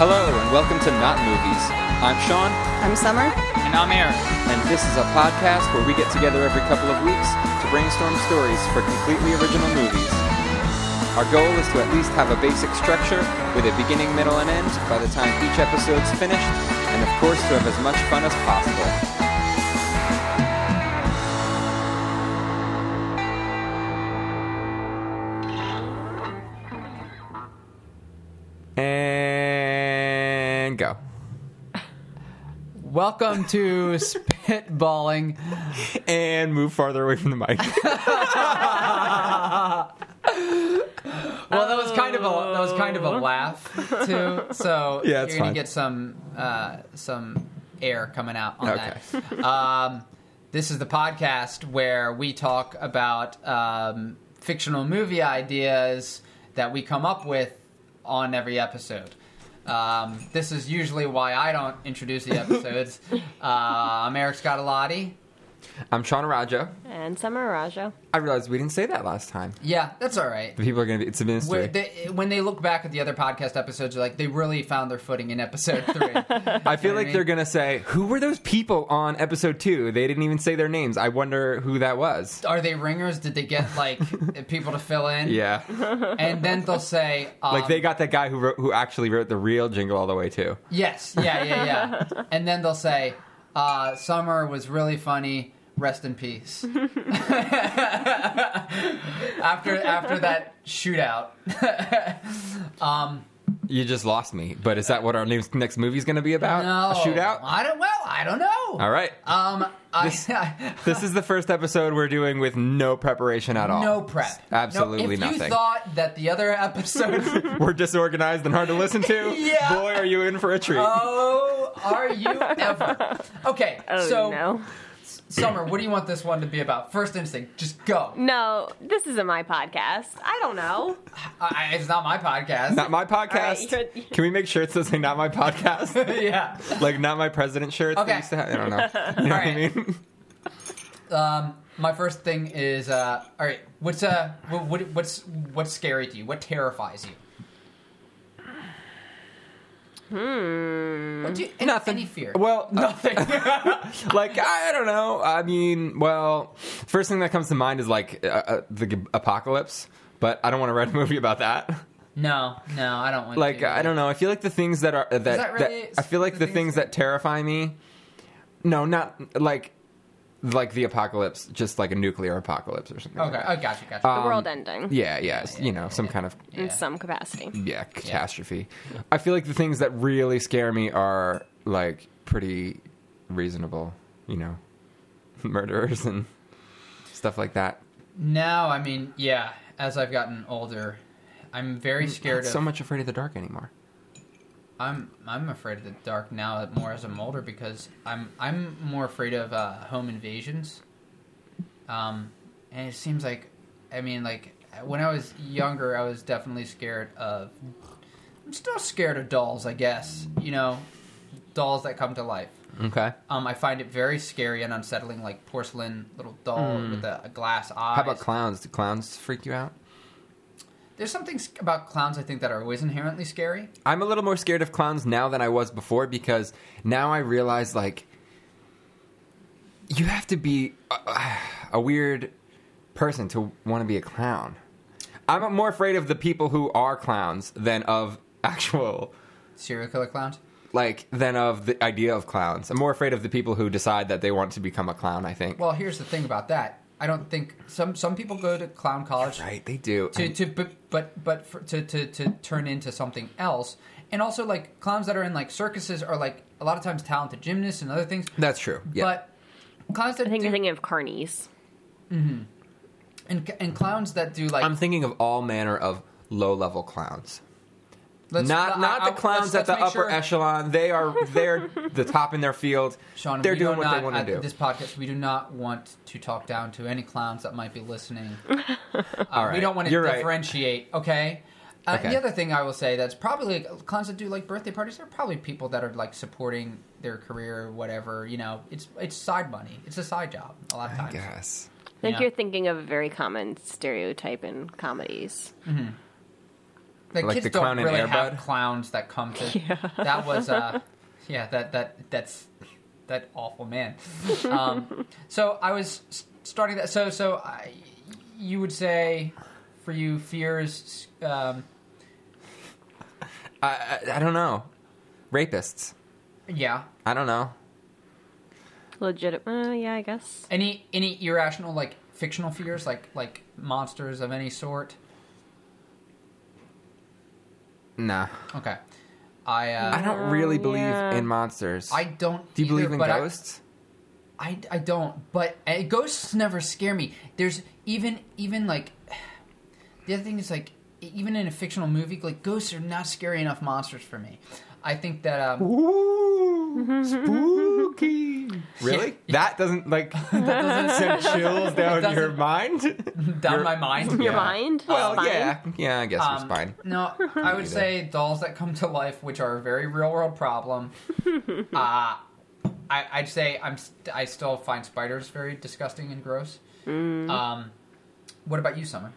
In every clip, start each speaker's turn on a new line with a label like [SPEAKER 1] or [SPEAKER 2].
[SPEAKER 1] Hello and welcome to Not Movies. I'm Sean,
[SPEAKER 2] I'm Summer.
[SPEAKER 3] And I'm Aaron.
[SPEAKER 1] and this is a podcast where we get together every couple of weeks to brainstorm stories for completely original movies. Our goal is to at least have a basic structure with a beginning, middle, and end by the time each episode's finished, and of course to have as much fun as possible.
[SPEAKER 4] And go.
[SPEAKER 3] Welcome to Spitballing.
[SPEAKER 4] And move farther away from the mic.
[SPEAKER 3] Well, that was kind of a that was kind of a laugh too. So
[SPEAKER 4] Oh. Yeah,
[SPEAKER 3] you're
[SPEAKER 4] it's
[SPEAKER 3] gonna
[SPEAKER 4] fine.
[SPEAKER 3] get some uh, some air coming out on
[SPEAKER 4] Okay.
[SPEAKER 3] that. Um, this is the podcast where we talk about um, fictional movie ideas that we come up with on every episode. Um, this is usually why I don't introduce the episodes. uh, I'm Eric Scottalotti.
[SPEAKER 4] I'm Sean Raja.
[SPEAKER 2] And Summer Raja.
[SPEAKER 4] I realized we didn't say that last time.
[SPEAKER 3] Yeah, that's all right.
[SPEAKER 4] The people are going to be, it's a
[SPEAKER 3] Where
[SPEAKER 4] mystery.
[SPEAKER 3] they, when they look back at the other podcast episodes, they're like they really found their footing in episode three.
[SPEAKER 4] I feel
[SPEAKER 3] know what I
[SPEAKER 4] like
[SPEAKER 3] mean?
[SPEAKER 4] they're going to say, who were those people on episode two? They didn't even say their names. I wonder who that was.
[SPEAKER 3] Are they ringers? Did they get like people to fill in?
[SPEAKER 4] Yeah.
[SPEAKER 3] and then they'll say, um,
[SPEAKER 4] like they got that guy who wrote, who actually wrote the real jingle all the way too.
[SPEAKER 3] yes, yeah, yeah, yeah." and then they'll say, uh, "Summer was really funny. Rest in peace." after after that shootout, um,
[SPEAKER 4] You just lost me. But is that what our next next movie's going to be about?
[SPEAKER 3] no
[SPEAKER 4] A shootout?
[SPEAKER 3] I don't. Well, I don't know.
[SPEAKER 4] All right.
[SPEAKER 3] Um, I,
[SPEAKER 4] This- This is the first episode we're doing with no preparation at all.
[SPEAKER 3] No prep.
[SPEAKER 4] Absolutely
[SPEAKER 3] no, if
[SPEAKER 4] nothing.
[SPEAKER 3] you thought that the other episode.
[SPEAKER 4] we're disorganized and hard to listen to,
[SPEAKER 3] Yeah.
[SPEAKER 4] boy, are you in for a treat.
[SPEAKER 3] oh, are you ever? Okay,
[SPEAKER 2] Oh
[SPEAKER 3] so
[SPEAKER 2] no.
[SPEAKER 3] Summer, what do you want this one to be about? First instinct, just go.
[SPEAKER 2] No, this isn't my podcast. I don't know.
[SPEAKER 3] I, I- it's not my podcast.
[SPEAKER 4] not my podcast.
[SPEAKER 2] All right, you're-
[SPEAKER 4] Can we make shirts that say "Not my podcast"?
[SPEAKER 3] yeah.
[SPEAKER 4] like not my president shirts.
[SPEAKER 3] Okay.
[SPEAKER 4] They used to have. I don't know. You know what I
[SPEAKER 3] right.
[SPEAKER 4] mean?
[SPEAKER 3] Um, my first thing is, uh, all right. What's uh, what, what, what's what's scary to you? What terrifies you? Hmm. What do you, any,
[SPEAKER 4] Nothing.
[SPEAKER 3] Any fear?
[SPEAKER 4] Well,
[SPEAKER 3] nothing.
[SPEAKER 4] like I don't know. I mean, well, first thing that comes to mind is like uh, uh, the g- apocalypse. But I don't want to write a movie about that.
[SPEAKER 3] no, no, I don't want.
[SPEAKER 4] Like
[SPEAKER 3] to.
[SPEAKER 4] I don't know. I feel like the things that are that,
[SPEAKER 3] that really
[SPEAKER 4] that- I feel like
[SPEAKER 3] the
[SPEAKER 4] the
[SPEAKER 3] things
[SPEAKER 4] things that terrify me. No, not like like the apocalypse, just like a nuclear apocalypse or something. like
[SPEAKER 3] Okay,
[SPEAKER 4] that.
[SPEAKER 3] I gotcha, gotcha.
[SPEAKER 4] Uh,
[SPEAKER 2] The world ending.
[SPEAKER 4] Yeah, yeah, you know, some kind of
[SPEAKER 2] In some capacity.
[SPEAKER 4] yeah catastrophe. I feel like the things that really scare me are like pretty reasonable, you know, murderers and stuff like that.
[SPEAKER 3] Now, I mean, yeah, as I've gotten older, I'm very
[SPEAKER 4] Not
[SPEAKER 3] scared of.
[SPEAKER 4] Mm, so much afraid of the dark anymore.
[SPEAKER 3] I'm I'm afraid of the dark now more as I'm older because I'm I'm more afraid of uh, home invasions. Um, and it seems like, I mean, like when I was younger, I was definitely scared of. I'm still scared of dolls, I guess. You know, dolls that come to life.
[SPEAKER 4] Okay.
[SPEAKER 3] Um, I find it very scary and unsettling, like porcelain little doll with a, a glass eye.
[SPEAKER 4] Hmm. How about clowns? Do clowns freak you out?
[SPEAKER 3] There's something sc- about clowns I think that are always inherently scary.
[SPEAKER 4] I'm a little more scared of clowns now than I was before because now I realize like you have to be a, a weird person to want to be a clown. I'm more afraid of the people who are clowns than of actual
[SPEAKER 3] Serial killer clowns.
[SPEAKER 4] like than of the idea of clowns. I'm more afraid of the people who decide that they want to become a clown, I think.
[SPEAKER 3] Well, here's the thing about that. I don't think some some people go to clown college
[SPEAKER 4] right, they do.
[SPEAKER 3] to to but but, but for, to, to to turn into something else. And also, like clowns that are in like circuses are like a lot of times talented gymnasts and other things.
[SPEAKER 4] That's true. Yeah.
[SPEAKER 3] But clowns that
[SPEAKER 2] I think
[SPEAKER 3] do,
[SPEAKER 2] you're thinking of carnies.
[SPEAKER 3] and, and clowns that do like
[SPEAKER 4] I'm thinking of all manner of low-level clowns.
[SPEAKER 3] let's-
[SPEAKER 4] not
[SPEAKER 3] I-
[SPEAKER 4] not
[SPEAKER 3] I-
[SPEAKER 4] the clowns
[SPEAKER 3] let's- let's
[SPEAKER 4] at the
[SPEAKER 3] make
[SPEAKER 4] upper
[SPEAKER 3] sure-
[SPEAKER 4] echelon. They are they're the top in their field.
[SPEAKER 3] Sean,
[SPEAKER 4] they're
[SPEAKER 3] we
[SPEAKER 4] doing
[SPEAKER 3] do
[SPEAKER 4] what
[SPEAKER 3] not,
[SPEAKER 4] they want
[SPEAKER 3] at
[SPEAKER 4] to do.
[SPEAKER 3] This podcast, we do not want to talk down to any clowns that might be listening. Uh, We
[SPEAKER 4] right.
[SPEAKER 3] don't want to
[SPEAKER 4] You're right.
[SPEAKER 3] differentiate. Okay. Uh,
[SPEAKER 4] Okay.
[SPEAKER 3] The other thing I will say that's probably clowns that do like birthday parties. They're probably people that are like supporting their career or whatever. You know, it's it's side money. It's a side job a lot of
[SPEAKER 4] I
[SPEAKER 3] times.
[SPEAKER 4] guess.
[SPEAKER 2] I think
[SPEAKER 3] Yeah.
[SPEAKER 2] you're thinking of a very common stereotype in comedies.
[SPEAKER 3] The
[SPEAKER 4] like
[SPEAKER 3] kids
[SPEAKER 4] the
[SPEAKER 3] don't
[SPEAKER 4] clown in
[SPEAKER 3] really
[SPEAKER 4] Air
[SPEAKER 3] have
[SPEAKER 4] Bud?
[SPEAKER 3] clowns that come to.
[SPEAKER 2] Yeah.
[SPEAKER 3] That was uh, yeah. That that that's that awful man. Um, so I was s- starting that. So so I, you would say for you fears. Um,
[SPEAKER 4] I, I, I don't know. Rapists.
[SPEAKER 3] yeah.
[SPEAKER 4] I don't know.
[SPEAKER 2] Legit. Uh, yeah, I guess.
[SPEAKER 3] Any any irrational like fictional fears like like monsters of any sort.
[SPEAKER 4] Nah.
[SPEAKER 3] Okay. I uh,
[SPEAKER 4] I don't really
[SPEAKER 2] Um,
[SPEAKER 4] believe
[SPEAKER 2] yeah.
[SPEAKER 4] in monsters.
[SPEAKER 3] I don't.
[SPEAKER 4] Do you believe
[SPEAKER 3] either,
[SPEAKER 4] in
[SPEAKER 3] but I-
[SPEAKER 4] ghosts?
[SPEAKER 3] I, I don't, but uh, ghosts never scare me. There's even even like the other thing is like even in a fictional movie, like ghosts are not scary enough monsters for me. I think that um,
[SPEAKER 4] Ooh, spooky. Really? That doesn't like
[SPEAKER 3] that
[SPEAKER 4] send
[SPEAKER 3] doesn't
[SPEAKER 4] chills down your
[SPEAKER 3] doesn't-
[SPEAKER 4] mind?
[SPEAKER 3] down my mind.
[SPEAKER 2] Your
[SPEAKER 4] Yeah.
[SPEAKER 2] mind?
[SPEAKER 4] Well,
[SPEAKER 2] Spine?
[SPEAKER 4] yeah, yeah. I guess your
[SPEAKER 3] Um,
[SPEAKER 4] spine.
[SPEAKER 3] No, I would say dolls that come to life, which are a very real world problem. uh, I, I'd say I'm st- I still find spiders very disgusting and gross.
[SPEAKER 2] Mm.
[SPEAKER 3] Um, what about you, Summer?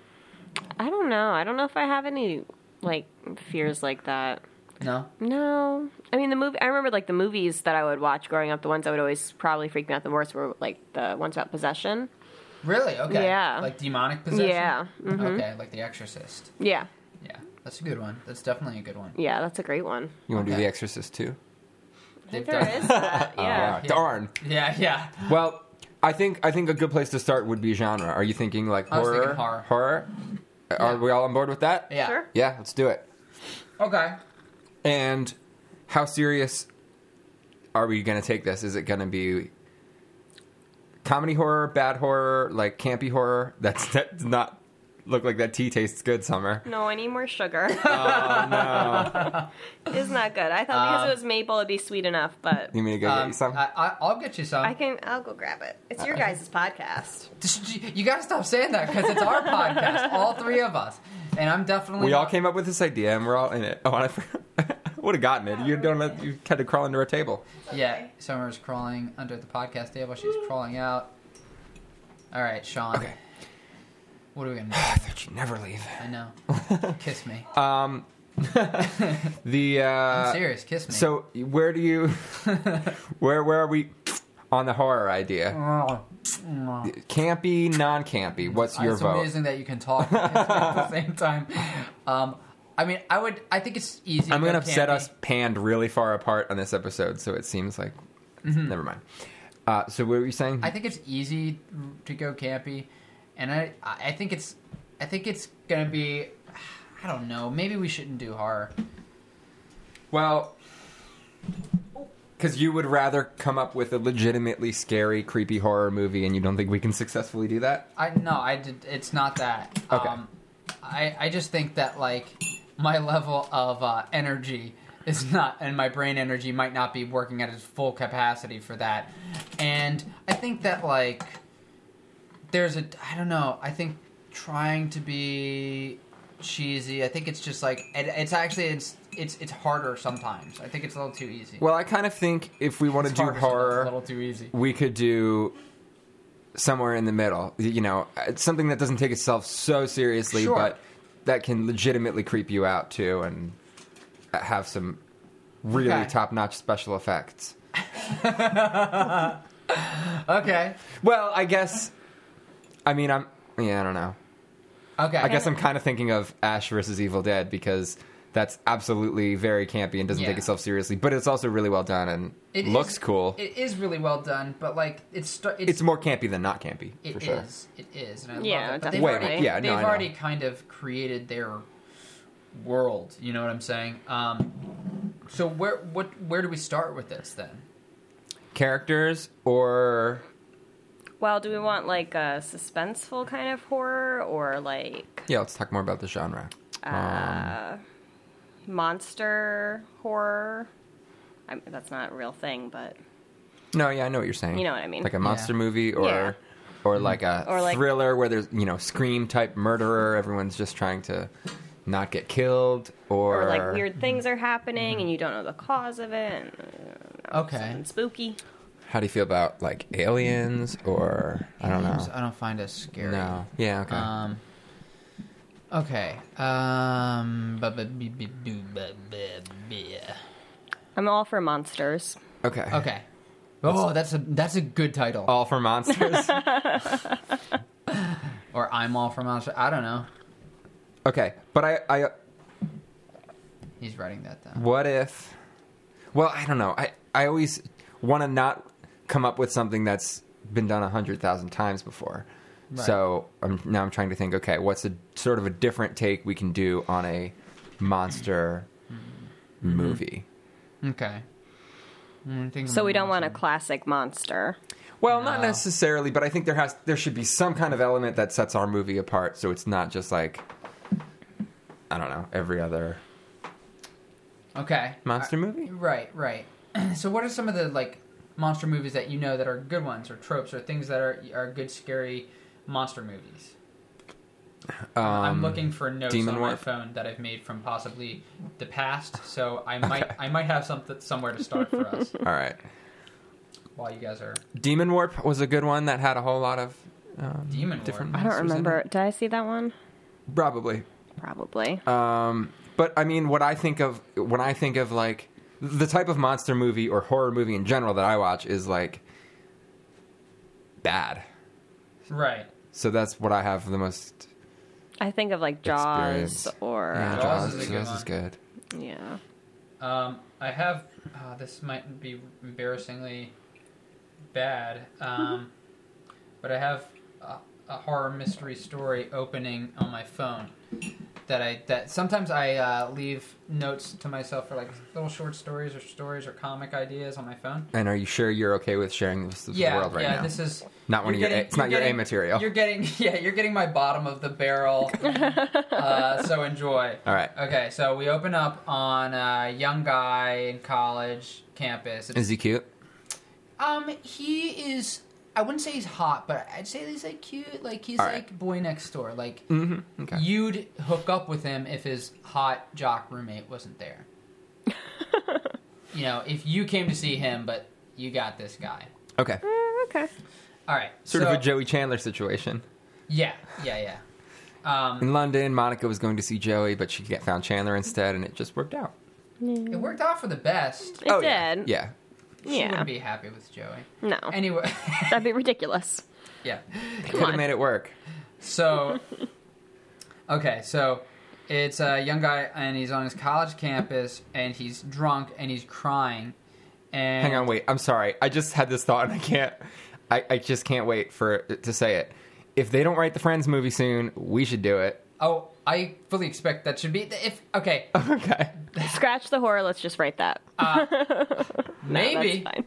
[SPEAKER 2] I don't know. I don't know if I have any like fears like that.
[SPEAKER 3] No,
[SPEAKER 2] No, I mean the movie. I remember like the movies that I would watch growing up. The ones that would always probably freak me out the most were like the ones about possession.
[SPEAKER 3] Really? Okay.
[SPEAKER 2] Yeah.
[SPEAKER 3] Like demonic possession.
[SPEAKER 2] Yeah, mhm.
[SPEAKER 3] Okay, like The Exorcist.
[SPEAKER 2] Yeah,
[SPEAKER 3] Yeah, that's a good one. That's definitely a good one.
[SPEAKER 2] yeah, that's a great one.
[SPEAKER 4] You want to do
[SPEAKER 3] okay.
[SPEAKER 4] The Exorcist too?
[SPEAKER 3] They've
[SPEAKER 2] There
[SPEAKER 3] done-
[SPEAKER 2] is that. Yeah.
[SPEAKER 4] Wow, Darn.
[SPEAKER 3] Yeah, yeah.
[SPEAKER 4] Well, I think I think a good place to start would be genre. Are you thinking like
[SPEAKER 3] I was
[SPEAKER 4] horror?
[SPEAKER 3] thinking horror.
[SPEAKER 4] Horror? Are
[SPEAKER 3] Yeah.
[SPEAKER 4] we all on board with that?
[SPEAKER 3] Yeah.
[SPEAKER 2] Sure.
[SPEAKER 4] Yeah, let's do it.
[SPEAKER 3] Okay.
[SPEAKER 4] And how serious are we going to take this? Is it going to be comedy horror, bad horror, like campy horror? That's that does not look like that tea tastes good, Summer.
[SPEAKER 2] No, I need more sugar. it's not good. I thought because it was maple, it'd be sweet enough, but
[SPEAKER 4] You mean to go get
[SPEAKER 3] Um,
[SPEAKER 4] you some?
[SPEAKER 3] I, I, I'll get you some.
[SPEAKER 2] I can. I'll go grab it. It's your guys' podcast.
[SPEAKER 3] Just- you got to stop saying that because it's our podcast, all three of us, and I'm definitely.
[SPEAKER 4] we all came up with this idea and we're all in it. Oh, and I would have gotten it. You don't. Have, you had to crawl under a table.
[SPEAKER 3] Yeah, Summer's crawling under the podcast table. She's crawling out. All right, Sean.
[SPEAKER 4] Okay.
[SPEAKER 3] What are we gonna
[SPEAKER 4] I
[SPEAKER 3] do?
[SPEAKER 4] thought you'd never leave.
[SPEAKER 3] I know. Kiss me.
[SPEAKER 4] Um, the
[SPEAKER 3] I'm
[SPEAKER 4] uh,
[SPEAKER 3] serious. Kiss me.
[SPEAKER 4] so where do you where where are we on the horror idea? Campy, non-campy. What's your
[SPEAKER 3] it's
[SPEAKER 4] vote?
[SPEAKER 3] amazing that you can talk and spit at the same time. Um, I mean, I would. I think it's easy.
[SPEAKER 4] I'm
[SPEAKER 3] but
[SPEAKER 4] gonna
[SPEAKER 3] it can't
[SPEAKER 4] set
[SPEAKER 3] be.
[SPEAKER 4] us panned really far apart on this episode, so it seems like never mind. Uh, so what were you saying?
[SPEAKER 3] Mm-hmm. I think it's easy to go campy, and I. I think it's. I think it's gonna be. I don't know. Maybe we shouldn't do horror.
[SPEAKER 4] well, because you would rather come up with a legitimately scary, creepy horror movie, and you don't think we can successfully do that.
[SPEAKER 3] I no. I did. It's not that.
[SPEAKER 4] Okay.
[SPEAKER 3] Um, I I just think that like my level of uh, energy is not, and my brain energy might not be working at its full capacity for that, and I think that like. there's a I don't know. I think trying to be cheesy. I think it's just like it, it's actually it's it's it's harder sometimes. I think it's a little too easy.
[SPEAKER 4] Well, I kind of think if we want to
[SPEAKER 3] it's
[SPEAKER 4] do
[SPEAKER 3] harder sometimes,
[SPEAKER 4] horror,
[SPEAKER 3] a little too easy.
[SPEAKER 4] we could do somewhere in the middle. You know, it's something that doesn't take itself so seriously,
[SPEAKER 3] Sure.
[SPEAKER 4] but that can legitimately creep you out too, and have some really
[SPEAKER 3] Okay.
[SPEAKER 4] top-notch special effects.
[SPEAKER 3] Okay.
[SPEAKER 4] Well, I guess. I mean, I'm. Yeah, I don't know.
[SPEAKER 3] Okay.
[SPEAKER 4] I guess I'm kind of thinking of Ash versus Evil Dead because that's absolutely very campy and doesn't
[SPEAKER 3] Yeah.
[SPEAKER 4] take itself seriously, but it's also really well done and
[SPEAKER 3] It
[SPEAKER 4] looks
[SPEAKER 3] is-
[SPEAKER 4] cool.
[SPEAKER 3] It is really well done, but like it's sta- it's
[SPEAKER 4] it's more campy than not campy,
[SPEAKER 3] it
[SPEAKER 4] for sure.
[SPEAKER 3] is. It is. And I
[SPEAKER 2] Yeah,
[SPEAKER 3] love it. But they've
[SPEAKER 2] definitely.
[SPEAKER 3] already,
[SPEAKER 4] Yeah, no,
[SPEAKER 3] they've
[SPEAKER 4] I know.
[SPEAKER 3] already kind of created their world. You know what I'm saying? Um, so where what where do we start with this then?
[SPEAKER 4] Characters or
[SPEAKER 2] Well, do we want like a suspenseful kind of horror or like
[SPEAKER 4] Yeah, let's talk more about the genre. Um,
[SPEAKER 2] uh, monster horror? I, that's not a real thing, but
[SPEAKER 4] No, yeah, I know what you're saying.
[SPEAKER 2] You know what I mean.
[SPEAKER 4] Like a monster
[SPEAKER 3] Yeah.
[SPEAKER 4] movie or
[SPEAKER 2] Yeah.
[SPEAKER 4] or like a
[SPEAKER 2] Or like-
[SPEAKER 4] thriller where there's, you know, scream type murderer, everyone's just trying to not get killed or,
[SPEAKER 2] or like weird things are happening and you don't know the cause of it. And,
[SPEAKER 3] Okay.
[SPEAKER 2] and spooky.
[SPEAKER 4] How do you feel about like aliens or I don't know.
[SPEAKER 3] I don't find it scary. Uh,
[SPEAKER 4] No. Yeah, okay.
[SPEAKER 3] Um, Okay. Um. bu- bu- bu- bu- bu- bu- bu- bu-
[SPEAKER 2] I'm all for monsters.
[SPEAKER 4] Okay.
[SPEAKER 3] Okay. Oh, that's a that's a good title.
[SPEAKER 4] All for monsters.
[SPEAKER 3] Or I'm all for monster. I don't know.
[SPEAKER 4] okay, but I, I,
[SPEAKER 3] He's writing that down.
[SPEAKER 4] what if? Well, I don't know. I, I always want to not come up with something that's been done a hundred thousand times before. So I'm, now I'm trying to think. Okay, what's a sort of a different take we can do on a monster movie?
[SPEAKER 3] Okay. Mm, think
[SPEAKER 2] So
[SPEAKER 3] about
[SPEAKER 2] we don't want a
[SPEAKER 3] monster.
[SPEAKER 2] classic monster.
[SPEAKER 4] Well, not
[SPEAKER 3] No.
[SPEAKER 4] necessarily, but I think there has there should be some kind of element that sets our movie apart, so it's not just like I don't know every other
[SPEAKER 3] Okay. Uh,
[SPEAKER 4] monster movie.
[SPEAKER 3] Right, right. so, what are some of the like monster movies that you know that are good ones, or tropes, or things that are are good scary monster movies? I'm looking for notes
[SPEAKER 4] Um, Demon
[SPEAKER 3] on my
[SPEAKER 4] Warp.
[SPEAKER 3] phone that I've made from possibly the past, so I might I might have something somewhere to start for us
[SPEAKER 4] All right,
[SPEAKER 3] while you guys are
[SPEAKER 4] Demon Warp was a good one that had a whole lot of um,
[SPEAKER 3] demon
[SPEAKER 4] different.
[SPEAKER 3] Warp.
[SPEAKER 2] I don't
[SPEAKER 4] monsters in
[SPEAKER 2] remember. Did I see that one?
[SPEAKER 4] it. Probably.
[SPEAKER 2] Probably.
[SPEAKER 4] Um, but I mean, what I think of when I think of like the type of monster movie or horror movie in general that I watch is like bad.
[SPEAKER 3] right.
[SPEAKER 4] So that's what I have the most.
[SPEAKER 2] I think of like Jaws
[SPEAKER 4] Experience.
[SPEAKER 2] or
[SPEAKER 4] Yeah,
[SPEAKER 2] uh,
[SPEAKER 3] Jaws is a good
[SPEAKER 4] Jaws is
[SPEAKER 3] one.
[SPEAKER 4] good.
[SPEAKER 2] yeah.
[SPEAKER 3] Um, I have. Uh, this might be embarrassingly bad, um, but I have a, a horror mystery story opening on my phone that I that sometimes I uh, leave notes to myself for like little short stories or stories or comic ideas on my phone.
[SPEAKER 4] And are you sure you're okay with sharing this with
[SPEAKER 3] yeah,
[SPEAKER 4] the world right
[SPEAKER 3] yeah.
[SPEAKER 4] now?
[SPEAKER 3] This is
[SPEAKER 4] Not one
[SPEAKER 3] you're
[SPEAKER 4] of your. A,
[SPEAKER 3] getting-
[SPEAKER 4] it's not your
[SPEAKER 3] you're
[SPEAKER 4] A
[SPEAKER 3] getting-
[SPEAKER 4] material.
[SPEAKER 3] You're getting yeah, you're getting my bottom of the barrel. uh, so enjoy.
[SPEAKER 4] All right.
[SPEAKER 3] Okay, so we open up on a young guy in college campus. It's-
[SPEAKER 4] Is he cute?
[SPEAKER 3] um, he is. I wouldn't say he's hot, but I'd say he's like cute. Like he's
[SPEAKER 4] All right.
[SPEAKER 3] like boy next door. Like
[SPEAKER 4] Mm-hmm. Okay.
[SPEAKER 3] you'd hook up with him if his hot jock roommate wasn't there. you know, if you came to see him, but you got this guy.
[SPEAKER 4] okay.
[SPEAKER 2] Mm, okay.
[SPEAKER 3] All right,
[SPEAKER 4] Sort
[SPEAKER 3] so-
[SPEAKER 4] of a Joey Chandler situation.
[SPEAKER 3] Yeah, yeah, yeah. Um,
[SPEAKER 4] In London, Monica was going to see Joey, but she get- found Chandler instead, and it just worked out.
[SPEAKER 3] It worked out for the best.
[SPEAKER 2] It
[SPEAKER 4] Oh, yeah.
[SPEAKER 2] did.
[SPEAKER 4] Yeah.
[SPEAKER 3] She
[SPEAKER 2] Yeah.
[SPEAKER 3] wouldn't be happy with Joey.
[SPEAKER 2] No.
[SPEAKER 3] Anyway,
[SPEAKER 2] That'd be ridiculous.
[SPEAKER 3] yeah.
[SPEAKER 4] Could have
[SPEAKER 2] on.
[SPEAKER 4] made it work.
[SPEAKER 3] So, okay, so it's a young guy and he's on his college campus and he's drunk and he's crying. And
[SPEAKER 4] Hang on, wait. I'm sorry. I just had this thought, and I can't. I, I just can't wait for to say it. If they don't write the Friends movie soon, we should do it.
[SPEAKER 3] Oh, I fully expect that should be if okay. uh,
[SPEAKER 4] Okay.
[SPEAKER 2] Scratch the horror. Let's just write that.
[SPEAKER 4] Uh,
[SPEAKER 2] No, That's
[SPEAKER 3] maybe
[SPEAKER 2] fine.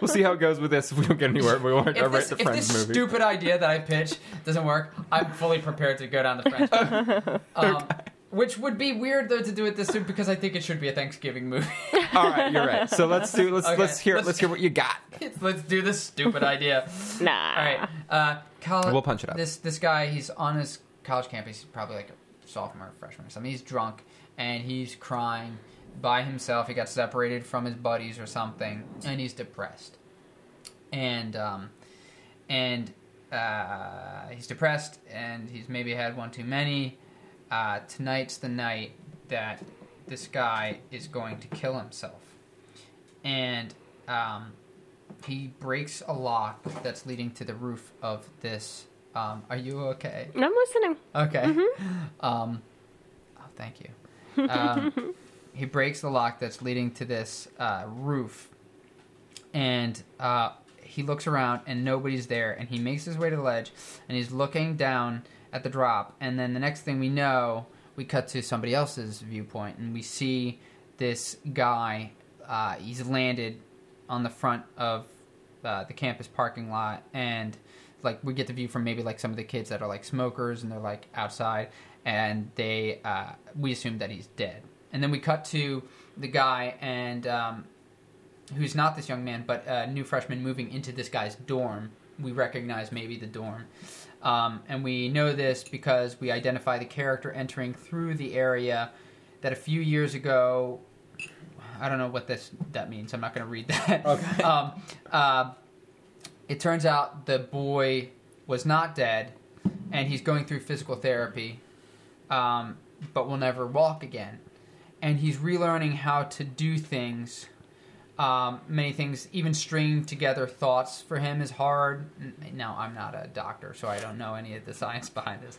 [SPEAKER 4] We'll see how it goes with this. If we don't get anywhere, we won't
[SPEAKER 3] if
[SPEAKER 4] write
[SPEAKER 3] this,
[SPEAKER 4] the
[SPEAKER 3] if this
[SPEAKER 4] Friends movie.
[SPEAKER 3] stupid idea that I pitch doesn't work, I'm fully prepared to go down the French. route. um, which would be weird though to do it this soon because I think it should be a Thanksgiving movie.
[SPEAKER 4] All right, you're right. So let's do. Let's
[SPEAKER 3] Okay,
[SPEAKER 4] let's hear.
[SPEAKER 3] let's-
[SPEAKER 4] Let's, hear what you got.
[SPEAKER 3] Let's do this stupid idea.
[SPEAKER 2] Nah.
[SPEAKER 3] All right, uh, college.
[SPEAKER 4] We'll punch it up.
[SPEAKER 3] This this guy, he's on his college campus. He's probably like a sophomore, or freshman, or something. He's drunk and he's crying by himself. He got separated from his buddies or something, and he's depressed. And um, and uh, he's depressed, and he's maybe had one too many. Uh, tonight's the night that this guy is going to kill himself, and um, he breaks a lock that's leading to the roof of this. Um, are you okay?
[SPEAKER 2] I'm listening.
[SPEAKER 3] Okay. Um, oh, thank you. Um, he breaks the lock that's leading to this uh, roof, and uh, he looks around and nobody's there. And he makes his way to the ledge, and he's looking down at the drop. And then the next thing we know, we cut to somebody else's viewpoint, and we see this guy. Uh, he's landed on the front of uh, the campus parking lot and like we get the view from maybe like some of the kids that are like smokers and they're like outside and they uh, we assume that he's dead and then we cut to the guy and um, who's not this young man but a new freshman moving into this guy's dorm we recognize maybe the dorm um, and we know this because we identify the character entering through the area that a few years ago I don't know what this that means. I'm not going to read that. Okay. Um, uh, it turns out the boy was not dead, and he's going through physical therapy, um, but will never walk again. And he's relearning how to do things. Um, many things, even stringing together thoughts for him is hard. N- Now, I'm not a doctor, so I don't know any of the science behind this.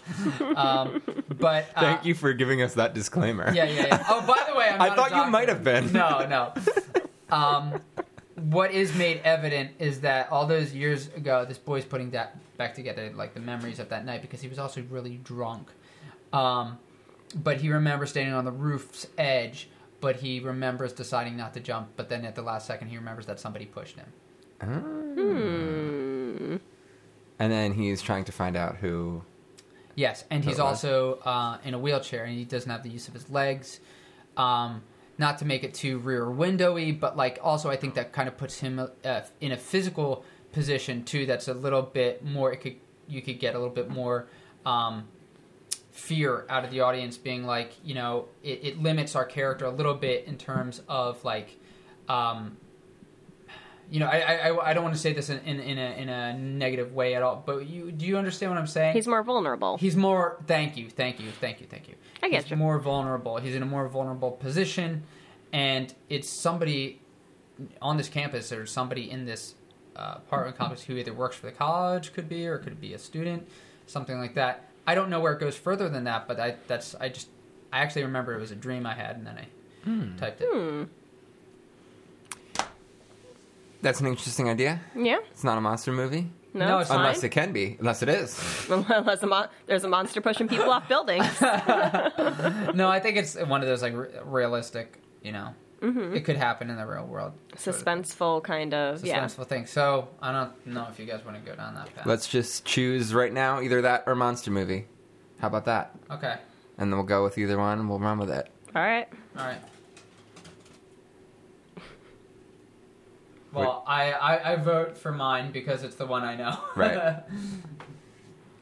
[SPEAKER 3] Um, but uh,
[SPEAKER 4] Thank you for giving us that disclaimer.
[SPEAKER 3] Yeah, yeah, yeah. Oh, by the way, I'm
[SPEAKER 4] I
[SPEAKER 3] not a
[SPEAKER 4] thought you
[SPEAKER 3] doctor.
[SPEAKER 4] might have been.
[SPEAKER 3] No, no. Um, what is made evident is that all those years ago, this boy's putting that back together, like the memories of that night, because he was also really drunk. Um, but he remembers standing on the roof's edge, but he remembers deciding not to jump, but then at the last second, he remembers that somebody pushed him.
[SPEAKER 4] Ah.
[SPEAKER 3] Hmm.
[SPEAKER 4] And then he's trying to find out who.
[SPEAKER 3] Yes, and he's
[SPEAKER 4] That was-
[SPEAKER 3] also uh, in a wheelchair, and he doesn't have the use of his legs. Um, not to make it too rear windowy, but like also, I think that kind of puts him uh, in a physical position too. That's a little bit more. It could you could get a little bit more um, fear out of the audience, being like you know it, it limits our character a little bit in terms of like. Um, you know, I, I, I- I don't want to say this in, in, in, a, in a negative way at all, but you do you understand what I'm saying?
[SPEAKER 2] He's more vulnerable.
[SPEAKER 3] He's more. Thank you. Thank you. Thank you. Thank you.
[SPEAKER 2] I get
[SPEAKER 3] He's
[SPEAKER 2] you.
[SPEAKER 3] more vulnerable. He's in a more vulnerable position, and it's somebody on this campus or somebody in this uh, apartment complex who either works for the college, could be, or could be a student, something like that. I don't know where it goes further than that, but I that's I just I actually remember it was a dream I had, and then I typed it.
[SPEAKER 2] Hmm.
[SPEAKER 4] That's an interesting idea.
[SPEAKER 2] yeah.
[SPEAKER 4] It's not a monster movie.
[SPEAKER 2] No,
[SPEAKER 3] No,
[SPEAKER 2] it's
[SPEAKER 3] it's-
[SPEAKER 2] fine.
[SPEAKER 4] Unless it can be. Unless it is.
[SPEAKER 2] Unless a mon- there's a monster pushing people off buildings.
[SPEAKER 3] No, I think it's one of those like re- realistic, you know,
[SPEAKER 2] Mm-hmm.
[SPEAKER 3] it could happen in the real world. sort of
[SPEAKER 2] Suspenseful kind of. Yeah.
[SPEAKER 3] suspenseful thing. So I don't know if you guys want to go down that path.
[SPEAKER 4] Let's just choose right now either that or monster movie. How about that?
[SPEAKER 3] okay.
[SPEAKER 4] And then we'll go with either one and we'll run with it.
[SPEAKER 2] All right.
[SPEAKER 3] All right. Well, I, I I vote for mine because it's the one I know.
[SPEAKER 4] Right.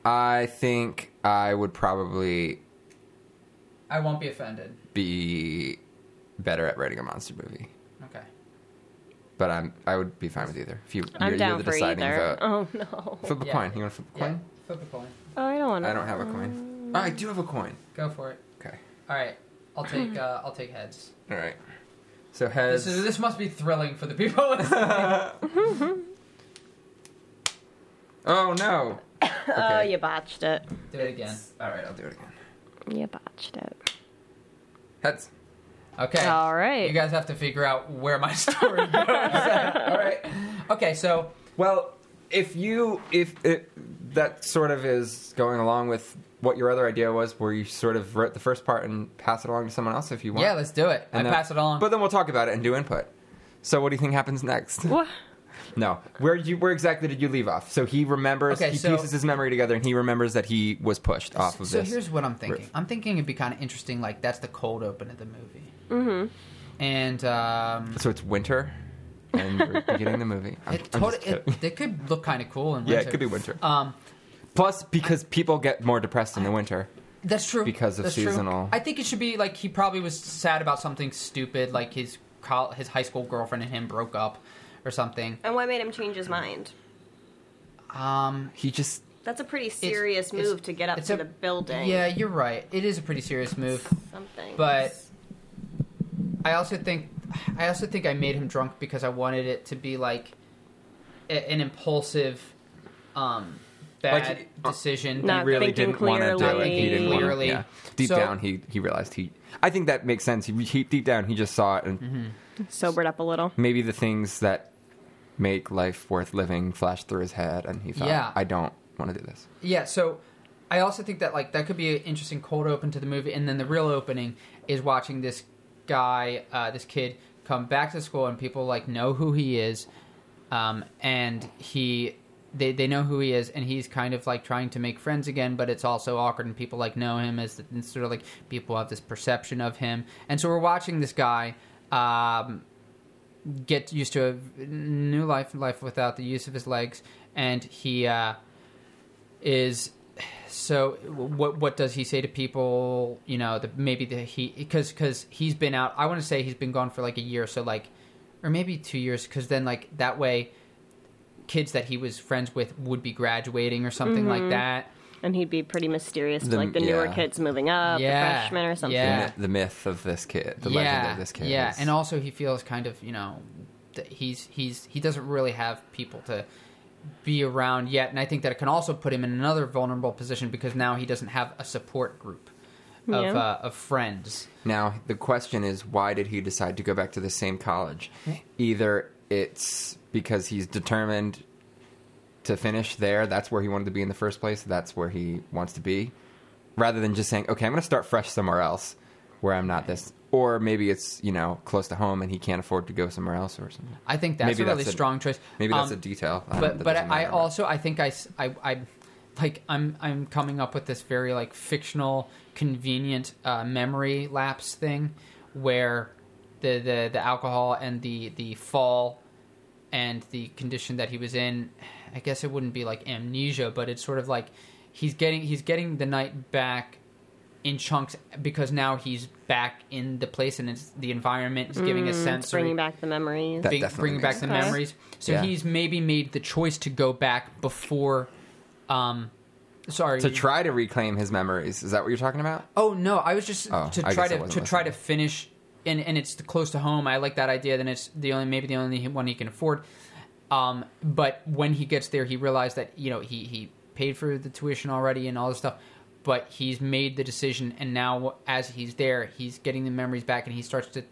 [SPEAKER 4] I think I would probably
[SPEAKER 3] I won't be offended.
[SPEAKER 4] be better at writing a monster movie.
[SPEAKER 3] Okay.
[SPEAKER 4] But I'm I would be fine with either. If you
[SPEAKER 2] I'm
[SPEAKER 4] you're,
[SPEAKER 2] down
[SPEAKER 4] you're the
[SPEAKER 2] for
[SPEAKER 4] deciding vote.
[SPEAKER 2] either. Oh no.
[SPEAKER 4] Flip a
[SPEAKER 3] Yeah.
[SPEAKER 4] coin. You want to flip a
[SPEAKER 3] Yeah. Uh-huh.
[SPEAKER 4] coin?
[SPEAKER 3] Flip a coin.
[SPEAKER 2] Oh, I don't want to.
[SPEAKER 4] I don't have a coin. Oh, I do have a coin.
[SPEAKER 3] Go for it.
[SPEAKER 4] Okay.
[SPEAKER 3] All right. I'll take uh, I'll take heads.
[SPEAKER 4] All right. So
[SPEAKER 3] This
[SPEAKER 4] heads.
[SPEAKER 3] is this must be thrilling for the people. listening.
[SPEAKER 4] oh no.
[SPEAKER 2] Oh,
[SPEAKER 4] Okay.
[SPEAKER 2] you botched it.
[SPEAKER 3] Do it again.
[SPEAKER 4] All right, I'll do it again.
[SPEAKER 2] You botched it.
[SPEAKER 4] Heads.
[SPEAKER 3] Okay.
[SPEAKER 2] All right.
[SPEAKER 3] You guys have to figure out where my story goes. All right. Okay. So
[SPEAKER 4] Well, if you if it, that sort of is going along with what your other idea was, where you sort of wrote the first part and pass it along to someone else if you want.
[SPEAKER 3] yeah, let's do it.
[SPEAKER 4] And
[SPEAKER 3] I
[SPEAKER 4] then-
[SPEAKER 3] pass it on.
[SPEAKER 4] But then we'll talk about it and do input. So what do you think happens next?
[SPEAKER 2] What?
[SPEAKER 4] No, where did you? Where exactly did you leave off? So he remembers.
[SPEAKER 3] Okay,
[SPEAKER 4] he
[SPEAKER 3] so-
[SPEAKER 4] pieces his memory together, and he remembers that he was pushed off of
[SPEAKER 3] so
[SPEAKER 4] this.
[SPEAKER 3] here's what I'm thinking.
[SPEAKER 4] roof.
[SPEAKER 3] I'm thinking it'd be kind of interesting. Like that's the cold open of the movie. Mm-hmm. And um,
[SPEAKER 4] so it's winter, and we're beginning the movie. I'm-
[SPEAKER 3] it,
[SPEAKER 4] I'm
[SPEAKER 3] tot-
[SPEAKER 4] just
[SPEAKER 3] it,
[SPEAKER 4] kidding.
[SPEAKER 3] they could look kind of cool in winter.
[SPEAKER 4] yeah, it could be winter.
[SPEAKER 3] Um,
[SPEAKER 4] Plus, because people get more depressed in the winter.
[SPEAKER 3] that's true.
[SPEAKER 4] Because of
[SPEAKER 3] That's true.
[SPEAKER 4] seasonal-
[SPEAKER 3] I think it should be like he probably was sad about something stupid, like his col- his high school girlfriend and him broke up or something.
[SPEAKER 2] And what made him change his mind?
[SPEAKER 3] Um,
[SPEAKER 4] He just
[SPEAKER 2] That's a pretty
[SPEAKER 3] it's-
[SPEAKER 2] serious
[SPEAKER 3] it's-
[SPEAKER 2] move to get up
[SPEAKER 3] it's
[SPEAKER 2] to
[SPEAKER 3] a-
[SPEAKER 2] the building.
[SPEAKER 3] Yeah, you're right. It is a pretty serious move.
[SPEAKER 2] Something.
[SPEAKER 3] but I also think I also think I made him drunk because I wanted it to be like a, an impulsive um bad
[SPEAKER 4] Like, uh,
[SPEAKER 3] decision.
[SPEAKER 2] Not
[SPEAKER 4] he really
[SPEAKER 2] thinking
[SPEAKER 4] didn't want to do it.
[SPEAKER 2] clearly.
[SPEAKER 4] He didn't want to.
[SPEAKER 3] Clearly.
[SPEAKER 4] Yeah. Deep
[SPEAKER 3] So-
[SPEAKER 4] down, he he realized he. I think that makes sense. He, he deep down he just saw it, and
[SPEAKER 3] Mm-hmm.
[SPEAKER 2] sobered up a little.
[SPEAKER 4] maybe the things that make life worth living flashed through his head, and he thought,
[SPEAKER 3] Yeah.
[SPEAKER 4] "I don't want to do this."
[SPEAKER 3] Yeah, so I also think that like that could be an interesting cold open to the movie, and then the real opening is watching this guy, uh, this kid, come back to school, and people like know who he is, um, and he. They, they know who he is and he's kind of like trying to make friends again but it's also awkward and people like know him as and sort of like people have this perception of him and so we're watching this guy um, get used to a new life life without the use of his legs and he uh, is so what what does he say to people you know the, maybe the he because because he's been out i want to say he's been gone for like a year so like or maybe two years because then like that way kids that he was friends with would be graduating or something like that
[SPEAKER 2] and he'd be pretty mysterious to
[SPEAKER 4] The-
[SPEAKER 2] like the newer
[SPEAKER 4] yeah.
[SPEAKER 2] kids moving up,
[SPEAKER 3] Yeah.
[SPEAKER 2] the freshmen or something.
[SPEAKER 4] The
[SPEAKER 3] Yeah.
[SPEAKER 4] myth- the myth of this kid, the legend of this kid.
[SPEAKER 3] Yeah,
[SPEAKER 4] is-
[SPEAKER 3] and also he feels kind of you know that he's he's he doesn't really have people to be around yet, and I think that it can also put him in another vulnerable position because now he doesn't have a support group of
[SPEAKER 2] Yeah.
[SPEAKER 3] uh, of friends.
[SPEAKER 4] Now, the question is why did he decide to go back to the same college?
[SPEAKER 3] Hmm.
[SPEAKER 4] Either it's because he's determined to finish there, that's where he wanted to be in the first place, that's where he wants to be, rather than just saying, okay, I'm going to start fresh somewhere else where I'm not this. Or maybe it's, you know, close to home and he can't afford to go somewhere else or something.
[SPEAKER 3] I think that's
[SPEAKER 4] Maybe
[SPEAKER 3] a really
[SPEAKER 4] that's a-
[SPEAKER 3] strong choice.
[SPEAKER 4] Maybe that's
[SPEAKER 3] Um,
[SPEAKER 4] a detail. I don't-
[SPEAKER 3] but
[SPEAKER 4] that
[SPEAKER 3] but
[SPEAKER 4] doesn't
[SPEAKER 3] I
[SPEAKER 4] matter.
[SPEAKER 3] also I think I, s- I- I- like I'm I'm coming up with this very like fictional convenient uh, memory lapse thing where the, the the alcohol and the the fall and the condition that he was in I guess it wouldn't be like amnesia but it's sort of like he's getting he's getting the night back in chunks because now he's back in the place and it's the environment is giving a sense
[SPEAKER 2] It's bringing back the memories.
[SPEAKER 4] That-
[SPEAKER 3] bring-
[SPEAKER 4] definitely
[SPEAKER 3] bringing back
[SPEAKER 4] makes
[SPEAKER 3] the
[SPEAKER 2] sense.
[SPEAKER 3] memories. So
[SPEAKER 4] Yeah.
[SPEAKER 3] he's maybe made the choice to go back before. Um, sorry.
[SPEAKER 4] To try to reclaim his memories. Is that what you're talking about?
[SPEAKER 3] oh no, I was just
[SPEAKER 4] Oh,
[SPEAKER 3] to
[SPEAKER 4] I
[SPEAKER 3] try
[SPEAKER 4] guess I
[SPEAKER 3] to to
[SPEAKER 4] wasn't
[SPEAKER 3] try to
[SPEAKER 4] listening.
[SPEAKER 3] finish, and and it's close to home. I like that idea. Then it's the only maybe the only one he can afford. Um, but when he gets there, he realized that you know he he paid for the tuition already and all this stuff. But he's made the decision, and now as he's there, he's getting the memories back, and he starts to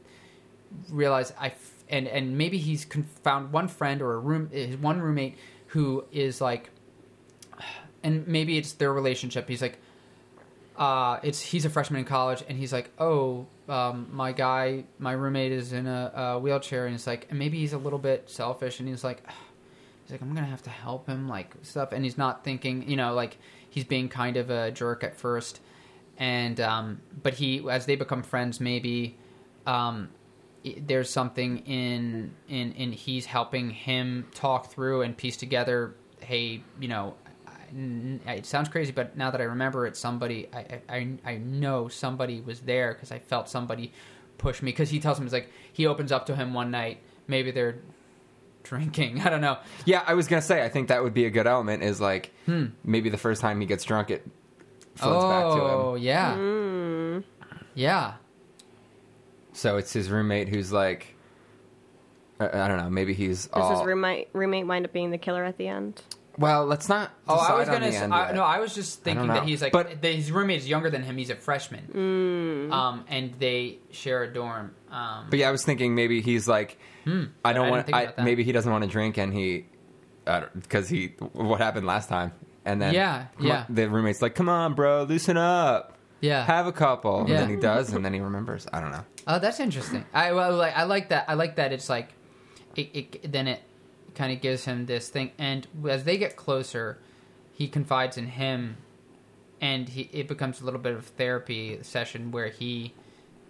[SPEAKER 3] realize I f- and and maybe he's con- found one friend or a room his one roommate who is like, and maybe it's their relationship. He's like, uh, it's he's a freshman in college, and he's like, oh, um, my guy, my roommate is in a, a wheelchair, and it's like, and maybe he's a little bit selfish, and he's like. He's like, I'm gonna have to help him, like stuff, and he's not thinking, you know, like he's being kind of a jerk at first, and um, but he, as they become friends, maybe um, i- there's something in in in he's helping him talk through and piece together. Hey, you know, I- n- it sounds crazy, but now that I remember it, somebody I I, I- I know somebody was there because I felt somebody push me. Because he tells him, it's like he opens up to him one night. Maybe they're drinking. I don't know.
[SPEAKER 4] Yeah, I was gonna say. I think that would be a good element. Is like
[SPEAKER 3] Hmm.
[SPEAKER 4] maybe the first time he gets drunk, it floats back to
[SPEAKER 3] oh
[SPEAKER 4] him.
[SPEAKER 3] yeah,
[SPEAKER 2] Mm-hmm. Mm.
[SPEAKER 3] yeah.
[SPEAKER 4] So it's his roommate who's like, I, I don't know. Maybe he's
[SPEAKER 2] Does
[SPEAKER 4] all
[SPEAKER 2] his roommate roommate wind up being the killer at the end?
[SPEAKER 4] well. Let's not.
[SPEAKER 3] Oh, I was
[SPEAKER 4] decide on
[SPEAKER 3] gonna.
[SPEAKER 4] the
[SPEAKER 3] s-
[SPEAKER 4] end
[SPEAKER 3] I,
[SPEAKER 4] yet.
[SPEAKER 3] no, I was just
[SPEAKER 4] don't
[SPEAKER 3] thinking that
[SPEAKER 4] know.
[SPEAKER 3] he's like,
[SPEAKER 4] But-
[SPEAKER 3] but his roommate is younger than him. He's a freshman, um, and they share a dorm. Um, hmm.
[SPEAKER 4] But yeah, I was thinking maybe he's like, I
[SPEAKER 3] I
[SPEAKER 4] don't
[SPEAKER 3] didn't
[SPEAKER 4] want.
[SPEAKER 3] think
[SPEAKER 4] I,
[SPEAKER 3] about that.
[SPEAKER 4] maybe he doesn't want to drink, and he, because he what happened last time, and then
[SPEAKER 3] Yeah,
[SPEAKER 4] come
[SPEAKER 3] yeah.
[SPEAKER 4] on- the roommate's like, come on, bro, loosen up,
[SPEAKER 3] yeah,
[SPEAKER 4] have a couple,
[SPEAKER 3] Yeah.
[SPEAKER 4] and then he does, and then he remembers. I don't know.
[SPEAKER 3] Oh, that's interesting. I well, like I like that. I like that. It's like, it, it then it kind of gives him this thing, and as they get closer, he confides in him, and he it becomes a little bit of therapy session where he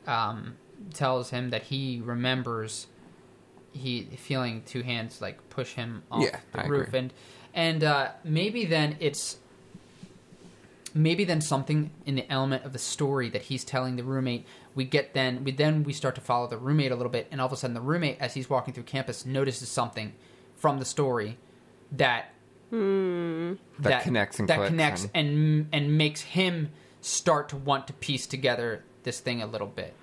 [SPEAKER 3] um, tells him that he remembers he feeling two hands like push him off
[SPEAKER 4] Yeah,
[SPEAKER 3] the
[SPEAKER 4] I
[SPEAKER 3] roof,
[SPEAKER 4] agree.
[SPEAKER 3] and and uh, maybe then it's maybe then something in the element of the story that he's telling the roommate we get then we then we start to follow the roommate a little bit and all of a sudden the roommate as he's walking through campus notices something from the story that
[SPEAKER 2] Hmm.
[SPEAKER 4] That connects and
[SPEAKER 3] that
[SPEAKER 4] clicks
[SPEAKER 3] connects
[SPEAKER 4] and-
[SPEAKER 3] and and makes him start to want to piece together this thing a little bit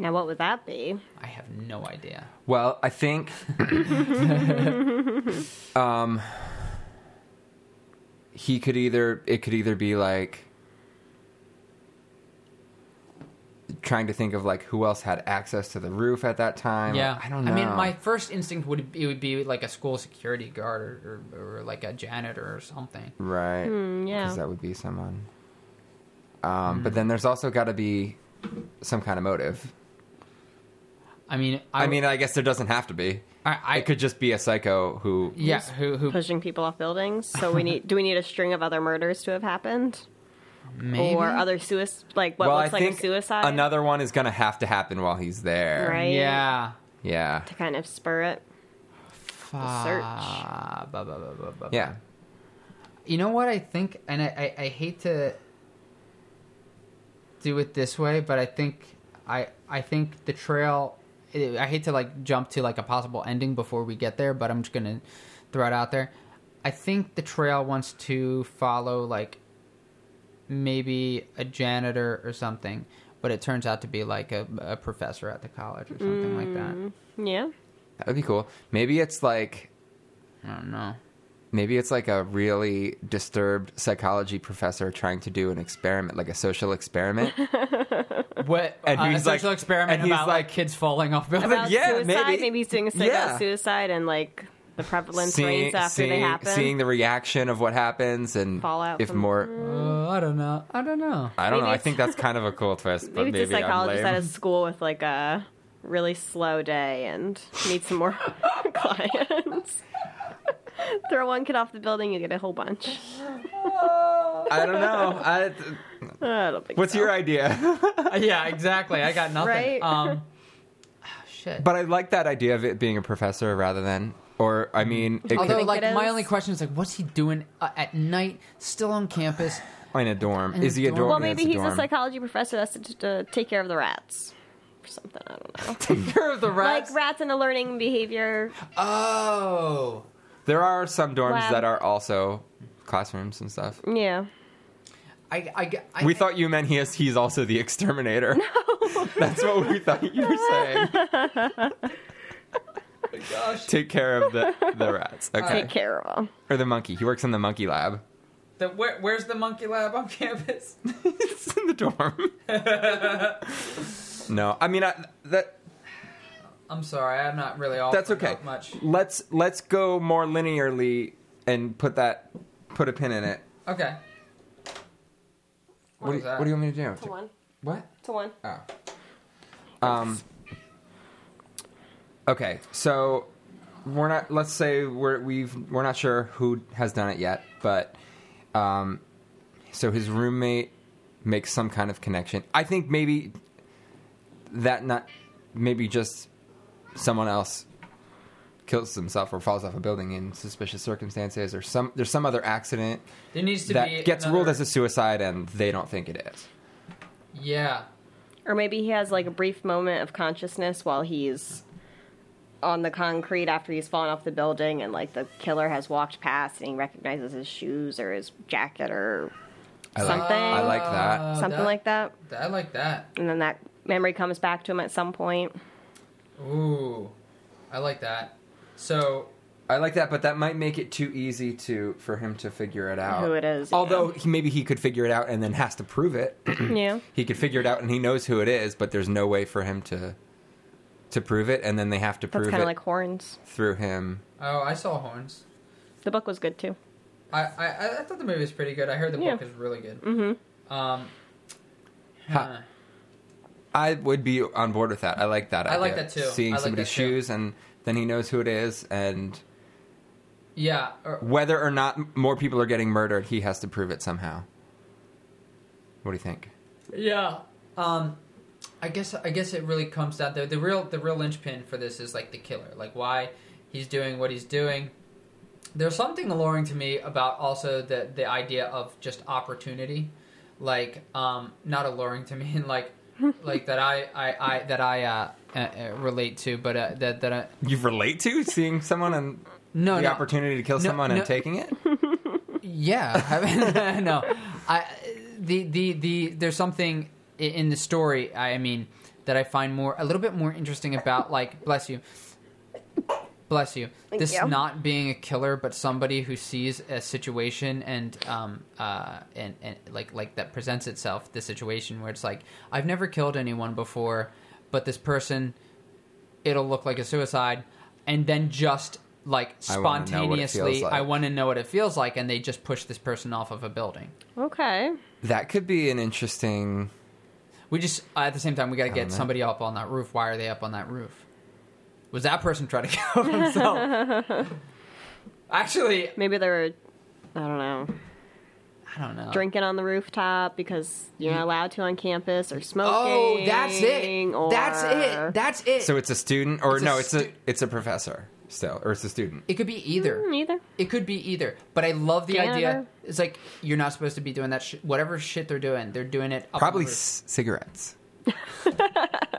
[SPEAKER 2] Now, what would that be?
[SPEAKER 3] i have no idea
[SPEAKER 4] Well, I think um, he could either it could either be like trying to think of like who else had access to the roof at that time.
[SPEAKER 3] yeah
[SPEAKER 4] I don't know.
[SPEAKER 3] i mean my first instinct would it would be like a school security guard or, or, or like a janitor or something
[SPEAKER 4] right
[SPEAKER 2] Mm,
[SPEAKER 4] because
[SPEAKER 2] yeah.
[SPEAKER 4] that would be someone.
[SPEAKER 3] Hmm.
[SPEAKER 4] Um, But then there's also got to be some kind of motive.
[SPEAKER 3] i mean
[SPEAKER 4] I, mean, I guess there doesn't have to be.
[SPEAKER 3] i, I
[SPEAKER 4] it could just be a psycho who.
[SPEAKER 3] yeah who who
[SPEAKER 2] Pushing people off buildings. So we need. do we need a string of other murders to have happened,
[SPEAKER 3] maybe?
[SPEAKER 2] or other suicide? Like what
[SPEAKER 4] well,
[SPEAKER 2] looks
[SPEAKER 4] I
[SPEAKER 2] like a
[SPEAKER 4] think
[SPEAKER 2] suicide?
[SPEAKER 4] another one is going to have to happen while he's there.
[SPEAKER 2] Right.
[SPEAKER 3] Yeah.
[SPEAKER 4] Yeah.
[SPEAKER 2] To kind of spur it. search.
[SPEAKER 3] Ah, ba, ba, ba, ba, ba.
[SPEAKER 4] Yeah.
[SPEAKER 3] You know what I think, and I, I, I hate to do it this way, but I think I I think the trail. eh, I hate to like jump to like a possible ending before we get there, but I'm just gonna throw it out there. I think the trail wants to follow like
[SPEAKER 5] maybe a janitor or something, but it turns out to be like a, a professor at the college or something like that.
[SPEAKER 2] Yeah.
[SPEAKER 4] That would be cool. Maybe it's like
[SPEAKER 5] I don't know.
[SPEAKER 4] maybe it's like a really disturbed psychology professor trying to do an experiment, like a social experiment.
[SPEAKER 5] What
[SPEAKER 4] And
[SPEAKER 5] uh,
[SPEAKER 4] he's
[SPEAKER 5] a
[SPEAKER 4] like-
[SPEAKER 5] social
[SPEAKER 4] and
[SPEAKER 5] experiment
[SPEAKER 4] he's
[SPEAKER 5] about like,
[SPEAKER 4] like-
[SPEAKER 5] kids falling off buildings?
[SPEAKER 2] About
[SPEAKER 4] yeah,
[SPEAKER 2] suicide,
[SPEAKER 4] maybe.
[SPEAKER 2] maybe. he's doing a study
[SPEAKER 4] Yeah.
[SPEAKER 2] about suicide and like the prevalence rates after they
[SPEAKER 4] seeing-
[SPEAKER 2] happen.
[SPEAKER 4] seeing the reaction of what happens and
[SPEAKER 2] Fallout
[SPEAKER 4] if
[SPEAKER 2] from-
[SPEAKER 4] more.
[SPEAKER 5] Uh, I don't know. I don't know.
[SPEAKER 4] I don't
[SPEAKER 2] Maybe
[SPEAKER 4] know. I
[SPEAKER 2] it's-
[SPEAKER 4] think that's kind of a cool twist, but
[SPEAKER 2] maybe
[SPEAKER 4] maybe,
[SPEAKER 2] it's a
[SPEAKER 4] I'm
[SPEAKER 2] psychologist
[SPEAKER 4] lame.
[SPEAKER 2] at a school with like a really slow day and needs some more clients. Throw one kid off the building, you get a whole bunch.
[SPEAKER 4] I don't know. I,
[SPEAKER 2] Uh, I don't think
[SPEAKER 4] what's
[SPEAKER 2] so.
[SPEAKER 4] your idea?
[SPEAKER 5] Uh, yeah, exactly. I got nothing.
[SPEAKER 2] Right? Ah,
[SPEAKER 5] Um, shit.
[SPEAKER 4] but I like that idea of it being a professor rather than, or I mean, it
[SPEAKER 5] Although,
[SPEAKER 2] think
[SPEAKER 5] like,
[SPEAKER 2] it
[SPEAKER 5] my
[SPEAKER 2] is?
[SPEAKER 5] only question is like, what's he doing uh, at night, still on campus?
[SPEAKER 4] could, in a dorm.
[SPEAKER 5] In
[SPEAKER 4] Is
[SPEAKER 5] a
[SPEAKER 4] he a
[SPEAKER 5] dorm?
[SPEAKER 4] dorm?
[SPEAKER 2] Well,
[SPEAKER 4] Yeah,
[SPEAKER 2] maybe
[SPEAKER 4] it's
[SPEAKER 2] he's
[SPEAKER 4] dorm.
[SPEAKER 2] a psychology professor that's to, to take care of the rats or something. I don't know.
[SPEAKER 5] Care of the rats.
[SPEAKER 2] Like rats and the learning behavior.
[SPEAKER 5] oh,
[SPEAKER 4] There are some dorms
[SPEAKER 2] Lab.
[SPEAKER 4] that are also classrooms and stuff.
[SPEAKER 2] Yeah.
[SPEAKER 5] I, I, I
[SPEAKER 4] We thought you meant he is, he's also the exterminator. That's what we thought you were saying.
[SPEAKER 5] Gosh,
[SPEAKER 4] Take care of the, the rats. Okay.
[SPEAKER 2] Take care of them.
[SPEAKER 4] Or the monkey. He works in the monkey lab.
[SPEAKER 5] the, where, where's the monkey lab on campus?
[SPEAKER 4] it's in the dorm. no, I mean I, that
[SPEAKER 5] I'm sorry, I'm not really all.
[SPEAKER 4] that's
[SPEAKER 5] for
[SPEAKER 4] okay.
[SPEAKER 5] that Much.
[SPEAKER 4] Let's let's go more linearly and put that put a pin in it.
[SPEAKER 5] Okay.
[SPEAKER 4] What, do,
[SPEAKER 5] was
[SPEAKER 4] you-
[SPEAKER 5] that?
[SPEAKER 4] what do you want me to do?
[SPEAKER 2] To one.
[SPEAKER 4] What?
[SPEAKER 2] To one.
[SPEAKER 4] Oh. Um. Okay, so we're not. Let's say we're we've we're not sure who has done it yet, but um, so his roommate makes some kind of connection. I think maybe that not maybe just someone else kills himself or falls off a building in suspicious circumstances or some there's some other accident
[SPEAKER 5] There needs to be
[SPEAKER 4] that gets ruled
[SPEAKER 5] another-
[SPEAKER 4] as a suicide and they don't think it is.
[SPEAKER 5] yeah.
[SPEAKER 2] Or maybe he has like a brief moment of consciousness while he's on the concrete after he's fallen off the building and like the killer has walked past and he recognizes his shoes or his jacket or
[SPEAKER 4] I like,
[SPEAKER 2] Something.
[SPEAKER 4] I like that.
[SPEAKER 5] Uh,
[SPEAKER 2] something
[SPEAKER 5] that-
[SPEAKER 2] like that.
[SPEAKER 5] I like that.
[SPEAKER 2] And then that memory comes back to him at some point.
[SPEAKER 5] Ooh, I like that. So
[SPEAKER 4] I like that, but that might make it too easy to for him to figure it out.
[SPEAKER 2] Who it is,
[SPEAKER 4] Although he, maybe he could figure it out and then has to prove it.
[SPEAKER 2] yeah.
[SPEAKER 4] he could figure it out and he knows who it is, but there's no way for him to to prove it, and then they have to
[SPEAKER 2] That's
[SPEAKER 4] prove
[SPEAKER 2] kind
[SPEAKER 4] it
[SPEAKER 2] of like horns.
[SPEAKER 4] through him.
[SPEAKER 5] Oh, I saw horns.
[SPEAKER 2] The book was good too.
[SPEAKER 5] I, I, I- I thought the movie was pretty good. I heard the
[SPEAKER 2] Yeah.
[SPEAKER 5] book is really good.
[SPEAKER 2] Mhm.
[SPEAKER 5] Um,
[SPEAKER 4] Ha.
[SPEAKER 5] huh.
[SPEAKER 4] I would be on board with that. I like that.
[SPEAKER 5] I like
[SPEAKER 4] idea.
[SPEAKER 5] that too.
[SPEAKER 4] Seeing
[SPEAKER 5] I like
[SPEAKER 4] somebody's
[SPEAKER 5] that too.
[SPEAKER 4] shoes and then he knows who it is, and
[SPEAKER 5] yeah, or,
[SPEAKER 4] whether or not more people are getting murdered, he has to prove it somehow. What do you think?
[SPEAKER 5] yeah. Um, I guess I guess it really comes down the the real the real linchpin for this is like the killer, like why he's doing what he's doing. There's something alluring to me about also the the idea of just opportunity, like um, not alluring to me and like like that I I, I that I uh, uh, uh, relate to, but uh, that that I,
[SPEAKER 4] You relate to seeing someone and
[SPEAKER 5] no
[SPEAKER 4] the
[SPEAKER 5] no.
[SPEAKER 4] opportunity to kill
[SPEAKER 5] No,
[SPEAKER 4] someone
[SPEAKER 5] no.
[SPEAKER 4] and taking it.
[SPEAKER 5] Yeah, I mean, no, I the the the there's something i- in the story. I mean, that I find more a little bit more interesting about like bless you, bless you.
[SPEAKER 2] Thank
[SPEAKER 5] this
[SPEAKER 2] you.
[SPEAKER 5] not being a killer, but somebody who sees a situation and um uh and, and like like that presents itself the situation where it's like I've never killed anyone before, but this person it'll look like a suicide and then just like
[SPEAKER 4] I wanna know what it feels
[SPEAKER 5] spontaneously
[SPEAKER 4] like.
[SPEAKER 5] i want to know what it feels like and they just push this person off of a building
[SPEAKER 2] Okay.
[SPEAKER 4] That could be an interesting.
[SPEAKER 5] we just at the same time we got to get
[SPEAKER 4] know.
[SPEAKER 5] somebody up on that roof why are they up on that roof was that person trying to kill himself actually
[SPEAKER 2] Maybe they were, I don't know,
[SPEAKER 5] i don't know
[SPEAKER 2] drinking on the rooftop because you're not allowed to on campus or smoking.
[SPEAKER 5] oh that's it
[SPEAKER 2] Or...
[SPEAKER 5] that's it that's it
[SPEAKER 4] So it's a student, or
[SPEAKER 5] It's a
[SPEAKER 4] no, it's a
[SPEAKER 5] stu-
[SPEAKER 4] it's a professor still, or it's a student.
[SPEAKER 5] it could be either
[SPEAKER 2] Mm, either.
[SPEAKER 5] It could be either, but I love the idea.
[SPEAKER 2] Janitor?
[SPEAKER 5] It's like you're not supposed to be doing that. Sh- whatever shit they're doing, they're doing it. Up on
[SPEAKER 4] Probably
[SPEAKER 5] the roof.
[SPEAKER 4] c- cigarettes.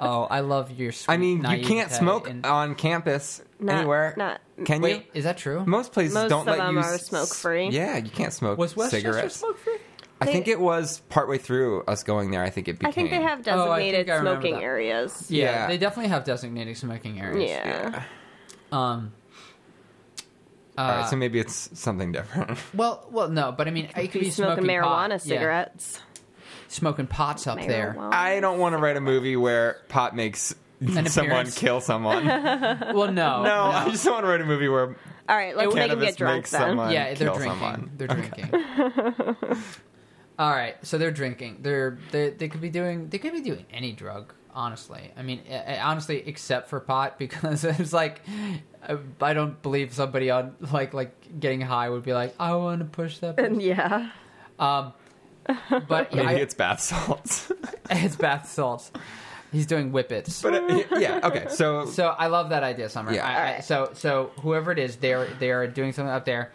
[SPEAKER 5] Oh, I love your. Sweet
[SPEAKER 4] I mean, you
[SPEAKER 5] naivete
[SPEAKER 4] can't smoke uh,
[SPEAKER 5] and-
[SPEAKER 4] on campus
[SPEAKER 2] Not-
[SPEAKER 4] anywhere.
[SPEAKER 2] not-
[SPEAKER 4] Can
[SPEAKER 5] Wait,
[SPEAKER 4] you?
[SPEAKER 5] is that true?
[SPEAKER 4] Most places
[SPEAKER 2] Most
[SPEAKER 4] don't
[SPEAKER 2] of
[SPEAKER 4] let
[SPEAKER 2] them
[SPEAKER 4] you
[SPEAKER 2] are
[SPEAKER 4] s-
[SPEAKER 2] smoke-free.
[SPEAKER 4] Yeah, you can't smoke
[SPEAKER 5] Was Westchester
[SPEAKER 4] cigarettes.
[SPEAKER 5] smoke free?
[SPEAKER 4] I
[SPEAKER 2] They-
[SPEAKER 4] think it was partway through us going there. I think it became.
[SPEAKER 2] I think they have
[SPEAKER 5] Oh, I think
[SPEAKER 2] designated
[SPEAKER 5] I remember
[SPEAKER 2] smoking
[SPEAKER 5] that.
[SPEAKER 2] areas.
[SPEAKER 5] Yeah,
[SPEAKER 4] Yeah.
[SPEAKER 5] they definitely have designated smoking areas.
[SPEAKER 2] Yeah.
[SPEAKER 5] Um.
[SPEAKER 4] All
[SPEAKER 5] uh,
[SPEAKER 4] right, so maybe it's something different.
[SPEAKER 5] well, well, no, but I mean, it could
[SPEAKER 2] Be
[SPEAKER 5] be
[SPEAKER 2] smoking marijuana
[SPEAKER 5] pot. Yeah.
[SPEAKER 2] cigarettes.
[SPEAKER 5] smoking pots up
[SPEAKER 2] Oh.
[SPEAKER 5] there.
[SPEAKER 4] I don't want to write a movie where pot makes someone
[SPEAKER 5] appearance.
[SPEAKER 4] kill someone. no,
[SPEAKER 5] Well, no,
[SPEAKER 4] I just don't want to write a movie where
[SPEAKER 2] All right, let's make them
[SPEAKER 4] cannabis
[SPEAKER 2] get drunk
[SPEAKER 4] makes
[SPEAKER 2] then.
[SPEAKER 4] someone
[SPEAKER 5] yeah, they're
[SPEAKER 4] kill
[SPEAKER 5] drinking.
[SPEAKER 4] someone.
[SPEAKER 5] They're drinking. All right, so they're drinking. They're they they could be doing they could be doing any drug. Honestly, I mean, eh, eh, honestly, except for pot, because it's like I- I don't believe somebody on like like getting high would be like, I want to push that. person."
[SPEAKER 2] yeah.
[SPEAKER 5] Um, but yeah,
[SPEAKER 4] Maybe
[SPEAKER 5] I-
[SPEAKER 4] it's bath salts.
[SPEAKER 5] it's bath salts. He's doing whippets.
[SPEAKER 4] but it, yeah, okay. So,
[SPEAKER 5] So I love that idea, Summer.
[SPEAKER 4] Yeah.
[SPEAKER 5] I, I,
[SPEAKER 2] Alright.
[SPEAKER 5] So so whoever it is, they're they are doing something up there,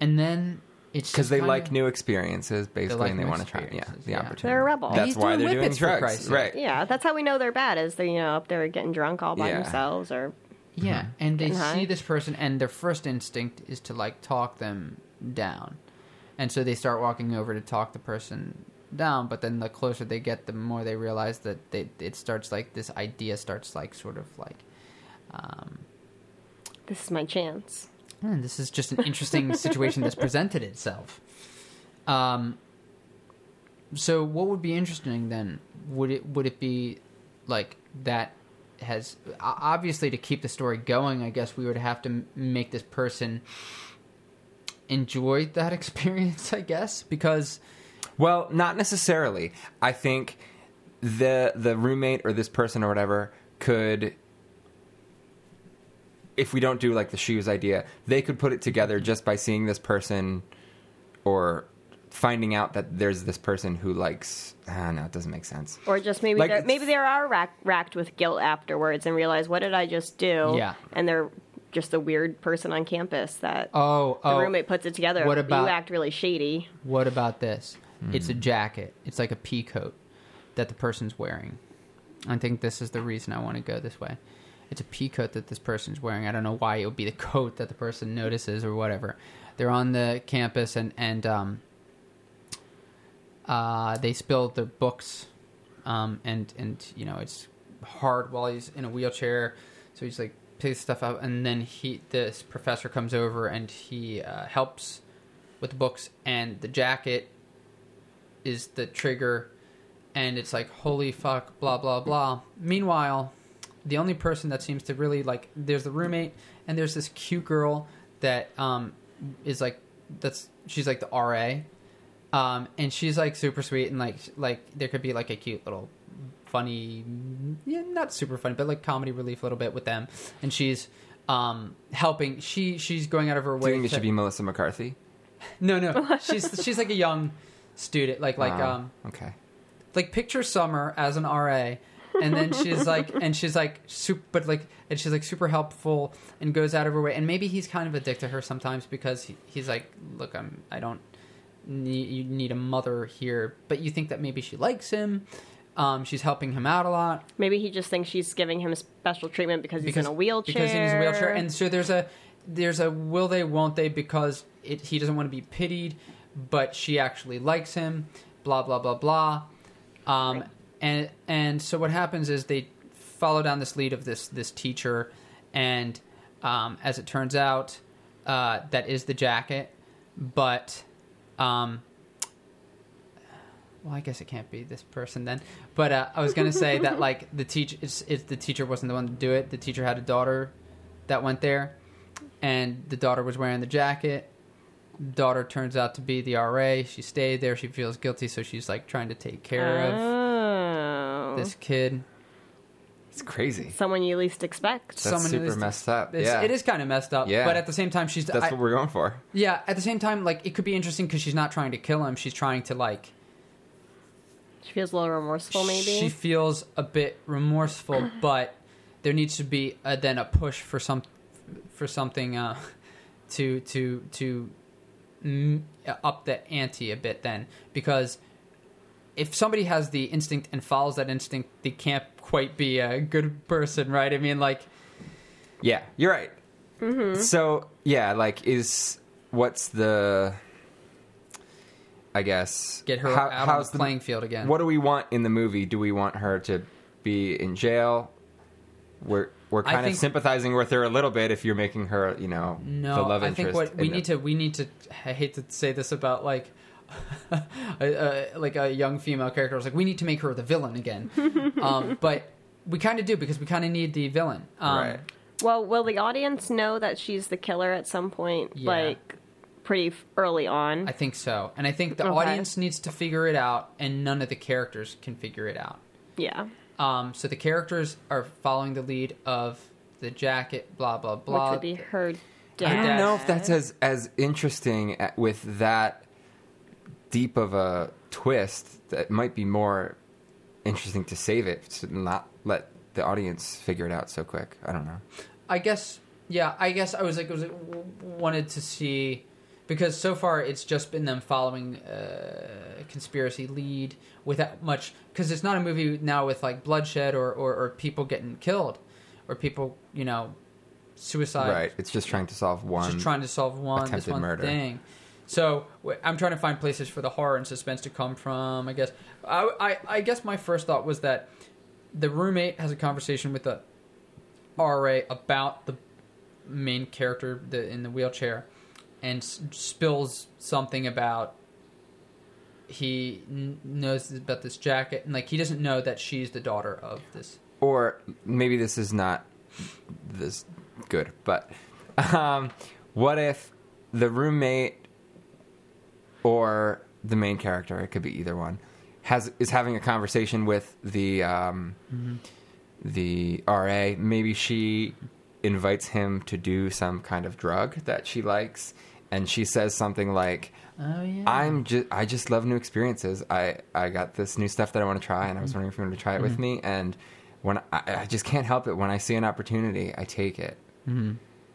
[SPEAKER 5] and then it's
[SPEAKER 4] because
[SPEAKER 5] just
[SPEAKER 4] they
[SPEAKER 5] kind
[SPEAKER 4] like
[SPEAKER 5] of-
[SPEAKER 4] new experiences, basically,
[SPEAKER 5] like
[SPEAKER 4] and they
[SPEAKER 5] new
[SPEAKER 4] want to try, yeah,
[SPEAKER 5] experiences,
[SPEAKER 4] the
[SPEAKER 5] yeah.
[SPEAKER 4] opportunity.
[SPEAKER 2] They're a rebel.
[SPEAKER 4] That's
[SPEAKER 5] He's
[SPEAKER 4] why
[SPEAKER 5] doing
[SPEAKER 4] they're doing
[SPEAKER 5] whippets, for
[SPEAKER 4] drugs,
[SPEAKER 5] Christ's sake.
[SPEAKER 4] right?
[SPEAKER 2] Yeah, that's how we know they're bad is they, you know, up there getting drunk all by
[SPEAKER 4] Yeah.
[SPEAKER 2] themselves or
[SPEAKER 5] Yeah, and they
[SPEAKER 2] Getting high.
[SPEAKER 5] see this person, and their first instinct is to like talk them down, and so they start walking over to talk the person down. But then the closer they get, the more they realize that they it starts like this idea starts like sort of like, um,
[SPEAKER 2] this is my chance.
[SPEAKER 5] hmm, this is just an interesting situation that's presented itself. Um, so what would be interesting then? Would it would it be like that has o- obviously to keep the story going? I guess we would have to m- make this person enjoy that experience. I guess because
[SPEAKER 4] Well, not necessarily. I think the the roommate or this person or whatever could if we don't do like the shoes idea, they could put it together just by seeing this person or finding out that there's this person who likes ah no, it doesn't make sense.
[SPEAKER 2] Or just maybe
[SPEAKER 4] Like,
[SPEAKER 2] they're,
[SPEAKER 4] it's-
[SPEAKER 2] maybe they are rack, racked with guilt afterwards and realize what did I just do?
[SPEAKER 5] Yeah.
[SPEAKER 2] and they're just the weird person on campus that
[SPEAKER 5] oh
[SPEAKER 2] the
[SPEAKER 5] oh
[SPEAKER 2] roommate puts it together.
[SPEAKER 5] what about-
[SPEAKER 2] you act really shady?
[SPEAKER 5] What about this? It's a jacket. It's like a pea coat that the person's wearing. I think this is the reason I want to go this way. It's a pea coat that this person's wearing. I don't know why it would be the coat that the person notices or whatever. They're on the campus and and um, uh, they spilled their books, um, and and you know it's hard while he's in a wheelchair, so he's like picks stuff up, and then he this professor comes over and he uh, helps with the books, and the jacket is the trigger, and it's like holy fuck, blah blah blah. Meanwhile, the only person that seems to really like there's the roommate, and there's this cute girl that um is like that's she's like the RA um, and she's like super sweet and like like there could be like a cute little funny yeah, not super funny but like comedy relief a little bit with them and she's um helping she she's going out of her
[SPEAKER 4] Do
[SPEAKER 5] way
[SPEAKER 4] you think it
[SPEAKER 5] to-
[SPEAKER 4] should be Melissa McCarthy?
[SPEAKER 5] no no she's she's like a young student like like
[SPEAKER 4] Wow.
[SPEAKER 5] um
[SPEAKER 4] Ah, Okay.
[SPEAKER 5] like picture summer as an RA and then she's like and she's like super but like and she's like super helpful and goes out of her way and maybe he's kind of a dick to her sometimes because he, he's like look I'm I don't need, you need a mother here but you think that maybe she likes him um, she's helping him out a lot
[SPEAKER 2] Maybe he just thinks she's giving him special treatment because he's
[SPEAKER 5] because
[SPEAKER 2] in a wheelchair.
[SPEAKER 5] because he's in a wheelchair and so there's a there's a will they won't they because it, he doesn't want to be pitied but she actually likes him blah blah blah blah um,
[SPEAKER 2] Right.
[SPEAKER 5] and and so what happens is they follow down this lead of this this teacher and um, as it turns out uh, that is the jacket but um, well, I guess it can't be this person then. But uh, I was gonna say that like the teacher, it's, it's the teacher wasn't the one to do it. The teacher had a daughter that went there, and the daughter was wearing the jacket. Daughter turns out to be the RA. She stayed there. She feels guilty, so she's like trying to take care
[SPEAKER 2] oh.
[SPEAKER 5] of this kid.
[SPEAKER 4] It's crazy.
[SPEAKER 2] someone you least expect.
[SPEAKER 4] That's
[SPEAKER 5] Someone
[SPEAKER 4] super
[SPEAKER 5] who's-
[SPEAKER 4] messed up.
[SPEAKER 5] It's,
[SPEAKER 4] yeah.
[SPEAKER 5] It is kind of messed up.
[SPEAKER 4] Yeah.
[SPEAKER 5] But at the same time, she's
[SPEAKER 4] That's
[SPEAKER 5] I-
[SPEAKER 4] what we're going for.
[SPEAKER 5] yeah. At the same time, like it could be interesting because she's not trying to kill him. She's trying to like
[SPEAKER 2] She feels a little remorseful, maybe.
[SPEAKER 5] she feels a bit remorseful, but there needs to be a, then a push for some for something uh, to to to mm, up the ante a bit then because if somebody has the instinct and follows that instinct, they can't quite be a good person, right? I mean, like
[SPEAKER 4] Yeah, you're right.
[SPEAKER 5] Mm-hmm.
[SPEAKER 4] So yeah, like is what's the I guess.
[SPEAKER 5] Get her out on the playing field again.
[SPEAKER 4] What do we want in the movie? Do we want her to be in jail? We're we're
[SPEAKER 5] I
[SPEAKER 4] kind of
[SPEAKER 5] think-
[SPEAKER 4] sympathizing with her a little bit if you're making her, you know,
[SPEAKER 5] No,
[SPEAKER 4] the love
[SPEAKER 5] I
[SPEAKER 4] interest.
[SPEAKER 5] think what we
[SPEAKER 4] in the-
[SPEAKER 5] need to we need to. I hate to say this about like. a, a, like a young female character I was like we need to make her the villain again um, but we kind of do because we kind of need the villain um,
[SPEAKER 4] Right.
[SPEAKER 2] Well, will the audience know that she's the killer at some point?
[SPEAKER 5] Yeah.
[SPEAKER 2] Like pretty f- early on.
[SPEAKER 5] I think so and I think the
[SPEAKER 2] Okay.
[SPEAKER 5] audience needs to figure it out and none of the characters can figure it out
[SPEAKER 2] yeah.
[SPEAKER 5] Um, so the characters are following the lead of the jacket, blah blah blah.
[SPEAKER 2] Which would be her dad.
[SPEAKER 4] I don't
[SPEAKER 5] Dad.
[SPEAKER 4] know if that's as as interesting a- with that deep of a twist. That might be more interesting to save it to not let the audience figure it out so quick. I don't know.
[SPEAKER 5] I guess, yeah. I guess I was like, was like, w- wanted to see because so far it's just been them following uh, a conspiracy lead without much because it's not a movie now with like bloodshed or, or or people getting killed or people you know suicide
[SPEAKER 4] right? It's just trying to solve one.
[SPEAKER 5] just trying to solve one this
[SPEAKER 4] attempted
[SPEAKER 5] one
[SPEAKER 4] murder.
[SPEAKER 5] thing. So w- I'm trying to find places for the horror and suspense to come from. I guess I, I, I guess my first thought was that the roommate has a conversation with the RA about the main character the, in the wheelchair, and s- spills something about he n- knows about this jacket and like he doesn't know that she's the daughter of this.
[SPEAKER 4] or maybe this is not this good, but um, what if the roommate or the main character, it could be either one, has is having a conversation with the um, the RA. Maybe she invites him to do some kind of drug that she likes, and she says something like.
[SPEAKER 5] Oh yeah.
[SPEAKER 4] I'm just I just love new experiences. I I got this new stuff that I want to try, and I
[SPEAKER 5] Mm-hmm.
[SPEAKER 4] was wondering if you wanted to try it with me. And when I, I just can't help it, when I see an opportunity, I take it.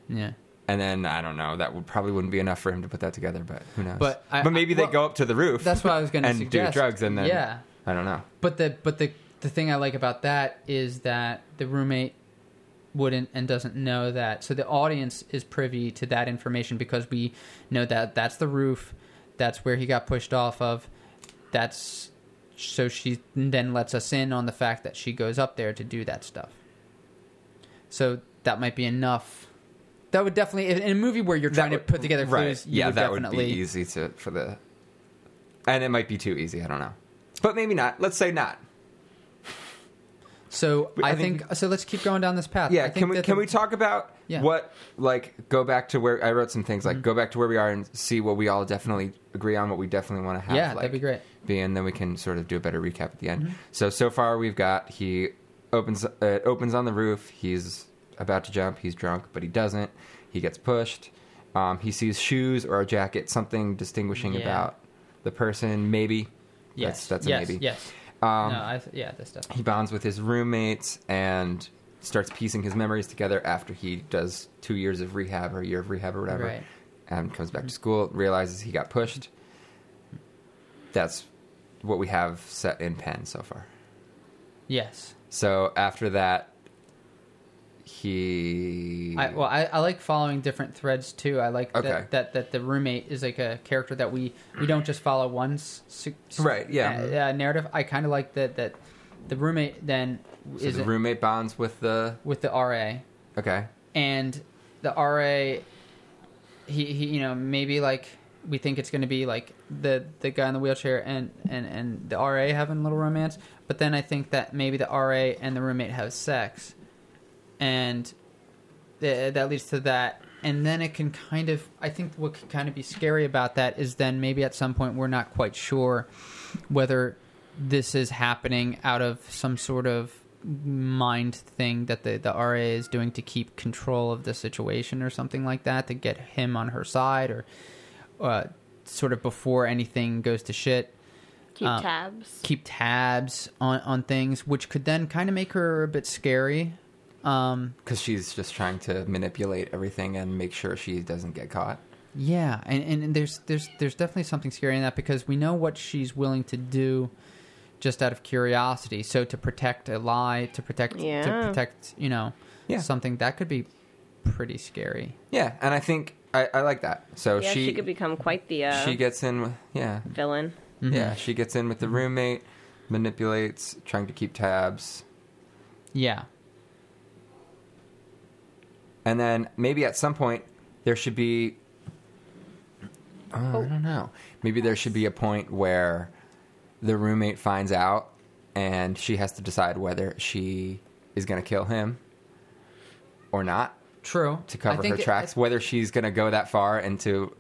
[SPEAKER 5] yeah.
[SPEAKER 4] And then I don't know. That would probably wouldn't be enough for him to put that together, but who knows?
[SPEAKER 5] But I-
[SPEAKER 4] but maybe
[SPEAKER 5] I-
[SPEAKER 4] they
[SPEAKER 5] well,
[SPEAKER 4] go up to the roof.
[SPEAKER 5] that's what I was gonna
[SPEAKER 4] and
[SPEAKER 5] suggest.
[SPEAKER 4] do drugs, and then
[SPEAKER 5] Yeah.
[SPEAKER 4] I don't know.
[SPEAKER 5] But the but the the thing I like about that is that the roommate wouldn't and doesn't know that. So the audience is privy to that information because we know that that's the roof, that's where he got pushed off of. That's so she then lets us in on the fact that she goes up there to do that stuff. So that might be enough. That would definitely in in a movie where you're trying
[SPEAKER 4] would-
[SPEAKER 5] to put together
[SPEAKER 4] right?
[SPEAKER 5] clues. you
[SPEAKER 4] yeah,
[SPEAKER 5] would
[SPEAKER 4] that
[SPEAKER 5] definitely
[SPEAKER 4] would be easy to for the. And it might be too easy. I don't know, but maybe not. Let's say not.
[SPEAKER 5] So
[SPEAKER 4] I
[SPEAKER 5] I,
[SPEAKER 4] think-
[SPEAKER 5] think, so. Let's keep going down this path. I
[SPEAKER 4] Yeah,
[SPEAKER 5] think
[SPEAKER 4] can we
[SPEAKER 5] that
[SPEAKER 4] can
[SPEAKER 5] the-
[SPEAKER 4] we talk about
[SPEAKER 5] Yeah. Mm-hmm.
[SPEAKER 4] what like go back to where I wrote some things like go back to where we are and see what we all definitely agree on, what we definitely want to have.
[SPEAKER 5] Yeah,
[SPEAKER 4] like,
[SPEAKER 5] that'd be great. Mm-hmm.
[SPEAKER 4] Be and then we can sort of do a better recap at the end. So so far we've got he opens uh, opens on the roof. He's about to jump. He's drunk, but he doesn't. He gets pushed. Um, he sees shoes or a jacket, something distinguishing
[SPEAKER 5] Yeah.
[SPEAKER 4] about the person. Maybe
[SPEAKER 5] Yes,
[SPEAKER 4] that's that's a
[SPEAKER 5] yes,
[SPEAKER 4] maybe.
[SPEAKER 5] Yes.
[SPEAKER 4] Um,
[SPEAKER 5] no, I, th- yeah, this stuff.
[SPEAKER 4] he bonds with his roommates and starts piecing his memories together after he does two years of rehab or a year of rehab or whatever
[SPEAKER 5] Right.
[SPEAKER 4] and comes back to school realizes he got pushed that's what we have set in pen so far
[SPEAKER 5] Yes.
[SPEAKER 4] so after that he
[SPEAKER 5] I, well, I, I like following different threads too. I like
[SPEAKER 4] Okay.
[SPEAKER 5] that, that that the roommate is like a character that we we don't just follow one s- s- s-
[SPEAKER 4] Right, yeah.
[SPEAKER 5] uh, uh, narrative. I kind of like that that the roommate then
[SPEAKER 4] so
[SPEAKER 5] is
[SPEAKER 4] the roommate bonds with the
[SPEAKER 5] with the RA
[SPEAKER 4] okay
[SPEAKER 5] and the RA, he, he you know maybe like we think it's going to be like the the guy in the wheelchair and and and the RA having a little romance, but then I think that maybe the RA and the roommate have sex, and th- that leads to that. And then it can kind of, I think what can kind of be scary about that is then maybe at some point we're not quite sure whether this is happening out of some sort of mind thing that the, the RA is doing to keep control of the situation or something like that to get him on her side or uh, sort of before anything goes to shit
[SPEAKER 2] Keep
[SPEAKER 5] Uh,
[SPEAKER 2] tabs.
[SPEAKER 5] keep tabs on, on things which could then kind of make her a bit scary um,
[SPEAKER 4] because she's just trying to manipulate everything and make sure she doesn't get caught
[SPEAKER 5] Yeah, and, and, and there's there's there's definitely something scary in that because we know what she's willing to do just out of curiosity. So to protect a lie, to protect to
[SPEAKER 2] Yeah.
[SPEAKER 5] protect, you know,
[SPEAKER 4] Yeah.
[SPEAKER 5] something that could be pretty scary.
[SPEAKER 4] Yeah, and I think I, I like that. So
[SPEAKER 2] Yeah, she,
[SPEAKER 4] she
[SPEAKER 2] could become quite the uh,
[SPEAKER 4] she gets in with yeah
[SPEAKER 2] villain.
[SPEAKER 5] Mm-hmm.
[SPEAKER 4] yeah she gets in with the roommate, manipulates, trying to keep tabs,
[SPEAKER 5] Yeah.
[SPEAKER 4] and then maybe at some point there should be. oh. I don't know. Maybe there should be a point where the roommate finds out, and she has to decide whether she is going to kill him or not.
[SPEAKER 5] True.
[SPEAKER 4] to
[SPEAKER 5] I
[SPEAKER 4] cover her
[SPEAKER 5] think it-
[SPEAKER 4] tracks. whether she's going to go that far into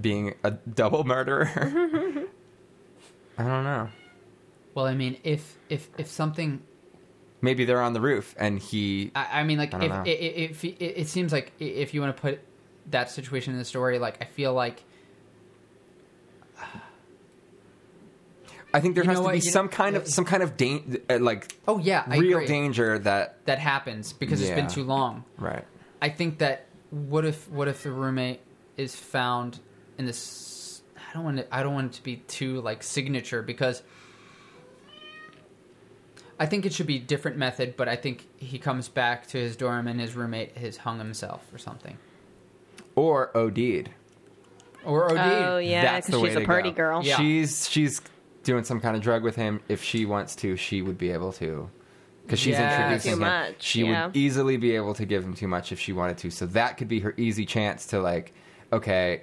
[SPEAKER 4] being a double murderer, I don't know.
[SPEAKER 5] well, I mean, if if if something,
[SPEAKER 4] Maybe they're on the roof, and he.
[SPEAKER 5] I, I mean, like
[SPEAKER 4] I don't
[SPEAKER 5] if, if,
[SPEAKER 4] know.
[SPEAKER 5] i if it, it seems like i- if you want to put that situation in the story, like I feel like
[SPEAKER 4] I think there
[SPEAKER 5] you
[SPEAKER 4] has
[SPEAKER 5] know
[SPEAKER 4] to
[SPEAKER 5] what,
[SPEAKER 4] be
[SPEAKER 5] you know-
[SPEAKER 4] some kind of some kind of dan- uh, like
[SPEAKER 5] oh yeah, I
[SPEAKER 4] real
[SPEAKER 5] agree.
[SPEAKER 4] danger that
[SPEAKER 5] that happens because it's
[SPEAKER 4] Yeah.
[SPEAKER 5] been too long.
[SPEAKER 4] right.
[SPEAKER 5] I think that what if what if the roommate is found in this? I don't want it, I don't want it to be too like signature because I think it should be different method. But I think he comes back to his dorm and his roommate has hung himself or something
[SPEAKER 4] Or OD'd.
[SPEAKER 5] or OD.
[SPEAKER 2] Oh yeah,
[SPEAKER 4] That's the
[SPEAKER 2] because
[SPEAKER 4] way
[SPEAKER 2] she's a
[SPEAKER 4] to
[SPEAKER 2] party
[SPEAKER 4] go.
[SPEAKER 2] girl.
[SPEAKER 5] Yeah.
[SPEAKER 4] She's she's doing some kind of drug with him. If she wants to, she would be able to. Because she's
[SPEAKER 5] Yeah.
[SPEAKER 4] introducing
[SPEAKER 2] Too
[SPEAKER 4] him,
[SPEAKER 2] much,
[SPEAKER 4] she
[SPEAKER 2] yeah.
[SPEAKER 4] would easily be able to give him too much if she wanted to. So that could be her easy chance to like, okay,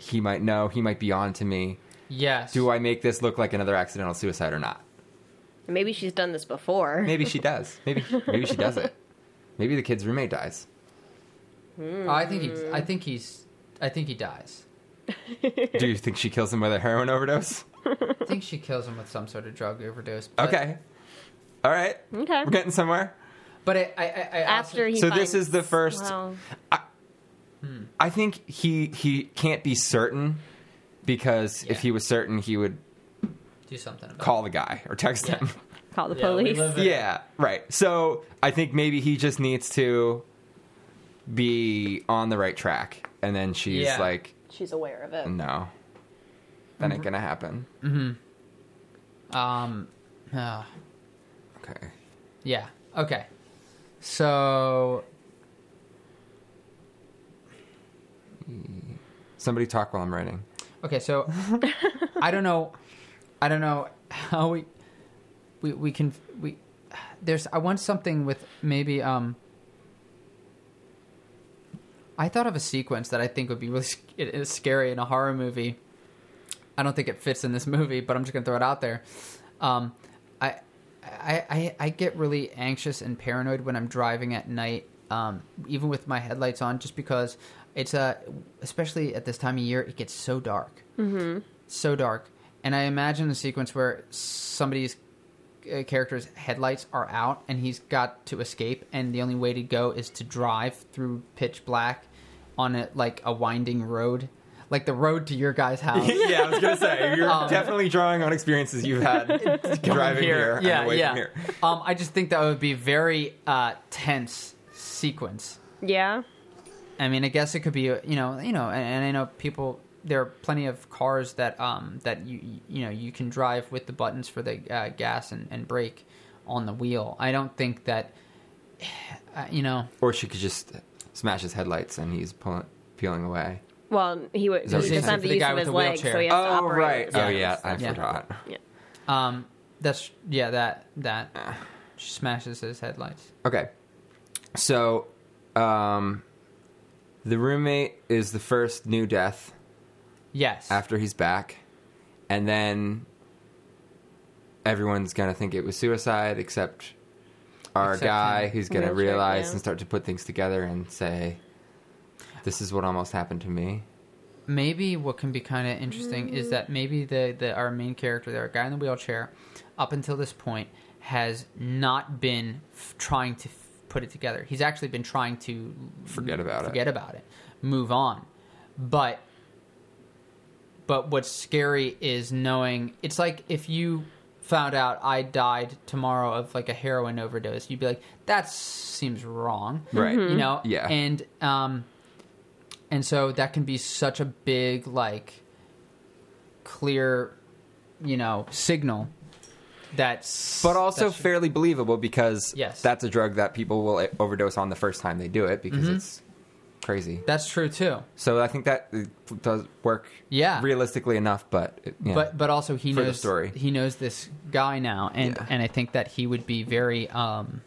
[SPEAKER 4] he might know, he might be on to me.
[SPEAKER 5] Yes.
[SPEAKER 4] Do I make this look like another accidental suicide or not?
[SPEAKER 2] Maybe she's done this before.
[SPEAKER 4] Maybe she does. Maybe maybe she does it. Maybe the kid's roommate dies.
[SPEAKER 5] Oh, I think he,
[SPEAKER 2] Mm-hmm.
[SPEAKER 5] I think he's I think he dies.
[SPEAKER 4] Do you think she kills him with a heroin overdose?
[SPEAKER 5] I think she kills him with some sort of drug overdose. But,
[SPEAKER 4] Okay, all right,
[SPEAKER 2] Okay.
[SPEAKER 4] we're getting somewhere.
[SPEAKER 5] But I, I, I, I
[SPEAKER 2] After
[SPEAKER 5] also,
[SPEAKER 2] he
[SPEAKER 4] so this
[SPEAKER 2] finds-
[SPEAKER 4] is the first
[SPEAKER 2] Wow.
[SPEAKER 4] I think he he can't be certain because
[SPEAKER 5] Yeah.
[SPEAKER 4] if he was certain, he would
[SPEAKER 5] do something about
[SPEAKER 4] call the guy or text
[SPEAKER 5] Yeah.
[SPEAKER 4] him.
[SPEAKER 2] Call the
[SPEAKER 5] Yeah, we
[SPEAKER 2] police.
[SPEAKER 5] live in-
[SPEAKER 4] yeah, right. So I think maybe he just needs to be on the right track, and then she's
[SPEAKER 5] Yeah.
[SPEAKER 4] like,
[SPEAKER 2] She's aware of it.
[SPEAKER 4] "No, that
[SPEAKER 5] Mm-hmm.
[SPEAKER 4] ain't gonna happen."
[SPEAKER 5] it. Um, ah.
[SPEAKER 4] Okay.
[SPEAKER 5] Yeah. Okay. So
[SPEAKER 4] Somebody talk while I'm writing.
[SPEAKER 5] okay. So I don't know. I don't know how we we we can we there's I want something with maybe um. I thought of a sequence that I think would be really sc- it is scary in a horror movie. I don't think it fits in this movie, but I'm just gonna throw it out there. Um, I, I, I, I get really anxious and paranoid when I'm driving at night, um, even with my headlights on, just because it's uh, especially at this time of year, it gets so dark, mm-hmm. so dark, and I imagine a sequence where somebody's uh, character's headlights are out and he's got to escape, and the only way to go is to drive through pitch black on a like a winding road. Like the road to your guy's house.
[SPEAKER 4] yeah, I was gonna say you're
[SPEAKER 5] Um,
[SPEAKER 4] definitely drawing on experiences you've had driving here, and away from here.
[SPEAKER 5] Um, I just think that would be very uh, tense sequence.
[SPEAKER 2] Yeah.
[SPEAKER 5] I mean, I guess it could be, uh, you know, you know, and, and I know people. There are plenty of cars that um that you you know you can drive with the buttons for the uh, gas and, and brake on the wheel. I don't think that, uh, you know,
[SPEAKER 4] Or she could just smash his headlights, and he's pulling, peeling away.
[SPEAKER 2] Well, he would.
[SPEAKER 4] that what
[SPEAKER 2] He
[SPEAKER 4] you're
[SPEAKER 2] doesn't have
[SPEAKER 5] saying?
[SPEAKER 2] the
[SPEAKER 5] The
[SPEAKER 2] use
[SPEAKER 5] guy
[SPEAKER 2] of
[SPEAKER 5] with
[SPEAKER 2] his
[SPEAKER 5] the
[SPEAKER 2] legs, so
[SPEAKER 5] wheelchair.
[SPEAKER 2] he has to
[SPEAKER 4] Oh
[SPEAKER 2] operate.
[SPEAKER 4] right.
[SPEAKER 2] with his
[SPEAKER 4] Oh yeah,
[SPEAKER 2] legs.
[SPEAKER 4] I
[SPEAKER 5] Yeah.
[SPEAKER 4] forgot.
[SPEAKER 2] Yeah.
[SPEAKER 5] um, that's yeah that that
[SPEAKER 4] Ah.
[SPEAKER 5] she smashes his headlights.
[SPEAKER 4] Okay. So, um, the roommate is the first new death
[SPEAKER 5] Yes.
[SPEAKER 4] after he's back, and then everyone's gonna think it was suicide, except our
[SPEAKER 5] Except
[SPEAKER 4] guy
[SPEAKER 5] him.
[SPEAKER 4] who's gonna
[SPEAKER 2] Wheelchair,
[SPEAKER 4] realize
[SPEAKER 2] yeah.
[SPEAKER 4] and start to put things together and say, "This is what almost happened to me."
[SPEAKER 5] maybe what can be kind of interesting is
[SPEAKER 4] Mm.
[SPEAKER 5] that maybe the, the our main character, our guy in the wheelchair, up until this point has not been f- trying to f- put it together. He's actually been trying to
[SPEAKER 4] Forget about it.
[SPEAKER 5] forget about it, move on. But but what's scary is knowing it's like if you found out I died tomorrow of like a heroin overdose, you'd be like, that seems wrong,
[SPEAKER 4] Right.
[SPEAKER 5] You know,
[SPEAKER 4] Yeah.
[SPEAKER 5] and um, and so that can be such a big like clear, you know, signal. That's
[SPEAKER 4] But also
[SPEAKER 5] that's-
[SPEAKER 4] fairly believable because
[SPEAKER 5] Yes.
[SPEAKER 4] e-,
[SPEAKER 5] Mm-hmm.
[SPEAKER 4] that's a drug that people will overdose on the first time they do it because it's crazy.
[SPEAKER 5] That's true too.
[SPEAKER 4] So I think that it does work
[SPEAKER 5] Yeah.
[SPEAKER 4] realistically enough, but it, yeah.
[SPEAKER 5] But but also he
[SPEAKER 4] For the
[SPEAKER 5] knows
[SPEAKER 4] story.
[SPEAKER 5] he knows this guy now, and
[SPEAKER 4] Yeah.
[SPEAKER 5] and I think that he would be very um,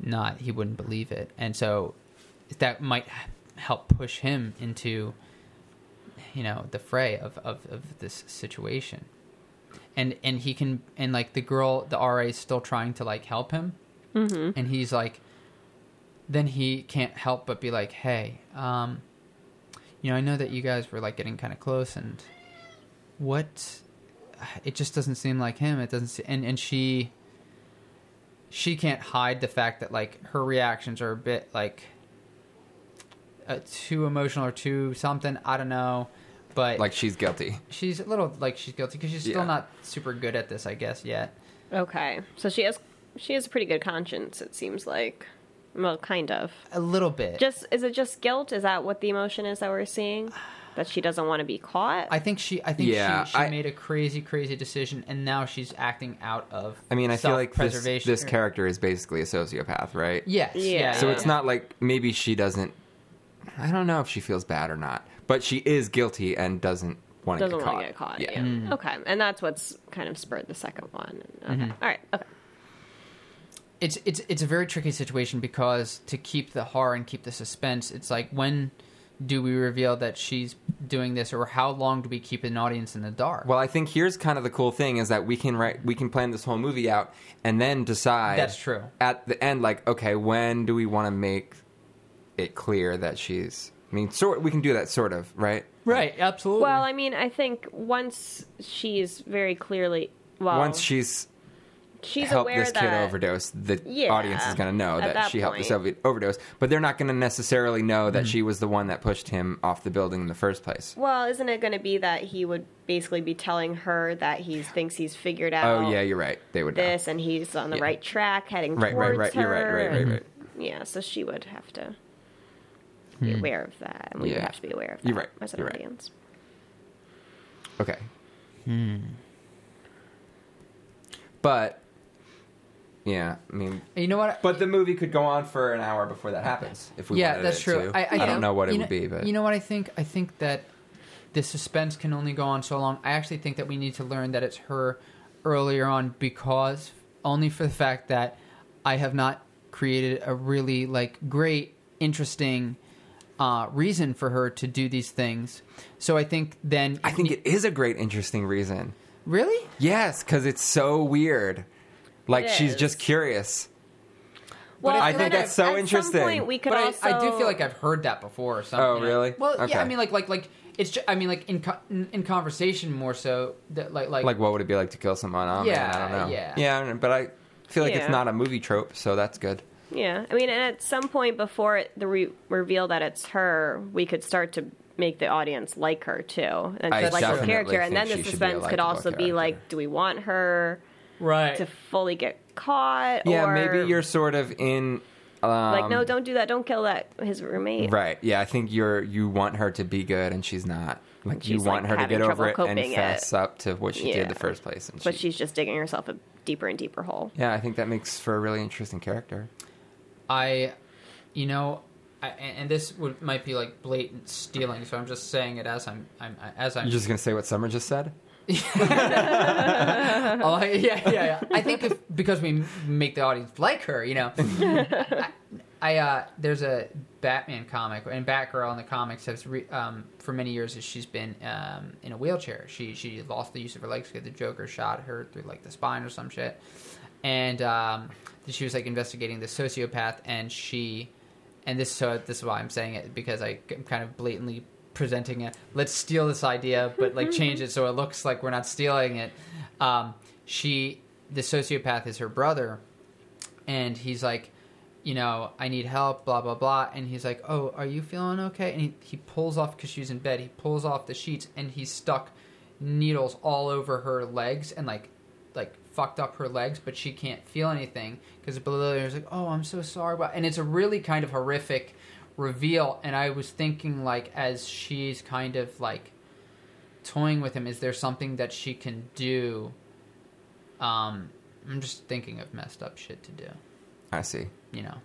[SPEAKER 5] not he wouldn't believe it, and so that might help push him into you know the fray of of, of this situation, and and he can and like the girl the RA is still trying to like help him, mm-hmm. and he's like then he can't help but be like, hey, um, you know, I know that you guys were like getting kind of close, and what? It just doesn't seem like him. It doesn't. Se- and and she, she can't hide the fact that like her reactions are a bit like uh, too emotional or too something. I don't know, but
[SPEAKER 4] like she's guilty.
[SPEAKER 5] she's a little like she's guilty because she's
[SPEAKER 4] Yeah.
[SPEAKER 5] still not super good at this, I guess, yet.
[SPEAKER 2] Okay, so she has she has a pretty good conscience. It seems like, well, kind of.
[SPEAKER 5] A little bit.
[SPEAKER 2] Just is it just guilt? Is that what the emotion is that we're seeing? That she doesn't want to be caught.
[SPEAKER 5] I think she. I think
[SPEAKER 4] Yeah,
[SPEAKER 5] she, she
[SPEAKER 4] I-
[SPEAKER 5] made a crazy, crazy decision, and now she's acting out of.
[SPEAKER 4] I mean, I feel like this,
[SPEAKER 5] preservation.
[SPEAKER 4] this character is basically a sociopath, right?
[SPEAKER 5] Yes. Yeah.
[SPEAKER 2] Yeah.
[SPEAKER 4] So
[SPEAKER 5] yeah,
[SPEAKER 4] it's
[SPEAKER 5] yeah.
[SPEAKER 4] not like maybe she doesn't. I don't know if she feels bad or not, but she is guilty and doesn't want to
[SPEAKER 2] doesn't
[SPEAKER 4] get
[SPEAKER 2] want
[SPEAKER 4] caught. Mm-hmm.
[SPEAKER 2] to get caught. Yeah. Okay, and that's what's kind of spurred the second one. Okay. All right. Okay.
[SPEAKER 5] It's it's it's a very tricky situation because to keep the horror and keep the suspense, it's like when do we reveal that she's doing this, or how long do we keep an audience in the dark?
[SPEAKER 4] Well, I think here's kind of the cool thing is that we can write, we can plan this whole movie out and then decide.
[SPEAKER 5] That's true.
[SPEAKER 4] At the end, like, okay, when do we want to make it clear that she's? I mean, sort we can do that sort of, right?
[SPEAKER 5] right. Absolutely.
[SPEAKER 2] Well, I mean, I think once she's very clearly well,
[SPEAKER 4] Once she's
[SPEAKER 2] she's
[SPEAKER 4] helped
[SPEAKER 2] aware
[SPEAKER 4] this
[SPEAKER 2] that
[SPEAKER 4] kid overdose, the
[SPEAKER 2] Yeah,
[SPEAKER 4] audience is going to know
[SPEAKER 2] at
[SPEAKER 4] that,
[SPEAKER 2] that
[SPEAKER 4] she helped this
[SPEAKER 2] point.
[SPEAKER 4] ovi- overdose, but they're not going to necessarily know
[SPEAKER 5] Mm-hmm.
[SPEAKER 4] that she was the one that pushed him off the building in the first place.
[SPEAKER 2] Well, isn't it going to be that he would basically be telling her that he thinks he's figured out?
[SPEAKER 4] Oh yeah, you're right. They would know.
[SPEAKER 2] this and he's on the
[SPEAKER 4] Yeah.
[SPEAKER 2] right track heading
[SPEAKER 4] Right, right,
[SPEAKER 2] towards
[SPEAKER 4] right.
[SPEAKER 2] her.
[SPEAKER 4] You're right, right, right,
[SPEAKER 2] and-
[SPEAKER 4] right.
[SPEAKER 2] Yeah, so she would have to be aware of that, and we would
[SPEAKER 4] Hmm. Yeah.
[SPEAKER 2] have to be aware of that
[SPEAKER 4] You're right,
[SPEAKER 2] as an
[SPEAKER 4] you're right.
[SPEAKER 2] audience.
[SPEAKER 4] Okay. But yeah, I mean,
[SPEAKER 5] you know what?
[SPEAKER 4] but the movie could go on for an hour before that happens. If we
[SPEAKER 5] yeah,
[SPEAKER 4] wanted
[SPEAKER 5] that's
[SPEAKER 4] it
[SPEAKER 5] true.
[SPEAKER 4] to.
[SPEAKER 5] I, I,
[SPEAKER 4] don't know what it
[SPEAKER 5] you
[SPEAKER 4] would be, but
[SPEAKER 5] you know what I think? I think that the suspense can only go on so long. I actually think that we need to learn that it's her earlier on because only for the fact that I have not created a really like great, interesting uh, reason for her to do these things. So I think then
[SPEAKER 4] I think it is a great, interesting reason.
[SPEAKER 5] really
[SPEAKER 4] Yes, because it's so weird. Like
[SPEAKER 2] It
[SPEAKER 4] she's
[SPEAKER 2] is.
[SPEAKER 4] just curious.
[SPEAKER 2] Well,
[SPEAKER 4] I
[SPEAKER 2] and
[SPEAKER 4] think
[SPEAKER 2] then
[SPEAKER 4] that's so
[SPEAKER 2] at,
[SPEAKER 4] interesting.
[SPEAKER 2] At some point, we could
[SPEAKER 5] but I-
[SPEAKER 2] also.
[SPEAKER 5] I, do feel like I've heard that before. Or something.
[SPEAKER 4] Oh, really?
[SPEAKER 5] Well,
[SPEAKER 4] Okay.
[SPEAKER 5] yeah. I mean, like, like, like it's. Just, I mean, like in co- in in conversation more so. That, like, like,
[SPEAKER 4] Like, what would it be like to kill someone? Oh, man, I
[SPEAKER 5] Yeah,
[SPEAKER 4] don't know.
[SPEAKER 5] yeah.
[SPEAKER 4] yeah. I don't know, But I feel like
[SPEAKER 2] Yeah.
[SPEAKER 4] it's not a movie trope, so that's good.
[SPEAKER 2] Yeah, I mean, and at some point before it- the re- reveal that it's her, we could start to make the audience like her too, and
[SPEAKER 4] I
[SPEAKER 2] to like her
[SPEAKER 4] definitely
[SPEAKER 2] character, and then
[SPEAKER 4] think
[SPEAKER 2] the
[SPEAKER 4] she should be a
[SPEAKER 2] suspense could
[SPEAKER 4] likable
[SPEAKER 2] also be
[SPEAKER 4] character.
[SPEAKER 2] like, do we want her
[SPEAKER 5] right.
[SPEAKER 2] to fully get caught?
[SPEAKER 4] Yeah,
[SPEAKER 2] or
[SPEAKER 4] maybe you're sort of in. um,
[SPEAKER 2] like, no, don't do that, don't kill that his roommate.
[SPEAKER 4] Right. Yeah, I think you're you want her to be good and she's not. Like you
[SPEAKER 2] She's,
[SPEAKER 4] want
[SPEAKER 2] like,
[SPEAKER 4] her to
[SPEAKER 2] having
[SPEAKER 4] get over it
[SPEAKER 2] trouble
[SPEAKER 4] and
[SPEAKER 2] coping it.
[SPEAKER 4] fess up to what she did
[SPEAKER 2] Yeah.
[SPEAKER 4] in the first place. And
[SPEAKER 2] But
[SPEAKER 4] she-
[SPEAKER 2] she's just digging herself a deeper and deeper hole.
[SPEAKER 4] yeah, I think that makes for a really interesting character.
[SPEAKER 5] I, you know, I, and and this would might be like blatant stealing. So I'm just saying it as I'm, I'm as I'm.
[SPEAKER 4] You're just gonna say what Summer just said?
[SPEAKER 5] Oh, I- yeah, yeah, yeah. I think if, because we m- make the audience like her, you know. I, I uh, there's a Batman comic and Batgirl in the comics has re, um, for many years is she's been um, in a wheelchair. She she lost the use of her legs because the Joker shot her through like the spine or some shit, and um, she was like investigating the sociopath and she. And this so this is why I'm saying it because I am kind of blatantly presenting it. Let's steal this idea, but like change it so it looks like we're not stealing it. Um, she, the sociopath, is her brother, and he's like, you know, I need help, blah blah blah. And he's like, oh, are you feeling okay? And he, he pulls off because she's in bed. He pulls off the sheets, and he's stuck needles all over her legs and like like fucked up her legs, but she can't feel anything because below there's like, oh, I'm so sorry about. And it's a really kind of horrific reveal. And I was thinking like, as she's kind of like toying with him, is there something that she can do? Um, I'm just thinking of messed up shit to do.
[SPEAKER 4] I see.
[SPEAKER 5] You know,
[SPEAKER 2] Hmm.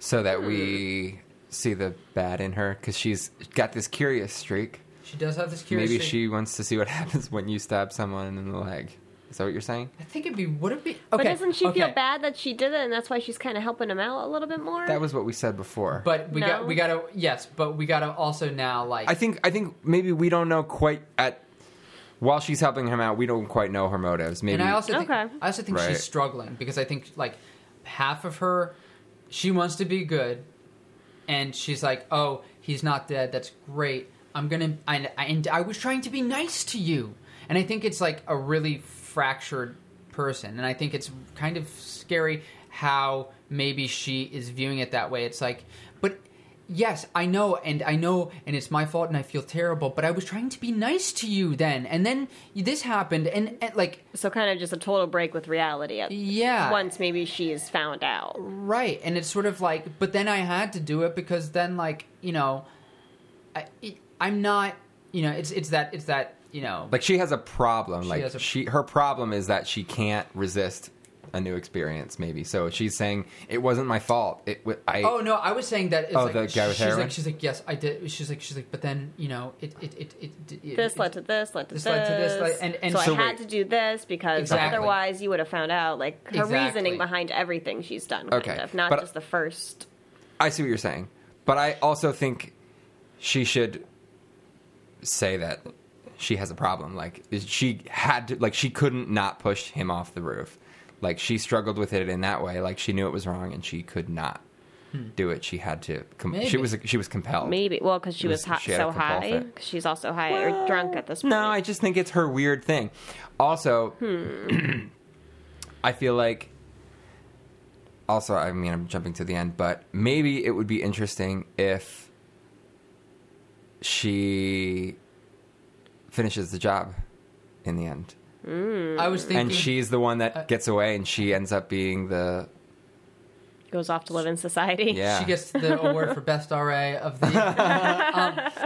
[SPEAKER 4] So that we see the bad in her because she's got this curious streak.
[SPEAKER 5] She does have this curious.
[SPEAKER 4] Maybe
[SPEAKER 5] thing.
[SPEAKER 4] she wants to see what happens when you stab someone in the leg. Is that what you're saying?
[SPEAKER 5] I think it'd be. Would it be? Okay.
[SPEAKER 2] But doesn't she feel
[SPEAKER 5] okay.
[SPEAKER 2] bad that she did it, and that's why she's kind of helping him out a little bit more?
[SPEAKER 4] That was what we said before.
[SPEAKER 5] But we got
[SPEAKER 2] No.
[SPEAKER 5] we gotta yes, but we gotta also now like
[SPEAKER 4] I think I think maybe we don't know quite at while she's helping him out. We don't quite know her motives. Maybe
[SPEAKER 5] and I also think,
[SPEAKER 2] Okay.
[SPEAKER 5] I also think
[SPEAKER 4] Right.
[SPEAKER 5] she's struggling because I think like half of her she wants to be good and she's like oh he's not dead that's great I'm gonna I, I, and I was trying to be nice to you and I think it's like a really fractured person and I think it's kind of scary how maybe she is viewing it that way it's like but Yes, I know, and I know, and it's my fault, and I feel terrible. But I was trying to be nice to you then, and then this happened, and, and like
[SPEAKER 2] so kind of just a total break with reality. At,
[SPEAKER 5] Yeah.
[SPEAKER 2] Once maybe she's found out.
[SPEAKER 5] Right. And it's sort of like, but then I had to do it because then, like, you know, I, it, I'm not, you know, it's it's that it's that you know,
[SPEAKER 4] like she has a problem. like
[SPEAKER 5] has a-
[SPEAKER 4] she her problem is that she can't resist a new experience. Maybe so she's saying it wasn't my fault. It wa- I
[SPEAKER 5] Oh no, I was saying that. It's
[SPEAKER 4] Oh,
[SPEAKER 5] like,
[SPEAKER 4] the guy with
[SPEAKER 5] she's
[SPEAKER 4] heroin?
[SPEAKER 5] like, she's like, yes, I did. She's like, she's like, but then you know, it it it it. it
[SPEAKER 2] This
[SPEAKER 5] it-
[SPEAKER 2] led to this, led to this,
[SPEAKER 5] This led to this, like- and- and
[SPEAKER 2] so,
[SPEAKER 4] so
[SPEAKER 2] I had
[SPEAKER 4] wait.
[SPEAKER 2] to do this because
[SPEAKER 5] Exactly.
[SPEAKER 2] otherwise you would have found out. Like her
[SPEAKER 5] Exactly.
[SPEAKER 2] reasoning behind everything she's done, kind
[SPEAKER 4] Okay,
[SPEAKER 2] of, not
[SPEAKER 4] but-
[SPEAKER 2] just the first.
[SPEAKER 4] I see what you're saying, but I also think she should say that she has a problem. Like is- she had to, like she couldn't not push him off the roof. Like she struggled with it in that way. Like she knew it was wrong and she could not do it. She had to. Com- she
[SPEAKER 5] Hmm. Maybe.
[SPEAKER 4] was she was compelled.
[SPEAKER 2] Maybe well because she
[SPEAKER 4] It
[SPEAKER 2] was,
[SPEAKER 4] was-
[SPEAKER 2] hot,
[SPEAKER 4] she had
[SPEAKER 2] so
[SPEAKER 4] to compulse
[SPEAKER 2] high.
[SPEAKER 4] it.
[SPEAKER 2] 'cause She's also high or drunk at this point.
[SPEAKER 4] No, I just think it's her weird thing. Also, I feel like. Also, I mean, I'm jumping to the end, but maybe it would be interesting if she finishes the job in the end.
[SPEAKER 5] I was thinking.
[SPEAKER 4] And she's the one
[SPEAKER 5] Uh,
[SPEAKER 4] that gets away, and she ends up being the.
[SPEAKER 2] goes off to live in society.
[SPEAKER 4] Yeah.
[SPEAKER 5] She gets the award for best RA of the.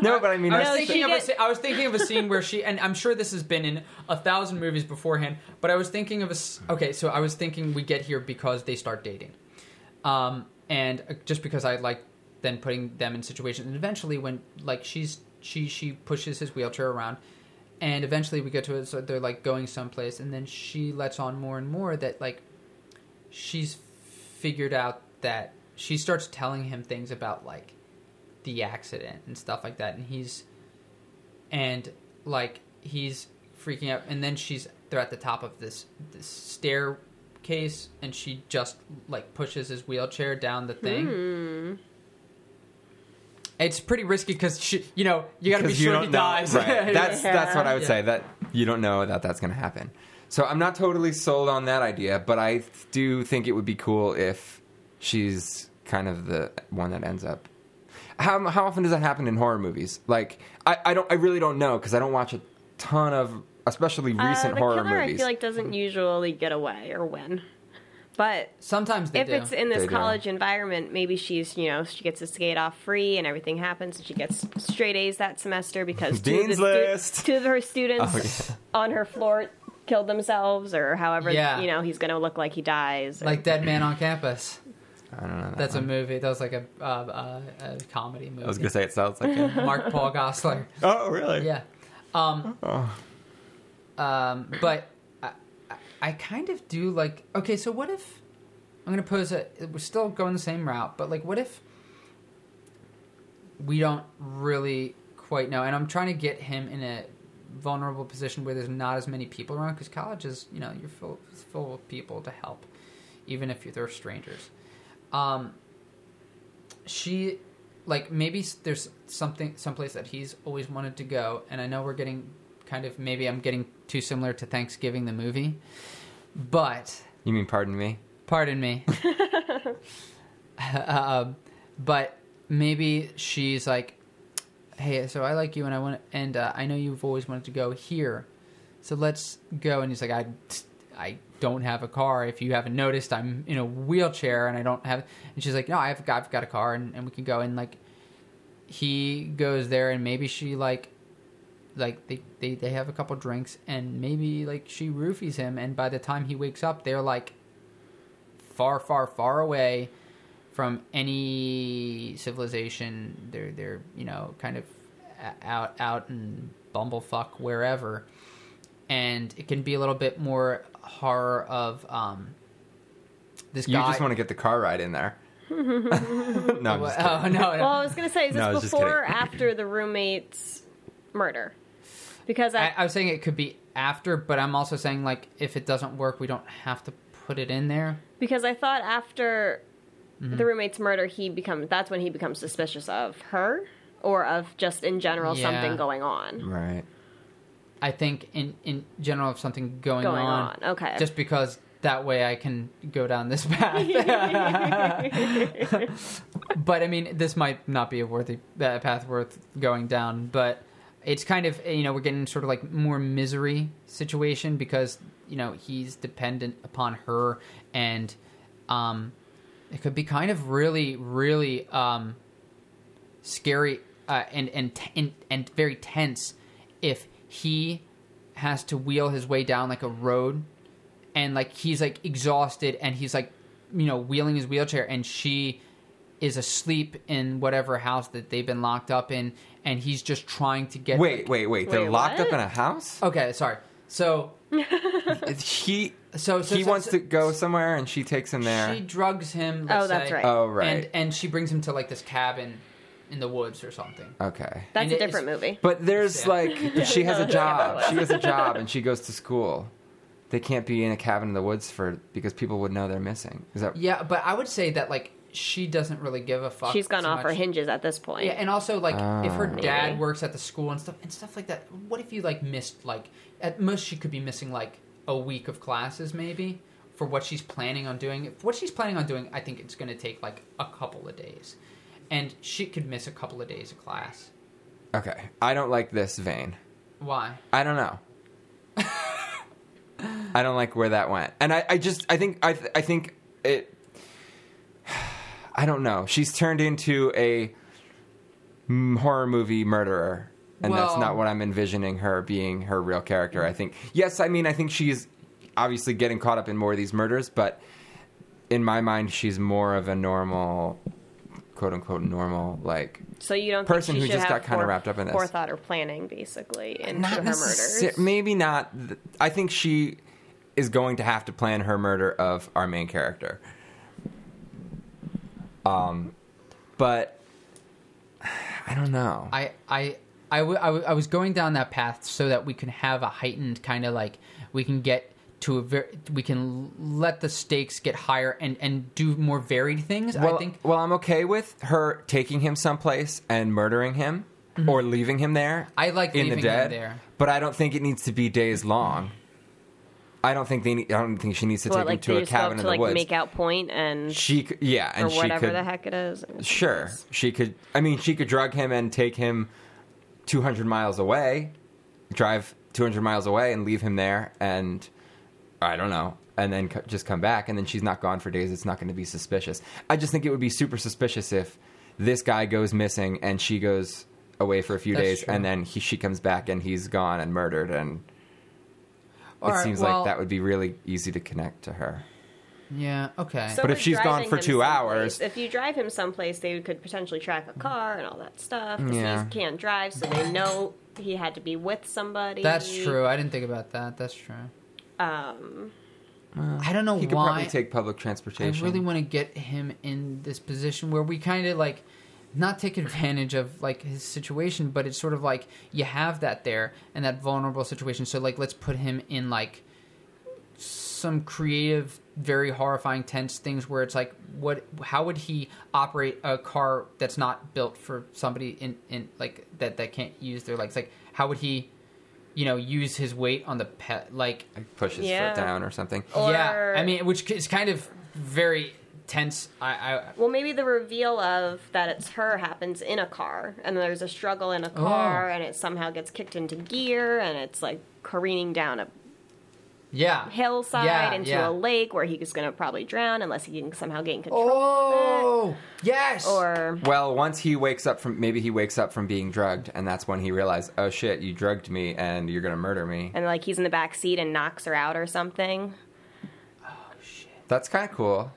[SPEAKER 4] No, but I mean,
[SPEAKER 5] I
[SPEAKER 4] that's-
[SPEAKER 5] was,
[SPEAKER 2] No,
[SPEAKER 5] thinking
[SPEAKER 2] she
[SPEAKER 5] of a
[SPEAKER 2] did-
[SPEAKER 5] sce- I was thinking of a scene where she, and I'm sure this has been in a thousand movies beforehand, but I was thinking of a. s- Okay, so I was thinking we get here because they start dating. um, and uh, just because I like then putting them in situations, and eventually when like she's she she pushes his wheelchair around, and eventually we get to it, so they're like going someplace, and then she lets on more and more that like she's figured out that she starts telling him things about like the accident and stuff like that, and he's and like he's freaking out and then she's they're at the top of this this staircase and she just like pushes his wheelchair down the thing
[SPEAKER 4] Hmm.
[SPEAKER 5] it's pretty risky because you know you gotta be
[SPEAKER 4] 'Cause you
[SPEAKER 5] sure
[SPEAKER 4] don't
[SPEAKER 5] he
[SPEAKER 4] know.
[SPEAKER 5] dies
[SPEAKER 4] Right. That's that's what I would
[SPEAKER 5] Yeah.
[SPEAKER 4] say. That you don't know that that's going to happen. So I'm not totally sold on that idea, but I do think it would be cool if she's kind of the one that ends up. How how often does that happen in horror movies? Like I, I don't I really don't know because I don't watch a ton of especially
[SPEAKER 2] Uh,
[SPEAKER 4] recent
[SPEAKER 2] the
[SPEAKER 4] horror
[SPEAKER 2] killer,
[SPEAKER 4] movies. Hmm.
[SPEAKER 2] I feel like doesn't usually get away or win. But
[SPEAKER 5] sometimes they
[SPEAKER 2] if
[SPEAKER 5] do
[SPEAKER 2] it's in this
[SPEAKER 4] They do.
[SPEAKER 2] college environment, maybe she's you know she gets to skate off free and everything happens, and she gets straight A's that semester because two, of, the
[SPEAKER 4] Dean's
[SPEAKER 2] stu-
[SPEAKER 4] list.
[SPEAKER 2] two of her students on her floor killed themselves or however
[SPEAKER 5] Yeah.
[SPEAKER 2] you know he's going to look like he dies. or-
[SPEAKER 5] like dead man on campus
[SPEAKER 4] I don't know. That
[SPEAKER 5] that's a
[SPEAKER 4] one.
[SPEAKER 5] movie that was like a, uh, uh, a comedy movie
[SPEAKER 4] I was gonna say it sounds like. A,
[SPEAKER 5] mark paul gossler
[SPEAKER 4] oh really?
[SPEAKER 5] Yeah. Um, um, but I, I, I kind of do like. Okay, so what if I'm going to pose a. We're still going the same route, but like, what if we don't really quite know? And I'm trying to get him in a vulnerable position where there's not as many people around because college is, you know, you're full it's full of people to help, even if you're, they're strangers. Um, she like maybe s- there's something someplace that he's always wanted to go and i know we're getting kind of maybe i'm getting too similar to thanksgiving the movie but
[SPEAKER 4] You mean pardon me?
[SPEAKER 5] pardon me um, but maybe she's like hey so i like you and i want and uh, i know you've always wanted to go here so let's go and he's like i i don't have a car if you haven't noticed i'm in a wheelchair and i don't have and she's like no i've got, I've got a car and, and we can go and like he goes there and maybe she like like they, they they have a couple drinks and maybe like she roofies him and by the time he wakes up they're like far far far away from any civilization. They're they're you know kind of a- out out in bumblefuck wherever, and it can be a little bit more horror of um. This
[SPEAKER 4] You
[SPEAKER 5] guy.
[SPEAKER 4] just want to get the car ride in there. no, I'm just kidding.
[SPEAKER 5] Oh no! no.
[SPEAKER 2] Well, I was gonna say, is this
[SPEAKER 4] No, I was just
[SPEAKER 2] before or
[SPEAKER 4] kidding.
[SPEAKER 2] after the roommate's murder? Because I,
[SPEAKER 5] I, I was saying it could be after, but I'm also saying like if it doesn't work, we don't have to put it in there.
[SPEAKER 2] because I thought after
[SPEAKER 4] Mm-hmm.
[SPEAKER 2] the roommate's murder, he becomes that's when he becomes suspicious of her or of just in general
[SPEAKER 5] Yeah.
[SPEAKER 2] something going on.
[SPEAKER 4] right.
[SPEAKER 5] I think in in general of something going,
[SPEAKER 2] Going on, okay.
[SPEAKER 5] Just because that way I can go down this path. but I mean, this might not be a worthy uh, path worth going down, but it's kind of you know we're getting sort of like more misery situation because you know he's dependent upon her and um it could be kind of really really um scary uh, and, and t- and and very tense if he has to wheel his way down like a road and like he's like exhausted and he's like you know wheeling his wheelchair and she is asleep in whatever house that they've been locked up in and he's just trying to get
[SPEAKER 4] Wait, wait, wait. They're
[SPEAKER 2] Wait,
[SPEAKER 4] locked up
[SPEAKER 2] what?
[SPEAKER 4] in a house.
[SPEAKER 5] okay sorry so
[SPEAKER 4] He
[SPEAKER 5] So- so-
[SPEAKER 4] he
[SPEAKER 5] so-
[SPEAKER 4] wants
[SPEAKER 5] so-
[SPEAKER 4] to go somewhere, and she takes him there.
[SPEAKER 5] she drugs him
[SPEAKER 2] Oh,
[SPEAKER 5] let's
[SPEAKER 2] that's
[SPEAKER 5] say,
[SPEAKER 2] right.
[SPEAKER 4] oh, right.
[SPEAKER 5] and and she brings him to like this cabin in the woods or something
[SPEAKER 4] okay.
[SPEAKER 2] That's
[SPEAKER 5] And
[SPEAKER 2] a
[SPEAKER 5] it is-
[SPEAKER 2] different movie.
[SPEAKER 4] But there's
[SPEAKER 5] Yeah.
[SPEAKER 4] like, but she has a
[SPEAKER 2] Yeah, that
[SPEAKER 4] job.
[SPEAKER 2] was.
[SPEAKER 4] She has a job, and she goes to school. They can't be in a cabin in the woods for because people would know they're missing. Is that
[SPEAKER 5] Yeah, but I would say that like she doesn't really give a fuck.
[SPEAKER 2] She's gone
[SPEAKER 5] so
[SPEAKER 2] off her
[SPEAKER 5] much.
[SPEAKER 2] hinges at this point.
[SPEAKER 5] Yeah, and also like if her
[SPEAKER 4] Ah.
[SPEAKER 5] dad
[SPEAKER 2] Maybe.
[SPEAKER 5] works at the school and stuff and stuff like that, what if you like missed like at most she could be missing like a week of classes maybe for what she's planning on doing. If what she's planning on doing, I think it's going to take like a couple of days. And she could miss a couple of days of class.
[SPEAKER 4] okay? I don't like this vein.
[SPEAKER 5] Why?
[SPEAKER 4] I don't know. I don't like where that went, and I, I just I think I I think it. I don't know. She's turned into a m- horror movie murderer, and that's
[SPEAKER 5] Well-
[SPEAKER 4] not what I'm envisioning her being her real character. I think yes, I mean I think she's obviously getting caught up in more of these murders, but in my mind she's more of a normal, quote unquote normal like
[SPEAKER 2] so you don't
[SPEAKER 4] person
[SPEAKER 2] think
[SPEAKER 4] who
[SPEAKER 2] she should
[SPEAKER 4] just
[SPEAKER 2] have
[SPEAKER 4] got kinda
[SPEAKER 2] fore-
[SPEAKER 4] wrapped up in this.
[SPEAKER 2] forethought or planning basically into her
[SPEAKER 4] necessar-
[SPEAKER 2] murders.
[SPEAKER 4] Maybe not. th- I think she is going to have to plan her murder of our main character. Um, but I don't know.
[SPEAKER 5] I I I, w- I, w- I was going down that path so that we can have a heightened kind of like we can get to a ver- we can let the stakes get higher and and do more varied things.
[SPEAKER 4] well,
[SPEAKER 5] I think
[SPEAKER 4] well, I'm okay with her taking him someplace and murdering him or leaving him there.
[SPEAKER 5] Mm-hmm. I like
[SPEAKER 4] in
[SPEAKER 5] leaving
[SPEAKER 4] the
[SPEAKER 5] him
[SPEAKER 4] dead,
[SPEAKER 5] there.
[SPEAKER 4] but I don't think it needs to be days long. I don't think they. Need, I don't think she needs to
[SPEAKER 2] Well,
[SPEAKER 4] take
[SPEAKER 2] like
[SPEAKER 4] him to
[SPEAKER 2] they
[SPEAKER 4] a
[SPEAKER 2] just go up
[SPEAKER 4] cabin
[SPEAKER 2] to
[SPEAKER 4] in the
[SPEAKER 2] like
[SPEAKER 4] woods.
[SPEAKER 2] make out point and
[SPEAKER 4] she, c- yeah, and
[SPEAKER 2] or
[SPEAKER 4] she
[SPEAKER 2] whatever
[SPEAKER 4] could
[SPEAKER 2] the heck it is. It was-
[SPEAKER 4] Sure, she could. I mean, she could drug him and take him 200 miles away, drive 200 miles away, and leave him there. And I don't know, and then co- just come back. And then she's not gone for days. It's not going to be suspicious. I just think it would be super suspicious if this guy goes missing and she goes away for a few
[SPEAKER 5] That's
[SPEAKER 4] days,
[SPEAKER 5] true.
[SPEAKER 4] and then he, she comes back and he's gone and murdered. And
[SPEAKER 5] All
[SPEAKER 4] it
[SPEAKER 5] right,
[SPEAKER 4] seems
[SPEAKER 5] well,
[SPEAKER 4] like that would be really easy to connect to her.
[SPEAKER 5] yeah okay.
[SPEAKER 2] So
[SPEAKER 4] But if
[SPEAKER 2] would
[SPEAKER 4] she's gone
[SPEAKER 2] driving
[SPEAKER 4] for
[SPEAKER 2] him
[SPEAKER 4] two
[SPEAKER 2] someplace-
[SPEAKER 4] hours-
[SPEAKER 2] if you drive him someplace, they could potentially track a car and all that stuff. 'cause
[SPEAKER 4] Yeah.
[SPEAKER 2] he can't drive, so they know he had to be with somebody.
[SPEAKER 5] That's true. I didn't think about that. That's true.
[SPEAKER 2] Um,
[SPEAKER 5] I don't know
[SPEAKER 4] Uh, He could
[SPEAKER 5] why.
[SPEAKER 4] probably take public
[SPEAKER 5] I
[SPEAKER 4] transportation.
[SPEAKER 5] really want to get him in this position where we kind of like not take advantage of like his situation, but it's sort of like you have that there and that vulnerable situation. So like let's put him in like some creative, very horrifying, tense things where it's like what how would he operate a car that's not built for somebody in in like that that can't use their legs? Like how would he you know use his weight on the pet like
[SPEAKER 4] Like, push his
[SPEAKER 2] Yeah.
[SPEAKER 4] foot down or something.
[SPEAKER 2] Or-
[SPEAKER 5] yeah, I mean, which is kind of very tense. I, I
[SPEAKER 2] well, maybe the reveal of that it's her happens in a car, and there's a struggle in a
[SPEAKER 5] Oh.
[SPEAKER 2] car, and it somehow gets kicked into gear, and it's like careening down a
[SPEAKER 5] yeah,
[SPEAKER 2] hillside
[SPEAKER 5] Yeah,
[SPEAKER 2] into
[SPEAKER 5] yeah.
[SPEAKER 2] a lake where he's going to probably drown unless he can somehow gain control.
[SPEAKER 5] Oh, yes.
[SPEAKER 2] Or
[SPEAKER 4] Well, once he wakes up from maybe he wakes up from being drugged, and that's when he realized, oh shit, you drugged me, and you're gonna murder me.
[SPEAKER 2] and like he's in the back seat and knocks her out or something.
[SPEAKER 4] That's kind of cool.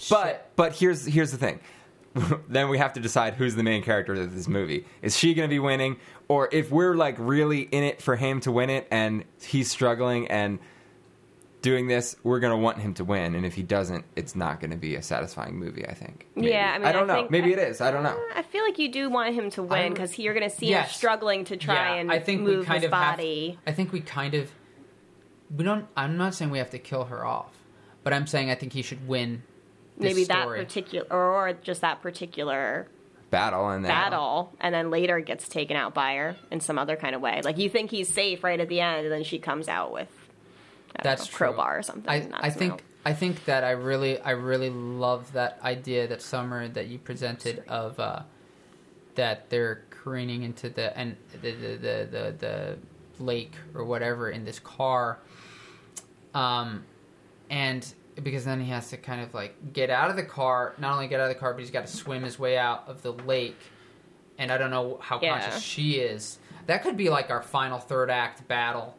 [SPEAKER 5] Shit.
[SPEAKER 4] But but here's here's the thing. then we have to decide who's the main character of this movie. Is she going to be winning, or if we're like really in it for him to win it, and he's struggling and doing this, we're going to want him to win. And if he doesn't, it's not going to be a satisfying movie. I think. Maybe.
[SPEAKER 2] Yeah, I mean,
[SPEAKER 4] don't
[SPEAKER 2] I
[SPEAKER 4] know.
[SPEAKER 2] think-
[SPEAKER 4] Maybe it is. I don't know.
[SPEAKER 2] I feel like you do want him to win
[SPEAKER 5] I'm-
[SPEAKER 2] because you're going to see him
[SPEAKER 5] Yes.
[SPEAKER 2] struggling to try and
[SPEAKER 5] I think
[SPEAKER 2] move
[SPEAKER 5] we kind
[SPEAKER 2] his
[SPEAKER 5] of
[SPEAKER 2] body.
[SPEAKER 5] Have, I think we kind of we don't. I'm not saying we have to kill her off, but I'm saying I think he should win. This
[SPEAKER 2] Maybe that
[SPEAKER 5] story.
[SPEAKER 2] particular, or just that particular
[SPEAKER 4] Battle and then
[SPEAKER 2] battle, and then later gets taken out by her in some other kind of way. Like you think he's safe right at the end, and then she comes out with I don't
[SPEAKER 5] That's
[SPEAKER 2] know,
[SPEAKER 5] true.
[SPEAKER 2] crowbar or something.
[SPEAKER 5] I,
[SPEAKER 2] and knocks
[SPEAKER 5] I
[SPEAKER 2] him
[SPEAKER 5] think
[SPEAKER 2] out.
[SPEAKER 5] I think that I really I really love that idea that summer that you presented of uh, that they're careening into the and the the, the the the lake or whatever in this car, um, and because then he has to kind of like get out of the car. Not only get out of the car, but he's got to swim his way out of the lake. And I don't know how
[SPEAKER 2] Yeah.
[SPEAKER 5] conscious she is. That could be like our final third act battle.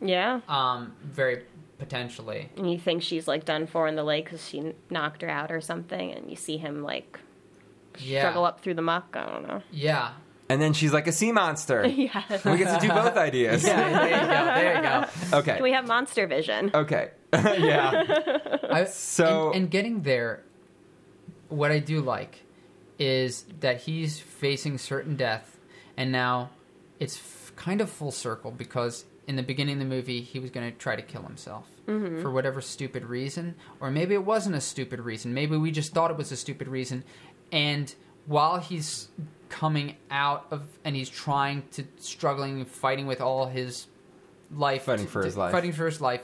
[SPEAKER 2] yeah.
[SPEAKER 5] Um, very potentially.
[SPEAKER 2] And you think she's like done for in the lake because she knocked her out or something, and you see him like
[SPEAKER 5] Yeah.
[SPEAKER 2] struggle up through the muck. I don't know.
[SPEAKER 5] Yeah.
[SPEAKER 4] and then she's like a sea monster. we
[SPEAKER 2] Yeah.
[SPEAKER 4] get to do both ideas.
[SPEAKER 5] there you go. There you go.
[SPEAKER 4] Okay.
[SPEAKER 2] Can we have monster vision?
[SPEAKER 4] okay. yeah.
[SPEAKER 5] I,
[SPEAKER 4] So-
[SPEAKER 5] and, and getting there, what I do like is that he's facing certain death, and now it's f- kind of full circle because in the beginning of the movie he was going to try to kill himself for whatever stupid reason, or maybe it wasn't a stupid reason. Maybe we just thought it was a stupid reason, and while he's coming out of and he's trying to struggling and fighting with all his life
[SPEAKER 4] Fighting for his life.
[SPEAKER 5] fighting for his life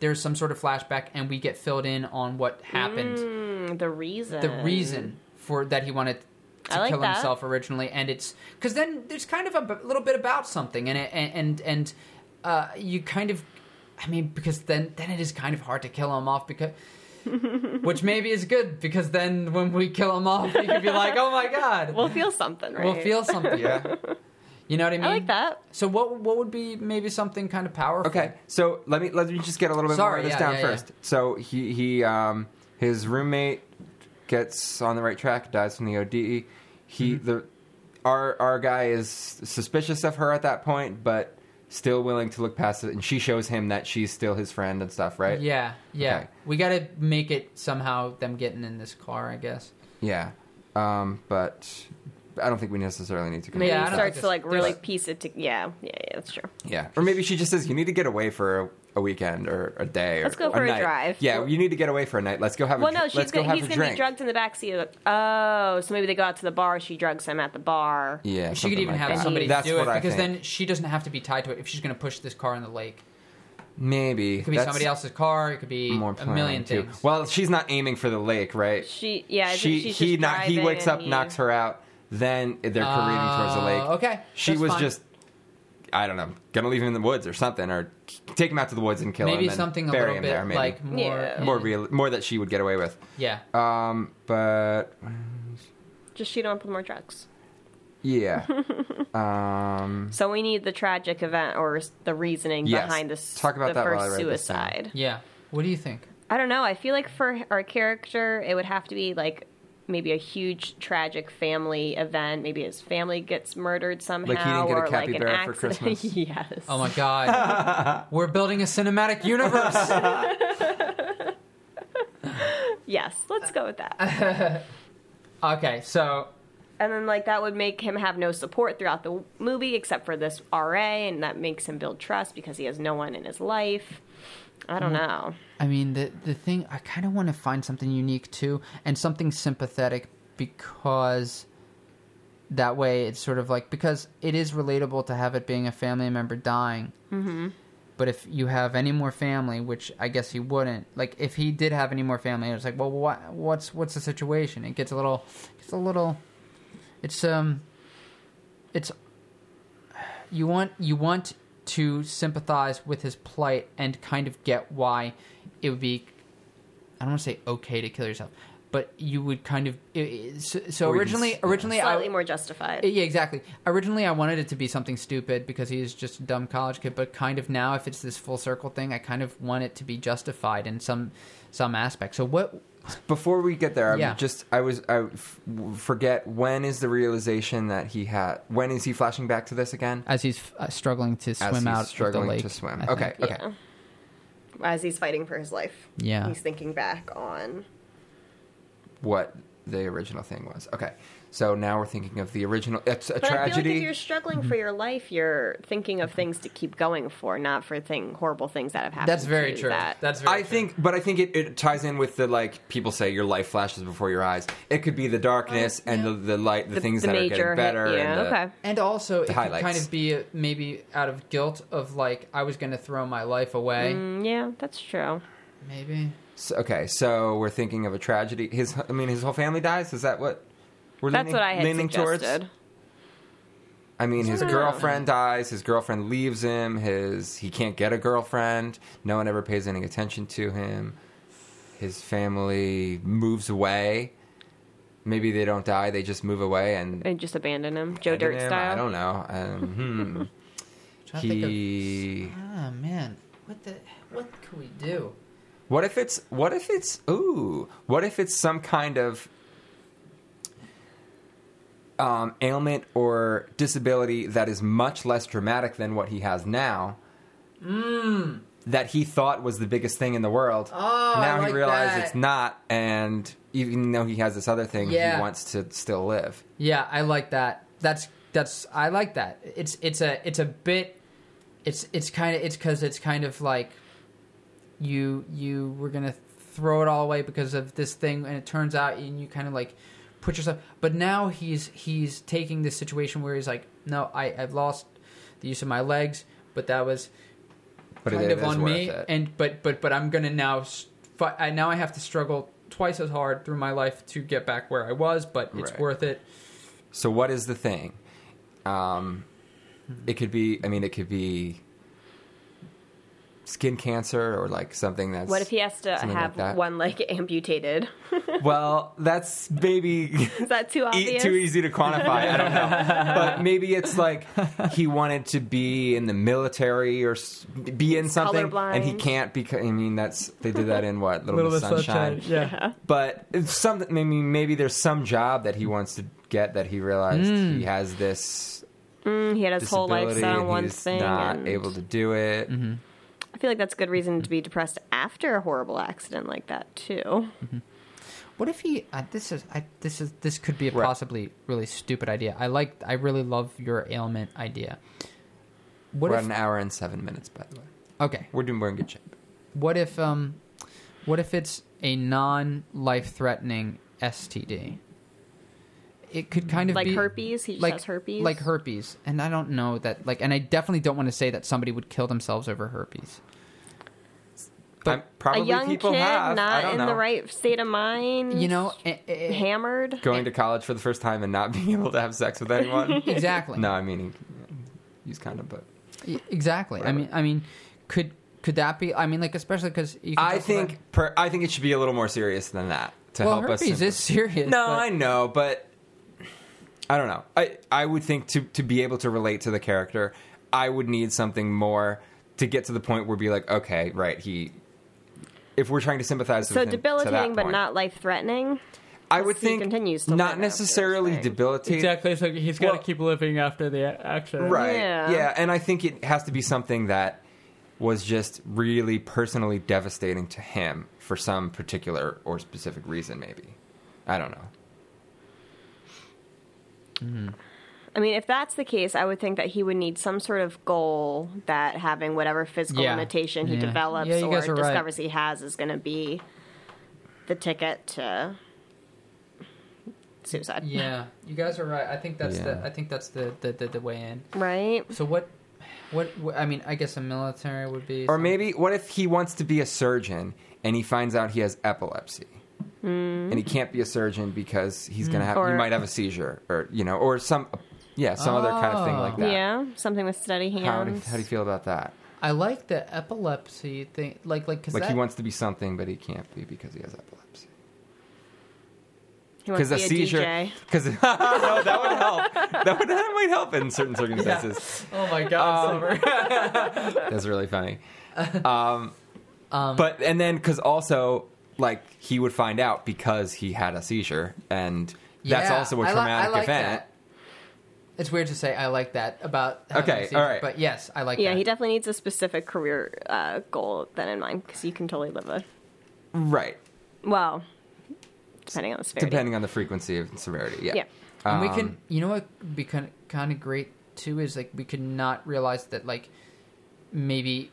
[SPEAKER 5] there's some sort of flashback and we get filled in on what happened
[SPEAKER 2] Mm, the reason.
[SPEAKER 5] the reason for that he wanted to
[SPEAKER 2] I like
[SPEAKER 5] kill
[SPEAKER 2] that.
[SPEAKER 5] himself originally and it's because then there's kind of a b- little bit about something and it, and and, and uh, you kind of i mean because then then it is kind of hard to kill him off because which maybe is good because then when we kill him off you could be like oh my god
[SPEAKER 2] We'll feel something, right?
[SPEAKER 5] we'll feel something
[SPEAKER 4] Yeah.
[SPEAKER 5] you know what i mean
[SPEAKER 2] I like that.
[SPEAKER 5] so what what would be maybe something kind of powerful
[SPEAKER 4] Okay, so let me let me just get a little bit more
[SPEAKER 5] Sorry,
[SPEAKER 4] of this
[SPEAKER 5] yeah,
[SPEAKER 4] down
[SPEAKER 5] yeah, yeah.
[SPEAKER 4] first. So he he um his roommate gets on the right track, dies from the ODE. He
[SPEAKER 5] Mm-hmm.
[SPEAKER 4] the our our guy is suspicious of her at that point, but still willing to look past it, and she shows him that she's still his friend and stuff, right?
[SPEAKER 5] Yeah, yeah.
[SPEAKER 4] Okay.
[SPEAKER 5] We got to make it somehow them getting in this car, I guess.
[SPEAKER 4] yeah. Um, but I don't think we necessarily need to. Come
[SPEAKER 2] Maybe
[SPEAKER 5] Yeah, I
[SPEAKER 2] he
[SPEAKER 5] don't
[SPEAKER 2] starts
[SPEAKER 5] think
[SPEAKER 2] to like
[SPEAKER 5] there's-
[SPEAKER 2] really
[SPEAKER 5] there's-
[SPEAKER 2] piece it to. Yeah, yeah, yeah. That's true.
[SPEAKER 4] Yeah, or maybe she just says you need to get away for a, a weekend or a day. Or,
[SPEAKER 2] Let's go for a
[SPEAKER 4] night."
[SPEAKER 2] drive.
[SPEAKER 4] Yeah, you need to get away for a night. Let's go have.
[SPEAKER 2] Well,
[SPEAKER 4] a, dr-
[SPEAKER 2] no, she's
[SPEAKER 4] let's go
[SPEAKER 2] gonna,
[SPEAKER 4] have
[SPEAKER 2] he's
[SPEAKER 4] a
[SPEAKER 2] gonna be
[SPEAKER 4] drink.
[SPEAKER 2] drugged in the backseat. Of, oh, so maybe they go out to the bar. She drugs him at the bar.
[SPEAKER 4] Yeah,
[SPEAKER 5] she
[SPEAKER 4] something
[SPEAKER 5] could even
[SPEAKER 4] like
[SPEAKER 5] have
[SPEAKER 4] that.
[SPEAKER 5] somebody
[SPEAKER 4] That's
[SPEAKER 5] do it
[SPEAKER 4] what I
[SPEAKER 5] because
[SPEAKER 4] think.
[SPEAKER 5] then she doesn't have to be tied to it if she's going to push this car in the lake.
[SPEAKER 4] maybe
[SPEAKER 5] It could be
[SPEAKER 4] That's
[SPEAKER 5] somebody else's car. It could be
[SPEAKER 4] More
[SPEAKER 5] a million
[SPEAKER 4] planning, too.
[SPEAKER 5] things.
[SPEAKER 4] Well, she's not aiming for the lake, right?
[SPEAKER 2] She, yeah, I
[SPEAKER 4] she
[SPEAKER 2] think she's
[SPEAKER 4] he
[SPEAKER 2] just
[SPEAKER 4] knock- he
[SPEAKER 2] driving
[SPEAKER 4] wakes
[SPEAKER 2] and
[SPEAKER 4] up,
[SPEAKER 2] he-
[SPEAKER 4] knocks her out. Then they're careening towards the
[SPEAKER 5] Uh,
[SPEAKER 4] lake.
[SPEAKER 5] okay,
[SPEAKER 4] she
[SPEAKER 5] that's
[SPEAKER 4] was
[SPEAKER 5] fine.
[SPEAKER 4] just I don't know, gonna leave him in the woods or something, or take him out to the woods and kill him.
[SPEAKER 5] maybe
[SPEAKER 4] and
[SPEAKER 5] something a
[SPEAKER 4] bury
[SPEAKER 5] little
[SPEAKER 4] him
[SPEAKER 5] bit
[SPEAKER 4] there, maybe.
[SPEAKER 5] like more
[SPEAKER 2] Yeah.
[SPEAKER 4] more real, more that she would get away with.
[SPEAKER 5] Yeah.
[SPEAKER 4] Um, but
[SPEAKER 2] Just she don't put more drugs.
[SPEAKER 4] yeah, um,
[SPEAKER 2] So we need the tragic event or the reasoning
[SPEAKER 4] Yes.
[SPEAKER 2] behind this.
[SPEAKER 4] Talk about
[SPEAKER 2] the
[SPEAKER 4] that while
[SPEAKER 2] first
[SPEAKER 4] I write this down.
[SPEAKER 2] suicide.
[SPEAKER 5] Yeah. What do you think?
[SPEAKER 2] I don't know. I feel like for our character, it would have to be like maybe a huge tragic family event. Maybe his family gets murdered somehow,
[SPEAKER 4] didn't get a
[SPEAKER 2] or like an
[SPEAKER 4] capybara for
[SPEAKER 2] accident.
[SPEAKER 4] Christmas.
[SPEAKER 2] yes.
[SPEAKER 5] Oh my god. We're building a cinematic universe.
[SPEAKER 2] Yes. Let's go with that.
[SPEAKER 5] okay, so
[SPEAKER 2] and then like that would make him have no support throughout the movie except for this RA, and that makes him build trust because he has no one in his life. I don't know.
[SPEAKER 5] I mean, the the thing I kind of want to find something unique too, and something sympathetic because that way it's sort of like because it is relatable to have it being a family member dying. Mm-hmm. But if you have any more family, which I guess he wouldn't, like if he did have any more family, it's like, well, what what's what's the situation? It gets a little, it's a little, it's um, it's you want you want to sympathize with his plight and kind of get why it would be I don't want to say okay to kill yourself, but you would kind of i- i- so, so
[SPEAKER 4] Or you
[SPEAKER 5] originally
[SPEAKER 4] just- yeah.
[SPEAKER 5] originally
[SPEAKER 2] Slightly
[SPEAKER 5] I,
[SPEAKER 2] more justified.
[SPEAKER 5] yeah, exactly. Originally, I wanted it to be something stupid because he is just a dumb college kid. But kind of now, if it's this full circle thing, I kind of want it to be justified in some some aspect. So what?
[SPEAKER 4] Before we get there, I'm
[SPEAKER 5] Yeah.
[SPEAKER 4] just I was I f- w- forget when is the realization that he had. When is he flashing back to this again?
[SPEAKER 5] as he's uh, struggling to swim
[SPEAKER 4] As he's
[SPEAKER 5] out
[SPEAKER 4] struggling
[SPEAKER 5] of the lake.
[SPEAKER 4] to swim.
[SPEAKER 5] I think.
[SPEAKER 4] Okay, okay.
[SPEAKER 2] Yeah. As he's fighting for his life.
[SPEAKER 5] Yeah.
[SPEAKER 2] He's thinking back on
[SPEAKER 4] What the original thing was. Okay, so now we're thinking of the original. It's a
[SPEAKER 2] But I feel like if
[SPEAKER 4] tragedy.
[SPEAKER 2] you're struggling for your life, you're thinking of things to keep going for, not for thing horrible things that have happened.
[SPEAKER 5] That's very
[SPEAKER 2] to
[SPEAKER 5] true.
[SPEAKER 2] That.
[SPEAKER 5] That's very
[SPEAKER 4] I think, but I think it, it ties in with the like people say your life flashes before your eyes. It could be the darkness and the, the light, the, things that are getting better.
[SPEAKER 2] hit-
[SPEAKER 4] and uh,
[SPEAKER 2] Yeah.
[SPEAKER 4] the-
[SPEAKER 2] okay.
[SPEAKER 5] And also, it could
[SPEAKER 4] highlights.
[SPEAKER 5] kind of be uh, maybe out of guilt of like I was going to throw my life away.
[SPEAKER 2] Mm, yeah, that's true.
[SPEAKER 5] Maybe
[SPEAKER 4] So, okay, so we're thinking of a tragedy. His, I mean, his whole family dies. Is that what we're
[SPEAKER 2] That's
[SPEAKER 4] leaning,
[SPEAKER 2] what I had
[SPEAKER 4] leaning
[SPEAKER 2] suggested.
[SPEAKER 4] towards? I mean, his
[SPEAKER 2] Yeah.
[SPEAKER 4] girlfriend dies. His girlfriend leaves him. His he can't get a girlfriend. No one ever pays any attention to him. His family moves away. Maybe they don't die. They just move away and
[SPEAKER 2] And just abandon him, Joe
[SPEAKER 4] abandon
[SPEAKER 2] Dirt
[SPEAKER 4] him.
[SPEAKER 2] style.
[SPEAKER 4] I don't know. Um,
[SPEAKER 5] I'm
[SPEAKER 4] hmm.
[SPEAKER 5] trying to
[SPEAKER 4] he.
[SPEAKER 5] Think of, ah man, what the what could we do?
[SPEAKER 4] What if it's? What if it's? Ooh. What if it's some kind of um, ailment or disability that is much less dramatic than what he has now? That he thought was the biggest thing in the world.
[SPEAKER 5] Hmm. Oh, I
[SPEAKER 4] now
[SPEAKER 5] like
[SPEAKER 4] he realized
[SPEAKER 5] that.
[SPEAKER 4] it's not, and even though he has this other thing,
[SPEAKER 5] Yeah.
[SPEAKER 4] he wants to still live.
[SPEAKER 5] Yeah, I like that. That's that's I like that. It's it's a it's a bit. It's it's kind of it's because it's kind of like you you were gonna throw it all away because of this thing, and it turns out and you kind of like put yourself. But now he's he's taking this situation where he's like, no, I I've lost the use of my legs, but that was
[SPEAKER 4] But
[SPEAKER 5] kind
[SPEAKER 4] it
[SPEAKER 5] of
[SPEAKER 4] is
[SPEAKER 5] on
[SPEAKER 4] worth
[SPEAKER 5] me,
[SPEAKER 4] it.
[SPEAKER 5] and but but but I'm gonna now. s- fi- I now I have to struggle twice as hard through my life to get back where I was, but it's
[SPEAKER 4] Right.
[SPEAKER 5] worth it.
[SPEAKER 4] So what is the thing? Um, it could be. I mean, it could be skin cancer or like something that's.
[SPEAKER 2] What if he has to
[SPEAKER 4] Something like
[SPEAKER 2] have
[SPEAKER 4] that.
[SPEAKER 2] one leg amputated?
[SPEAKER 4] Well, that's maybe
[SPEAKER 2] Is that too
[SPEAKER 4] e-
[SPEAKER 2] obvious?
[SPEAKER 4] too easy to quantify. I don't know, but maybe it's like he wanted to be in the military or s- be in something, and he
[SPEAKER 2] colorblind.
[SPEAKER 4] can't because. I mean, that's they did that in what Little, Miss Sunshine.
[SPEAKER 5] Yeah.
[SPEAKER 4] But it's something. Maybe maybe there's some job that he wants to get that he realized he has this
[SPEAKER 2] Mm, he had his whole life
[SPEAKER 4] disability
[SPEAKER 2] set on
[SPEAKER 4] and
[SPEAKER 2] one
[SPEAKER 4] he's
[SPEAKER 2] thing.
[SPEAKER 4] not
[SPEAKER 2] and
[SPEAKER 4] able to do it.
[SPEAKER 2] I feel like that's good reason to be depressed after a horrible accident like that too.
[SPEAKER 5] What if he? Uh, this is. I, this is. This could be a
[SPEAKER 4] Right.
[SPEAKER 5] possibly really stupid idea. I like. I really love your ailment idea. What
[SPEAKER 4] We're at
[SPEAKER 5] if?
[SPEAKER 4] an hour and seven minutes, by the way.
[SPEAKER 5] Okay.
[SPEAKER 4] We're doing we're in good shape.
[SPEAKER 5] What if? Um. What if it's a non-life-threatening STD? It could kind of
[SPEAKER 2] Like
[SPEAKER 5] be-
[SPEAKER 2] herpes? He just has herpes?
[SPEAKER 5] Like herpes, and I don't know that. Like, and I definitely don't want to say that somebody would kill themselves over herpes. But-
[SPEAKER 4] I'm- probably
[SPEAKER 2] a young
[SPEAKER 4] people
[SPEAKER 2] kid
[SPEAKER 4] have. I
[SPEAKER 2] not
[SPEAKER 4] don't
[SPEAKER 2] in
[SPEAKER 4] know.
[SPEAKER 2] the right state of mind.
[SPEAKER 5] You know, eh, eh, eh,
[SPEAKER 2] hammered.
[SPEAKER 4] Going to college for the first time and not being able to have sex with anyone.
[SPEAKER 5] exactly.
[SPEAKER 4] no, I mean use condom, but
[SPEAKER 5] E- Exactly. I mean, I mean, could could that be? I mean, like especially because
[SPEAKER 4] I think per, I think it should be a little more serious than that to
[SPEAKER 5] well,
[SPEAKER 4] help us.
[SPEAKER 5] herpes
[SPEAKER 4] simply-
[SPEAKER 5] is serious.
[SPEAKER 4] no,
[SPEAKER 5] but-
[SPEAKER 4] I know, but I don't know. I I would think to to be able to relate to the character, I would need something more to get to the point where be like, okay, right, he. If we're trying to sympathize,
[SPEAKER 2] So
[SPEAKER 4] with him, to that
[SPEAKER 2] debilitating, but
[SPEAKER 4] point.
[SPEAKER 2] not life threatening.
[SPEAKER 4] I would
[SPEAKER 2] He
[SPEAKER 4] think
[SPEAKER 2] continues to live
[SPEAKER 4] not
[SPEAKER 2] after
[SPEAKER 4] necessarily
[SPEAKER 2] this thing.
[SPEAKER 4] debilitating.
[SPEAKER 6] Exactly. So he's got to
[SPEAKER 4] Well-
[SPEAKER 6] keep living after the a- accident.
[SPEAKER 4] Right.
[SPEAKER 2] Yeah.
[SPEAKER 4] Yeah. and I think it has to be something that was just really personally devastating to him for some particular or specific reason maybe. I don't know.
[SPEAKER 2] I mean, if that's the case, I would think that he would need some sort of goal that having whatever physical
[SPEAKER 5] Yeah.
[SPEAKER 2] limitation he
[SPEAKER 5] Yeah.
[SPEAKER 2] develops
[SPEAKER 5] Yeah, you
[SPEAKER 2] or
[SPEAKER 5] guys are right.
[SPEAKER 2] discovers he has is going to be the ticket to suicide.
[SPEAKER 5] Yeah, you guys are right. I think that's
[SPEAKER 4] Yeah.
[SPEAKER 5] the. I think that's the the, the the way in.
[SPEAKER 2] Right?
[SPEAKER 5] So what, what? wh- I mean, I guess a military would be.
[SPEAKER 4] Or
[SPEAKER 5] some-
[SPEAKER 4] maybe what if he wants to be a surgeon and he finds out he has epilepsy? And he can't be a surgeon because he's gonna have
[SPEAKER 2] Or-
[SPEAKER 4] he might have a seizure or you know or some yeah some other kind of thing like
[SPEAKER 2] Yeah.
[SPEAKER 4] that.
[SPEAKER 2] Something with steady hands.
[SPEAKER 4] How, do, how do you feel about that?
[SPEAKER 5] I like the epilepsy thing. Like like because
[SPEAKER 4] Like
[SPEAKER 5] that,
[SPEAKER 4] he wants to be something, but he can't be because he has epilepsy.
[SPEAKER 2] He
[SPEAKER 4] because
[SPEAKER 2] wants to
[SPEAKER 4] a
[SPEAKER 2] be a
[SPEAKER 4] seizure
[SPEAKER 2] DJ.
[SPEAKER 4] because no that would help that would that might help in certain circumstances
[SPEAKER 5] Oh my god, Summer.
[SPEAKER 4] that's really funny Um,
[SPEAKER 5] Um,
[SPEAKER 4] but and then because also like he would find out because he had a seizure, and that's
[SPEAKER 5] Yeah,
[SPEAKER 4] also a
[SPEAKER 5] I li- I
[SPEAKER 4] traumatic
[SPEAKER 5] like
[SPEAKER 4] event.
[SPEAKER 5] that. It's weird to say I like that about having
[SPEAKER 4] Okay,
[SPEAKER 5] a seizure,
[SPEAKER 4] alright.
[SPEAKER 5] but yes, I like
[SPEAKER 2] Yeah,
[SPEAKER 5] that.
[SPEAKER 2] he definitely needs a specific career uh, goal than in mind because you can totally live a
[SPEAKER 4] Right,
[SPEAKER 2] well, depending on the severity.
[SPEAKER 4] depending on the frequency of severity. Yeah,
[SPEAKER 2] Yeah.
[SPEAKER 5] And we
[SPEAKER 4] Um,
[SPEAKER 5] can, you know, what would be kind of, kind of great too is like we could not realize that like maybe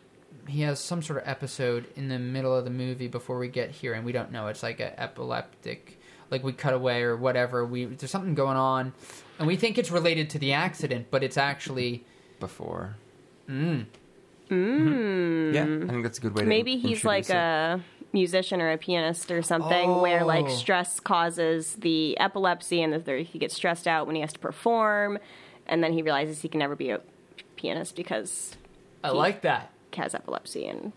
[SPEAKER 5] he has some sort of episode in the middle of the movie before we get here, and we don't know. It's like an epileptic, like we cut away or whatever. We there's something going on, and we think it's related to the accident, but it's actually
[SPEAKER 4] before. Mm. Yeah, I think that's a good way. to
[SPEAKER 2] Mm-hmm. Maybe he's like
[SPEAKER 4] introduce it.
[SPEAKER 2] a musician or a pianist or something where like
[SPEAKER 5] Oh.
[SPEAKER 2] stress causes the epilepsy and that there- he gets stressed out when he has to perform and then he realizes he can never be a pianist because
[SPEAKER 5] I like that.
[SPEAKER 2] he has epilepsy and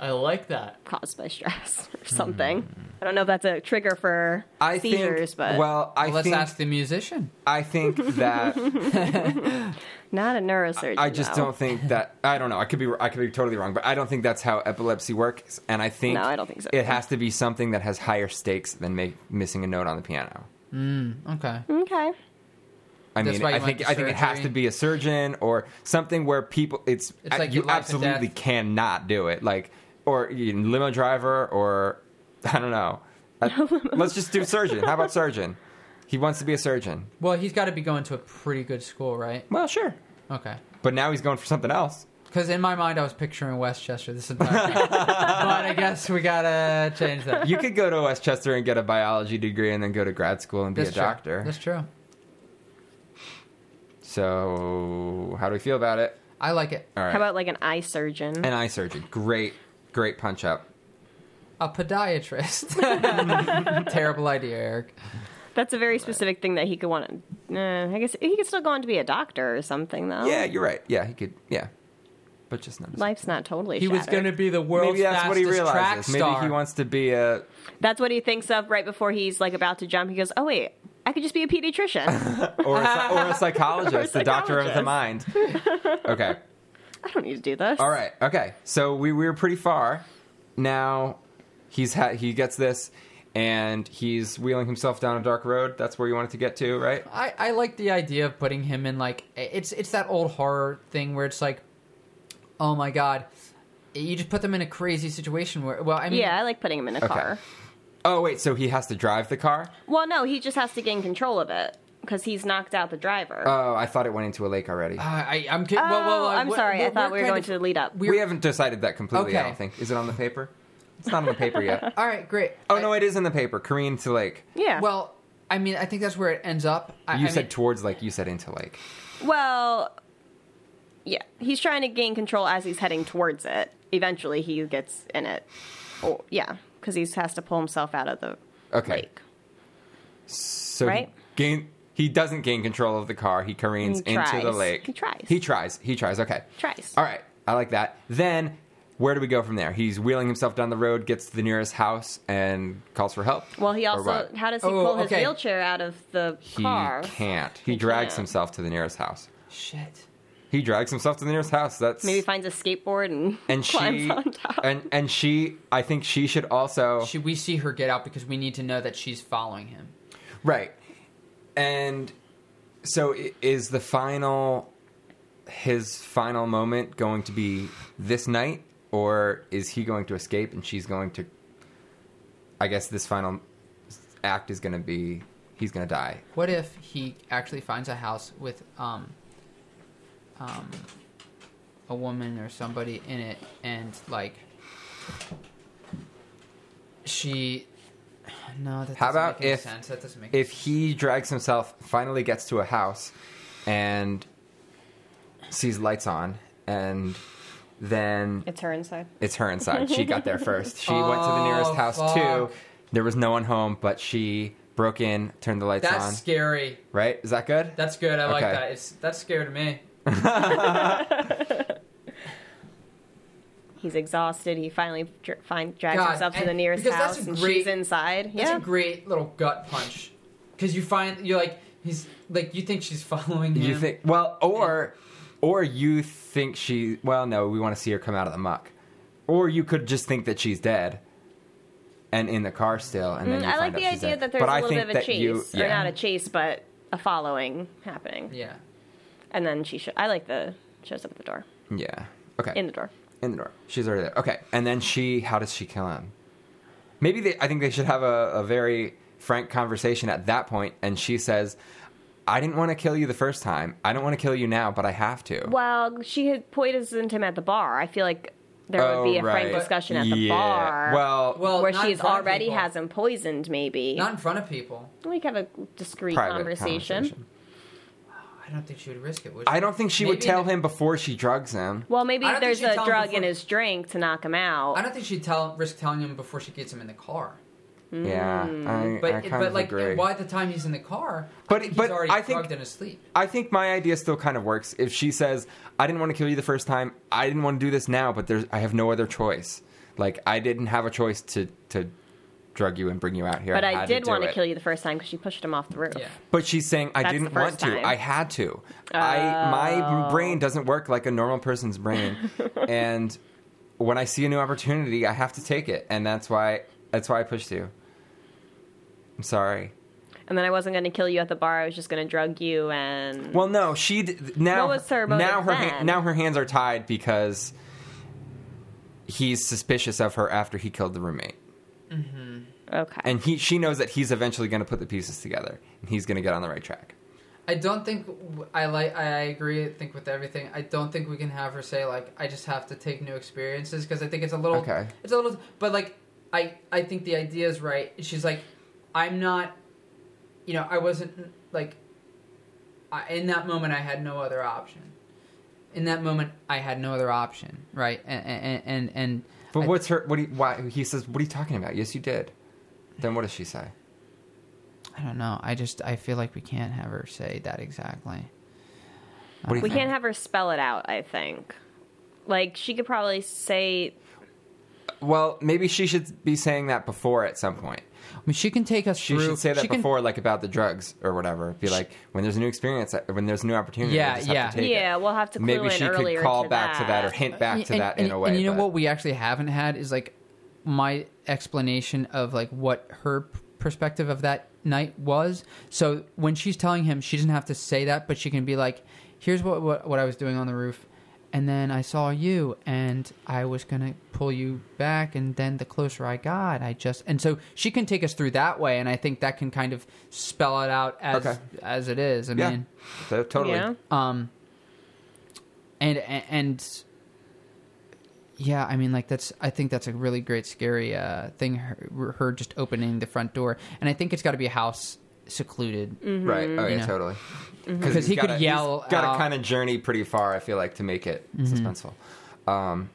[SPEAKER 5] I like that.
[SPEAKER 2] caused by stress or something. I don't know if that's a trigger for
[SPEAKER 4] Hmm. I think-
[SPEAKER 2] seizures, but
[SPEAKER 4] well, I
[SPEAKER 5] Let's
[SPEAKER 4] think
[SPEAKER 5] ask the musician.
[SPEAKER 4] I think that
[SPEAKER 2] not a neurosurgeon.
[SPEAKER 4] I just
[SPEAKER 2] no.
[SPEAKER 4] don't think that I don't know. I could be I could be totally wrong, but I don't think that's how epilepsy works. And I think
[SPEAKER 2] No, I don't think so.
[SPEAKER 4] It has to be something that has higher stakes than make, missing a note on the piano.
[SPEAKER 5] Okay.
[SPEAKER 2] Okay.
[SPEAKER 4] I
[SPEAKER 5] That's
[SPEAKER 4] mean,
[SPEAKER 5] why you
[SPEAKER 4] I
[SPEAKER 5] went
[SPEAKER 4] think
[SPEAKER 5] to
[SPEAKER 4] I think it has to
[SPEAKER 5] surgery.
[SPEAKER 4] be a surgeon or something where people it's,
[SPEAKER 5] It's like
[SPEAKER 4] you
[SPEAKER 5] your life and
[SPEAKER 4] absolutely
[SPEAKER 5] death.
[SPEAKER 4] cannot do it. Like or you know, limo driver or I don't know. Uh, let's just do surgeon. How about surgeon? He wants to be a surgeon.
[SPEAKER 5] Well, he's got to be going to a pretty good school, right?
[SPEAKER 4] Well, sure.
[SPEAKER 5] Okay.
[SPEAKER 4] But now he's going for something else.
[SPEAKER 5] Because in my mind, I was picturing Westchester this entire time. but I guess we gotta change that.
[SPEAKER 4] You could go to Westchester and get a biology degree and then go to grad school and be a
[SPEAKER 5] true.
[SPEAKER 4] doctor.
[SPEAKER 5] That's true.
[SPEAKER 4] So, how do we feel about it?
[SPEAKER 5] I like it.
[SPEAKER 4] All right.
[SPEAKER 2] How about like an eye surgeon?
[SPEAKER 4] an eye surgeon? Great, great punch up.
[SPEAKER 5] A podiatrist. Terrible idea, Eric.
[SPEAKER 2] That's a very specific thing that he could want. To, I guess he could still go on to be a doctor or something,
[SPEAKER 5] Oh.
[SPEAKER 2] though.
[SPEAKER 4] Yeah, you're right. Yeah, he could. Yeah, but just not.
[SPEAKER 2] Life's not totally.
[SPEAKER 5] He was
[SPEAKER 2] shattered.
[SPEAKER 5] gonna be the world's
[SPEAKER 4] Maybe that's
[SPEAKER 5] fastest
[SPEAKER 4] what he
[SPEAKER 5] track
[SPEAKER 4] realizes. Maybe
[SPEAKER 5] star.
[SPEAKER 4] he wants to be a.
[SPEAKER 2] That's what he thinks of right before he's like about to jump. He goes, "Oh wait, I could just be a pediatrician.
[SPEAKER 4] or a, psy- or a psychologist, the doctor of the mind. Okay.
[SPEAKER 2] I don't need to do this."
[SPEAKER 4] All right. Okay. So we, we were pretty far. Now he's ha- he gets this, and he's wheeling himself down a dark road. That's where you wanted to get to, right?
[SPEAKER 5] I, I like the idea of putting him in like it's it's that old horror thing where it's like, oh my god, you just put them in a crazy situation where well I mean
[SPEAKER 2] Yeah, I like putting him in a car.
[SPEAKER 4] Oh wait, so he has to drive the car?
[SPEAKER 2] Well, no, he just has to gain control of it because he's knocked out the driver.
[SPEAKER 4] Oh, I thought it went into a lake already.
[SPEAKER 5] Uh, I, I'm ki-
[SPEAKER 2] oh,
[SPEAKER 5] Uh, well, well, uh,
[SPEAKER 2] I'm
[SPEAKER 5] what-
[SPEAKER 2] sorry. I
[SPEAKER 5] what-
[SPEAKER 2] thought
[SPEAKER 5] we're
[SPEAKER 2] we were
[SPEAKER 5] kind
[SPEAKER 2] going
[SPEAKER 5] of-
[SPEAKER 2] to lead up.
[SPEAKER 4] we haven't decided that completely. I
[SPEAKER 5] Okay.
[SPEAKER 4] don't think. Is it on the paper? It's not on the paper yet.
[SPEAKER 5] All right, great.
[SPEAKER 4] Oh
[SPEAKER 5] I-
[SPEAKER 4] no, it is in the paper. Korean to lake.
[SPEAKER 2] yeah.
[SPEAKER 5] Well, I mean, I think that's where it ends up. I,
[SPEAKER 4] You
[SPEAKER 5] I
[SPEAKER 4] said
[SPEAKER 5] mean,
[SPEAKER 4] towards lake. You said into lake.
[SPEAKER 2] well, yeah. He's trying to gain control as he's heading towards it. Eventually, he gets in it. Oh, yeah, because he has to pull himself out of the
[SPEAKER 4] Okay.
[SPEAKER 2] lake.
[SPEAKER 4] So
[SPEAKER 2] Right?
[SPEAKER 4] he gain. He doesn't gain control of the car. He careens
[SPEAKER 2] He
[SPEAKER 4] into the
[SPEAKER 2] tries.
[SPEAKER 4] lake.
[SPEAKER 2] He tries.
[SPEAKER 4] He tries. He tries. Okay.
[SPEAKER 2] Tries.
[SPEAKER 4] All right. I like that. Then, where do we go from there? He's wheeling himself down the road, gets to the nearest house, and calls for help.
[SPEAKER 2] Well, he
[SPEAKER 4] Or
[SPEAKER 2] also
[SPEAKER 4] what?
[SPEAKER 2] how does he
[SPEAKER 5] Oh,
[SPEAKER 2] pull his
[SPEAKER 5] okay.
[SPEAKER 2] wheelchair out of the
[SPEAKER 4] he
[SPEAKER 2] car?
[SPEAKER 4] can't. He, drags
[SPEAKER 2] can't.
[SPEAKER 4] himself to the nearest house.
[SPEAKER 5] shit.
[SPEAKER 4] He drags himself to the nearest house. That's
[SPEAKER 2] Maybe finds a skateboard and,
[SPEAKER 4] and
[SPEAKER 2] climbs
[SPEAKER 4] she
[SPEAKER 2] on top.
[SPEAKER 4] and and she i think she should also
[SPEAKER 5] Should we see her get out because we need to know that she's following him?
[SPEAKER 4] right and so i- is the final his final moment going to be this night or is he going to escape and she's going to i guess this final act is going to be he's going to die
[SPEAKER 5] What if he actually finds a house with um, um, a woman or somebody in it, and like she? No, that doesn't
[SPEAKER 4] How about
[SPEAKER 5] make any
[SPEAKER 4] if-
[SPEAKER 5] sense. That doesn't make
[SPEAKER 4] if he drags himself finally gets to a house and sees lights on and then
[SPEAKER 2] it's her inside.
[SPEAKER 4] It's her inside. She got there first. She went to the nearest
[SPEAKER 5] Oh,
[SPEAKER 4] house
[SPEAKER 5] fuck.
[SPEAKER 4] too. There was no one home, but she broke in, turned the lights
[SPEAKER 5] That's
[SPEAKER 4] on.
[SPEAKER 5] scary.
[SPEAKER 4] right? Is that good?
[SPEAKER 5] That's good. I like
[SPEAKER 4] Okay.
[SPEAKER 5] that. It's that's scary to me.
[SPEAKER 2] He's exhausted. He finally dr- find, drags
[SPEAKER 5] God,
[SPEAKER 2] himself to
[SPEAKER 5] and-
[SPEAKER 2] the nearest
[SPEAKER 5] because
[SPEAKER 2] house
[SPEAKER 5] that's a
[SPEAKER 2] and
[SPEAKER 5] great-
[SPEAKER 2] she's inside.
[SPEAKER 5] That's
[SPEAKER 2] Yeah,
[SPEAKER 5] a great little gut punch because you find you're like he's like you think she's following him.
[SPEAKER 4] You think? Well, or or you think she? Well, no. We want to see her come out of the muck. Or you could just think that she's dead. and in the car still. And then you
[SPEAKER 2] Mm, I like
[SPEAKER 4] find out
[SPEAKER 2] the
[SPEAKER 4] she's
[SPEAKER 2] idea
[SPEAKER 4] dead.
[SPEAKER 2] that there's
[SPEAKER 4] But
[SPEAKER 2] a
[SPEAKER 4] I
[SPEAKER 2] little bit
[SPEAKER 4] think
[SPEAKER 2] of a
[SPEAKER 4] that
[SPEAKER 2] chase,
[SPEAKER 4] you-
[SPEAKER 2] or
[SPEAKER 4] yeah.
[SPEAKER 2] not a chase, but a following happening.
[SPEAKER 5] Yeah.
[SPEAKER 2] And then she, sho- I like the shows up at the door,
[SPEAKER 4] Yeah. Okay.
[SPEAKER 2] in the door.
[SPEAKER 4] In the door. She's already there. Okay. And then she, how does she kill him? Maybe they, I think they should have a, a very frank conversation at that point, and she says, I didn't want to kill you the first time. I don't want to kill you now, but I have to.
[SPEAKER 2] Well, she had poisoned him at the bar. I feel like there would be
[SPEAKER 4] Oh,
[SPEAKER 2] a
[SPEAKER 4] right.
[SPEAKER 2] frank discussion at the
[SPEAKER 4] Yeah.
[SPEAKER 2] bar.
[SPEAKER 4] Well,
[SPEAKER 5] Well,
[SPEAKER 2] where
[SPEAKER 5] not in
[SPEAKER 2] she's
[SPEAKER 5] front of
[SPEAKER 2] already
[SPEAKER 5] people.
[SPEAKER 2] has him poisoned, maybe.
[SPEAKER 5] Not in front of people.
[SPEAKER 2] we could have a discreet
[SPEAKER 4] private
[SPEAKER 2] conversation.
[SPEAKER 5] I don't think she would risk it. Would she?
[SPEAKER 4] I don't think she would
[SPEAKER 5] Maybe
[SPEAKER 4] tell
[SPEAKER 5] the-
[SPEAKER 4] him before she drugs him.
[SPEAKER 2] Well, maybe
[SPEAKER 5] I don't
[SPEAKER 2] there's
[SPEAKER 5] think she'd
[SPEAKER 2] a
[SPEAKER 5] tell him
[SPEAKER 2] drug in
[SPEAKER 5] before-
[SPEAKER 2] his drink to knock him out.
[SPEAKER 5] I don't think she'd tell risk telling him before she gets him in the car.
[SPEAKER 4] Yeah,
[SPEAKER 2] Hmm.
[SPEAKER 4] I, I
[SPEAKER 5] But
[SPEAKER 4] kind
[SPEAKER 5] but
[SPEAKER 4] of
[SPEAKER 5] like
[SPEAKER 4] agree.
[SPEAKER 5] by the time he's in the car,
[SPEAKER 4] But-
[SPEAKER 5] I think
[SPEAKER 4] but
[SPEAKER 5] he's already
[SPEAKER 4] I think-
[SPEAKER 5] drugged and asleep.
[SPEAKER 4] I think my idea still kind of works. If she says, "I didn't want to kill you the first time. I didn't want to do this now, but there's I have no other choice. Like I didn't have a choice to to drug you and bring you out here.
[SPEAKER 2] but I
[SPEAKER 4] had
[SPEAKER 2] did
[SPEAKER 4] to
[SPEAKER 2] want
[SPEAKER 4] to
[SPEAKER 2] to kill you the first time because she pushed him off the roof.
[SPEAKER 5] Yeah.
[SPEAKER 4] But she's saying I
[SPEAKER 2] That's the
[SPEAKER 4] didn't want
[SPEAKER 2] first
[SPEAKER 4] to.
[SPEAKER 2] time. Oh.
[SPEAKER 4] I had to. I my brain doesn't work like a normal person's brain, and when I see a new opportunity, I have to take it, and that's why that's why I pushed you. I'm sorry.
[SPEAKER 2] And then I wasn't going to kill you at the bar. I was just going to drug you and.
[SPEAKER 4] Well, no, she d- now
[SPEAKER 2] What was her motive
[SPEAKER 4] now her ha-
[SPEAKER 2] then?
[SPEAKER 4] now her hands are tied because he's suspicious of her after he killed the roommate,
[SPEAKER 2] okay.
[SPEAKER 4] and he she knows that he's eventually going to put the pieces together and he's going to get on the right track.
[SPEAKER 5] I don't think w- I like. I agree. I think with everything. I don't think we can have her say like, "I just have to take new experiences" because I think it's a little.
[SPEAKER 4] Okay.
[SPEAKER 5] It's a little, but like, I I think the idea is right. She's like, I'm not, you know, I wasn't like, I, in that moment I had no other option. In that moment, I had no other option, right? And and and, and
[SPEAKER 4] But
[SPEAKER 5] I-
[SPEAKER 4] what's her? What do you, why he says? What are you talking about? Yes, you did. Then what does she say?
[SPEAKER 5] I don't know. I just I feel like we can't have her say that exactly.
[SPEAKER 4] What do you
[SPEAKER 2] we
[SPEAKER 4] think?
[SPEAKER 2] can't have her spell it out, I think. Like, she could probably say.
[SPEAKER 4] well, maybe she should be saying that before at some point.
[SPEAKER 5] I mean, she can take us
[SPEAKER 4] She
[SPEAKER 5] through.
[SPEAKER 4] should say that
[SPEAKER 5] she can-
[SPEAKER 4] before, like about the drugs or whatever. Be like, when there's a new experience, uh, when there's a new opportunity,
[SPEAKER 5] Yeah,
[SPEAKER 4] I just have
[SPEAKER 5] yeah.
[SPEAKER 4] to take it.
[SPEAKER 2] yeah, we'll have to clue
[SPEAKER 4] maybe
[SPEAKER 2] in
[SPEAKER 4] she
[SPEAKER 2] earlier
[SPEAKER 4] could call
[SPEAKER 2] to
[SPEAKER 4] back to that or hint back
[SPEAKER 5] And-
[SPEAKER 4] to that
[SPEAKER 5] and,
[SPEAKER 4] in a way.
[SPEAKER 5] And you know
[SPEAKER 4] but-
[SPEAKER 5] what we actually haven't had is like my explanation of like what her p- perspective of that night was. So when she's telling him, she doesn't have to say that, but she can be like, "Here's what what, what I was doing on the roof." And then I saw you, and I was gonna pull you back. And then the closer I got, I just and so she can take us through that way, and I think that can kind of spell it out as
[SPEAKER 4] Okay.
[SPEAKER 5] as it is. I
[SPEAKER 4] Yeah,
[SPEAKER 5] mean,
[SPEAKER 4] so, totally.
[SPEAKER 2] Yeah.
[SPEAKER 5] um and and, and yeah i mean like that's i think that's a really great scary uh thing her, her just opening the front door and i think it's got to be a house secluded
[SPEAKER 2] Mm. Mm-hmm.
[SPEAKER 4] Right. Oh, yeah,
[SPEAKER 5] You know.
[SPEAKER 4] totally.
[SPEAKER 5] Because he could yell
[SPEAKER 4] Got to
[SPEAKER 5] out- Mm-hmm.
[SPEAKER 4] kind of journey pretty far, I feel like, to make it suspenseful. Um,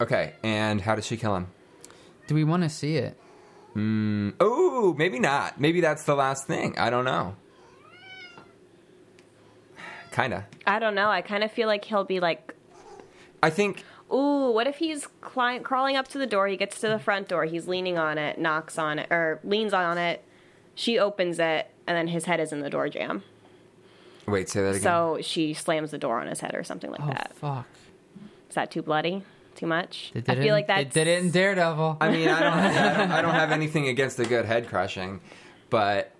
[SPEAKER 4] okay, and how does she kill him?
[SPEAKER 5] do we want to see it
[SPEAKER 4] Oh, maybe not. Maybe that's the last thing. I don't know. Kinda.
[SPEAKER 2] I don't know. I kind of feel like he'll be like,
[SPEAKER 4] I think.
[SPEAKER 2] ooh, what if he's cli- crawling up to the door? He gets to the front door. He's leaning on it, knocks on it, or leans on it. She opens it, and then his head is in the door jam.
[SPEAKER 4] Wait, say that again.
[SPEAKER 2] So she slams the door on his head or something like
[SPEAKER 5] oh
[SPEAKER 2] that.
[SPEAKER 5] fuck
[SPEAKER 2] Is that too bloody? Too much?
[SPEAKER 5] they
[SPEAKER 2] I
[SPEAKER 5] did it
[SPEAKER 2] feel like
[SPEAKER 5] in-
[SPEAKER 2] that's
[SPEAKER 5] they did it in daredevil
[SPEAKER 4] I mean, I don't, I don't. I don't have anything against a good head crushing, but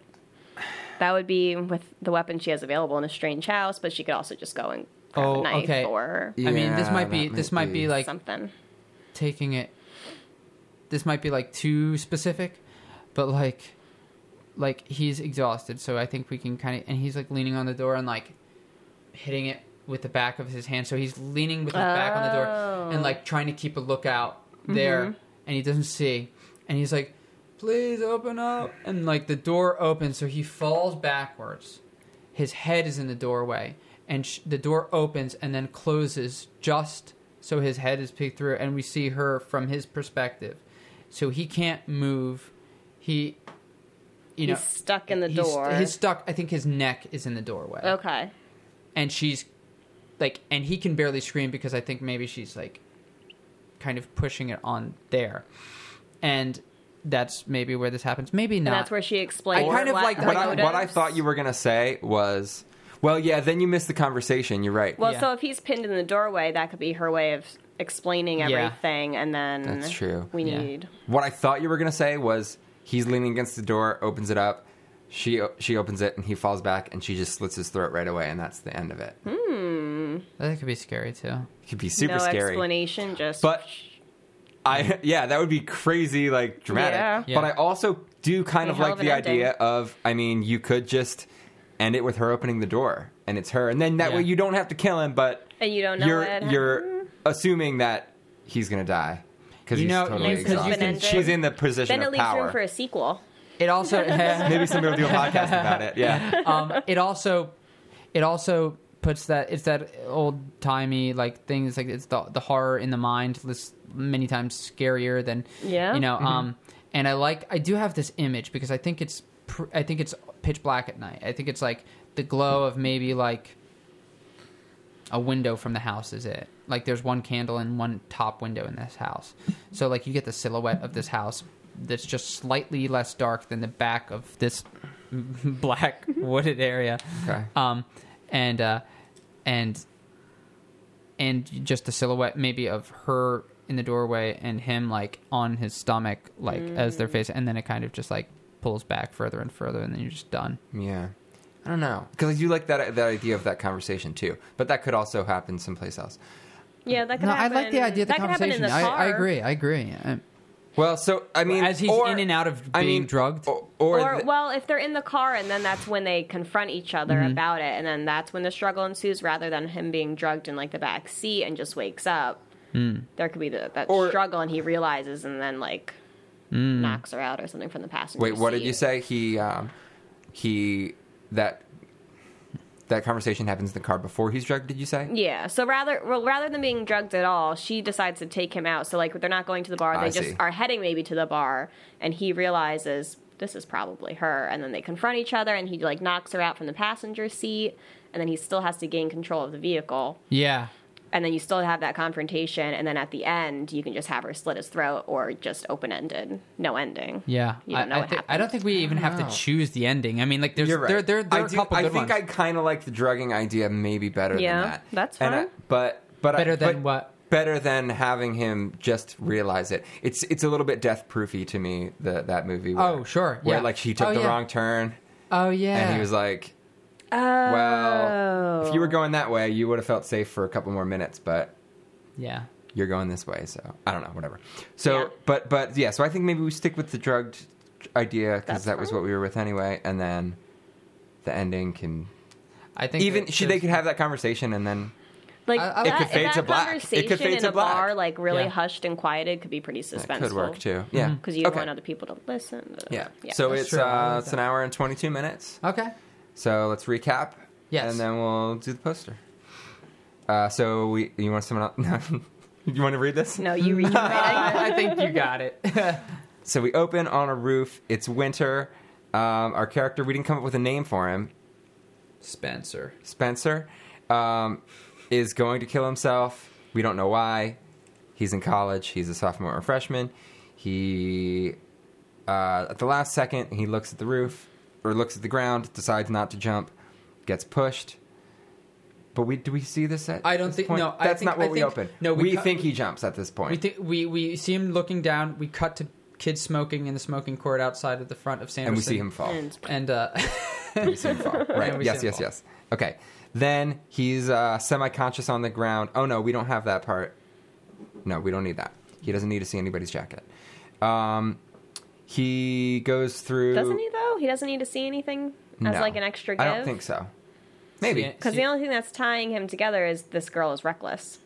[SPEAKER 2] that would be with the weapon she has available in a strange house, but she could also just go and grab
[SPEAKER 5] Oh,
[SPEAKER 2] a knife
[SPEAKER 5] okay.
[SPEAKER 2] or
[SPEAKER 4] Yeah,
[SPEAKER 5] i mean this might be
[SPEAKER 4] that
[SPEAKER 5] this
[SPEAKER 4] might
[SPEAKER 5] might be,
[SPEAKER 4] be-
[SPEAKER 5] like
[SPEAKER 2] something.
[SPEAKER 5] taking it this might be like too specific but like like he's exhausted so i think we can kind of and he's like leaning on the door and like hitting it with the back of his hand so he's leaning with his back on the door and like trying to keep a lookout there and he doesn't see and he's like please open up and like the door opens so he falls backwards his head is in the doorway and sh- the door opens and then closes just so his head is peeked through and we see her from his perspective so he can't move he you know
[SPEAKER 2] he's stuck in the
[SPEAKER 5] he's-
[SPEAKER 2] door.
[SPEAKER 5] he's stuck i think his neck is in the doorway
[SPEAKER 2] okay.
[SPEAKER 5] and she's like and he can barely scream because i think maybe she's like kind of pushing it on there and that's maybe where this happens maybe not
[SPEAKER 2] And that's where she explains.
[SPEAKER 5] I kind of
[SPEAKER 2] what
[SPEAKER 5] like-
[SPEAKER 2] her
[SPEAKER 4] what I, what I
[SPEAKER 2] motives-
[SPEAKER 4] thought you were gonna say was, well, yeah. Then you missed the conversation. You're right.
[SPEAKER 2] Well,
[SPEAKER 5] Yeah.
[SPEAKER 2] so if he's pinned in the doorway, that could be her way of explaining
[SPEAKER 5] Yeah.
[SPEAKER 2] everything, and then
[SPEAKER 4] That's true.
[SPEAKER 2] We
[SPEAKER 5] Yeah.
[SPEAKER 2] need
[SPEAKER 4] What I thought you were gonna say was he's leaning against the door, opens it up, she she opens it, and he falls back, and she just slits his throat right away, and that's the end of it.
[SPEAKER 5] That could be scary too.
[SPEAKER 4] It could be super
[SPEAKER 2] Hmm? no
[SPEAKER 4] scary.
[SPEAKER 2] explanation. Just
[SPEAKER 4] But I yeah, that would be crazy, like dramatic.
[SPEAKER 5] Yeah.
[SPEAKER 4] But I
[SPEAKER 5] Yeah.
[SPEAKER 4] also do kind
[SPEAKER 2] Be
[SPEAKER 4] of
[SPEAKER 2] a hell
[SPEAKER 4] like
[SPEAKER 2] of an
[SPEAKER 4] the idea
[SPEAKER 2] ending.
[SPEAKER 4] of I mean, you could just end it with her opening the door, and it's her, and then that
[SPEAKER 5] Yeah.
[SPEAKER 4] way you don't have to kill him, but
[SPEAKER 2] and you don't know
[SPEAKER 4] you're
[SPEAKER 2] what had happened.
[SPEAKER 4] you're assuming that he's gonna die because
[SPEAKER 5] You
[SPEAKER 4] he's
[SPEAKER 5] know,
[SPEAKER 4] totally
[SPEAKER 5] you- 'cause you
[SPEAKER 4] exhausted.
[SPEAKER 2] can-
[SPEAKER 4] She's in the position
[SPEAKER 2] Then it
[SPEAKER 4] of
[SPEAKER 2] leaves room
[SPEAKER 4] power.
[SPEAKER 2] for a sequel.
[SPEAKER 5] It also
[SPEAKER 4] Maybe somebody will do a podcast about it. Yeah,
[SPEAKER 5] um, it also it also puts that it's that old timey like thing. It's like it's the the horror in the mind. This many times scarier than
[SPEAKER 2] Yeah.
[SPEAKER 5] you know. Um, and I like I do have this image because I think it's pr- I think it's pitch black at night. I think it's like the glow of maybe like a window from the house is it like there's one candle and one top window in this house so like you get the silhouette of this house that's just slightly less dark than the back of this black wooded area
[SPEAKER 4] okay.
[SPEAKER 5] um and uh and and just the silhouette maybe of her in the doorway and him like on his stomach like
[SPEAKER 2] Mm.
[SPEAKER 5] as their face and then it kind of just like pulls back further and further and then you're just done
[SPEAKER 4] yeah. I don't know because I do like that that idea of that conversation too, but that could also happen someplace else.
[SPEAKER 2] Yeah, that could
[SPEAKER 5] no i
[SPEAKER 2] happen.
[SPEAKER 5] like the idea of the
[SPEAKER 2] that could happen in
[SPEAKER 5] conversation
[SPEAKER 2] the
[SPEAKER 5] I,
[SPEAKER 2] car.
[SPEAKER 5] I agree i agree I-
[SPEAKER 4] Well, so I mean,
[SPEAKER 5] as he's
[SPEAKER 4] or-
[SPEAKER 5] in and out of being
[SPEAKER 4] I mean,
[SPEAKER 5] drugged
[SPEAKER 4] or, or,
[SPEAKER 2] Or
[SPEAKER 4] th-
[SPEAKER 2] well, if they're in the car, and then that's when they confront each other
[SPEAKER 4] Mm-hmm.
[SPEAKER 2] about it, and then that's when the struggle ensues, rather than him being drugged in like the back seat and just wakes up. There could be the, that
[SPEAKER 4] Mm. Or- Mm.
[SPEAKER 2] struggle, and he realizes, and then like knocks her out or something from the passenger.
[SPEAKER 4] Wait, what did you
[SPEAKER 2] seat.
[SPEAKER 4] say? He um, he that that conversation happens in the car before he's drugged. Did you say?
[SPEAKER 2] Yeah. So rather, well, rather than being drugged at all, she decides to take him out. So like, they're not going to the bar; they
[SPEAKER 4] I
[SPEAKER 2] just
[SPEAKER 4] see.
[SPEAKER 2] are heading maybe to the bar, and he realizes this is probably her, and then they confront each other, and he like knocks her out from the passenger seat, and then he still has to gain control of the vehicle,
[SPEAKER 5] yeah
[SPEAKER 2] and then you still have that confrontation, and then at the end, you can just have her slit his throat or just open ended, no ending.
[SPEAKER 5] yeah
[SPEAKER 2] You don't know
[SPEAKER 5] I, I,
[SPEAKER 2] what
[SPEAKER 5] thi- I don't think we even have
[SPEAKER 4] know.
[SPEAKER 5] to choose the ending i mean like there's
[SPEAKER 4] You're right.
[SPEAKER 5] there, there, there
[SPEAKER 4] I,
[SPEAKER 5] are a
[SPEAKER 4] do-
[SPEAKER 5] couple
[SPEAKER 4] I
[SPEAKER 5] good
[SPEAKER 4] think I
[SPEAKER 5] ones
[SPEAKER 4] kind of like the drugging idea maybe better
[SPEAKER 2] Yeah,
[SPEAKER 4] than that.
[SPEAKER 2] that's
[SPEAKER 4] And I-
[SPEAKER 2] fine.
[SPEAKER 4] but but I-
[SPEAKER 5] Better than
[SPEAKER 4] but-
[SPEAKER 5] what?
[SPEAKER 4] Better than having him just realize it. It's it's a little bit death proofy to me. The, that movie. Where,
[SPEAKER 5] Oh, sure,
[SPEAKER 4] Where
[SPEAKER 5] yeah.
[SPEAKER 4] like she took
[SPEAKER 5] Oh,
[SPEAKER 4] the
[SPEAKER 5] yeah.
[SPEAKER 4] wrong turn
[SPEAKER 5] oh yeah
[SPEAKER 4] and he was like,
[SPEAKER 2] Oh.
[SPEAKER 4] well, if you were going that way, you would have felt safe for a couple more minutes, but
[SPEAKER 5] yeah
[SPEAKER 4] you're going this way so i don't know whatever so
[SPEAKER 2] Yeah.
[SPEAKER 4] but but yeah so i think maybe we stick with the drugged idea because
[SPEAKER 2] That's
[SPEAKER 4] that was
[SPEAKER 2] fine.
[SPEAKER 4] what we were with anyway and then the ending can
[SPEAKER 5] i think
[SPEAKER 4] even
[SPEAKER 5] that
[SPEAKER 4] she they
[SPEAKER 5] there's-
[SPEAKER 4] could have that conversation and then
[SPEAKER 2] Like
[SPEAKER 5] I- I-
[SPEAKER 2] that,
[SPEAKER 5] It could
[SPEAKER 2] if
[SPEAKER 4] fade
[SPEAKER 2] that
[SPEAKER 4] to black. It could
[SPEAKER 2] conversation
[SPEAKER 4] fade
[SPEAKER 2] in
[SPEAKER 4] to
[SPEAKER 2] a
[SPEAKER 4] black.
[SPEAKER 2] bar, like really
[SPEAKER 5] Yeah.
[SPEAKER 2] hushed and quieted, could be pretty suspenseful.
[SPEAKER 4] that could work too yeah
[SPEAKER 2] because Mm-hmm. you
[SPEAKER 4] okay.
[SPEAKER 2] want other people to listen.
[SPEAKER 4] yeah. so
[SPEAKER 5] That's
[SPEAKER 4] it's
[SPEAKER 5] true. I
[SPEAKER 4] uh
[SPEAKER 5] like
[SPEAKER 4] it's
[SPEAKER 5] that.
[SPEAKER 4] an hour and 22 minutes
[SPEAKER 5] okay
[SPEAKER 4] so let's recap
[SPEAKER 5] Yes.
[SPEAKER 4] and then we'll do the poster uh so we you want someone else no you want to read this
[SPEAKER 2] no, you read.
[SPEAKER 5] I, I think you got it
[SPEAKER 4] So we open on a roof. It's winter. Um, our character, we didn't come up with a name for him.
[SPEAKER 5] spencer
[SPEAKER 4] Spencer um, is going to kill himself. We don't know why. He's in college. He's a sophomore or freshman. He, uh, at the last second, he looks at the roof or looks at the ground, decides not to jump, gets pushed. But we do we see this at?
[SPEAKER 5] I don't
[SPEAKER 4] this
[SPEAKER 5] think-
[SPEAKER 4] point?
[SPEAKER 5] no, I
[SPEAKER 4] That's
[SPEAKER 5] think-
[SPEAKER 4] not what
[SPEAKER 5] I
[SPEAKER 4] we
[SPEAKER 5] think-
[SPEAKER 4] open.
[SPEAKER 5] no, we
[SPEAKER 4] we
[SPEAKER 5] cut-
[SPEAKER 4] think he jumps at this point.
[SPEAKER 5] We think we we see him looking down. We cut to kids smoking in the smoking court outside of the front of Sanderson,
[SPEAKER 4] and we see him fall.
[SPEAKER 5] And uh,
[SPEAKER 4] We see him fall.
[SPEAKER 5] And
[SPEAKER 4] Right.
[SPEAKER 5] we
[SPEAKER 4] yes,
[SPEAKER 5] see him
[SPEAKER 4] yes,
[SPEAKER 5] fall.
[SPEAKER 4] yes. Okay. Then he's uh, semi conscious on the ground. Oh, no, we don't have that part. No, we don't need that. He doesn't need to see anybody's jacket. Um, he goes through.
[SPEAKER 2] doesn't he though? He doesn't need to see anything as
[SPEAKER 4] No.
[SPEAKER 2] like an extra give.
[SPEAKER 4] I don't think so. Maybe.
[SPEAKER 5] See it.
[SPEAKER 2] Because the only thing that's tying him together is this girl is reckless.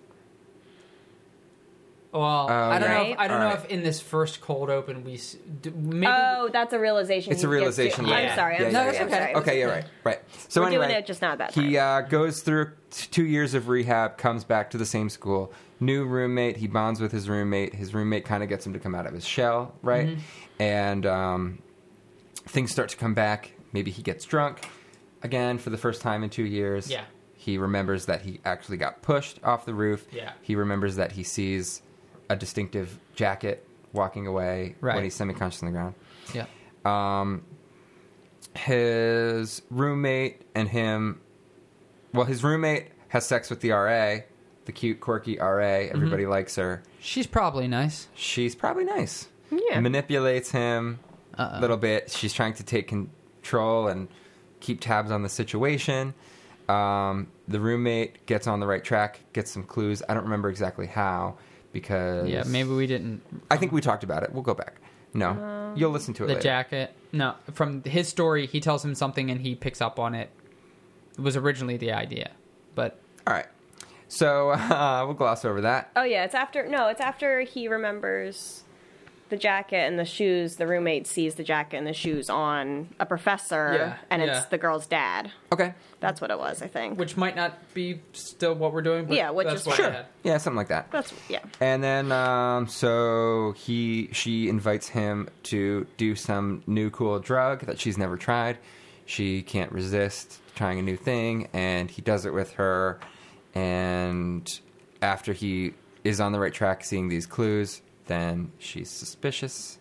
[SPEAKER 5] well, I don't
[SPEAKER 2] yeah.
[SPEAKER 5] know. If, I don't know
[SPEAKER 4] Alright.
[SPEAKER 5] if in this first cold open we s- d- maybe
[SPEAKER 2] Oh, that's a realization.
[SPEAKER 4] It's
[SPEAKER 2] he
[SPEAKER 4] a realization.
[SPEAKER 2] Gets to.
[SPEAKER 4] later.
[SPEAKER 2] I'm sorry. I'm
[SPEAKER 4] Yeah, yeah,
[SPEAKER 2] sorry.
[SPEAKER 4] yeah,
[SPEAKER 2] I'm
[SPEAKER 4] yeah.
[SPEAKER 2] sorry.
[SPEAKER 4] Okay, yeah, right, right. So
[SPEAKER 2] We're
[SPEAKER 4] anyway,
[SPEAKER 2] doing it just not that
[SPEAKER 4] he uh, goes through t- two years of rehab, comes back to the same school, new roommate. He bonds with his roommate. His roommate kind of gets him to come out of his shell, right?
[SPEAKER 2] Mm-hmm.
[SPEAKER 4] And um, things start to come back. Maybe he gets drunk again for the first time in two years.
[SPEAKER 5] Yeah.
[SPEAKER 4] He remembers that he actually got pushed off the roof.
[SPEAKER 5] Yeah.
[SPEAKER 4] He remembers that he sees a distinctive jacket walking away
[SPEAKER 5] Right.
[SPEAKER 4] when he's semi-conscious on the ground
[SPEAKER 5] yeah.
[SPEAKER 4] his roommate and him well his roommate has sex with the RA the the cute, quirky RA. Everybody
[SPEAKER 5] Mm-hmm.
[SPEAKER 4] likes her.
[SPEAKER 5] She's probably nice.
[SPEAKER 4] She's probably nice.
[SPEAKER 2] Yeah.
[SPEAKER 4] Manipulates him
[SPEAKER 5] Uh-oh.
[SPEAKER 4] a little bit. She's trying to take control and keep tabs on the situation. Um, the roommate gets on the right track, gets some clues. I don't remember exactly how because
[SPEAKER 5] Yeah, maybe we didn't.
[SPEAKER 4] I think we talked about it. We'll go back. No, you'll listen to it.
[SPEAKER 5] Um, The
[SPEAKER 4] later.
[SPEAKER 5] jacket. No, from his story, he tells him something and he picks up on it. It was originally the idea, but
[SPEAKER 4] All right. So uh, we'll gloss over that.
[SPEAKER 2] Oh yeah, it's after no, it's after he remembers the jacket and the shoes. The roommate sees the jacket and the shoes on a professor,
[SPEAKER 5] Yeah,
[SPEAKER 2] and it's
[SPEAKER 5] yeah.
[SPEAKER 2] the girl's dad.
[SPEAKER 4] Okay.
[SPEAKER 2] That's what it was, I think.
[SPEAKER 5] which might not be still what we're doing. But
[SPEAKER 2] Yeah, which
[SPEAKER 5] that's
[SPEAKER 2] is
[SPEAKER 5] what I
[SPEAKER 2] fine.
[SPEAKER 5] had.
[SPEAKER 4] Yeah, something like that.
[SPEAKER 2] That's yeah.
[SPEAKER 4] And then, um, so he she invites him to do some new cool drug that she's never tried. She can't resist trying a new thing, and he does it with her. And after he is on the right track, seeing these clues, then she's suspicious,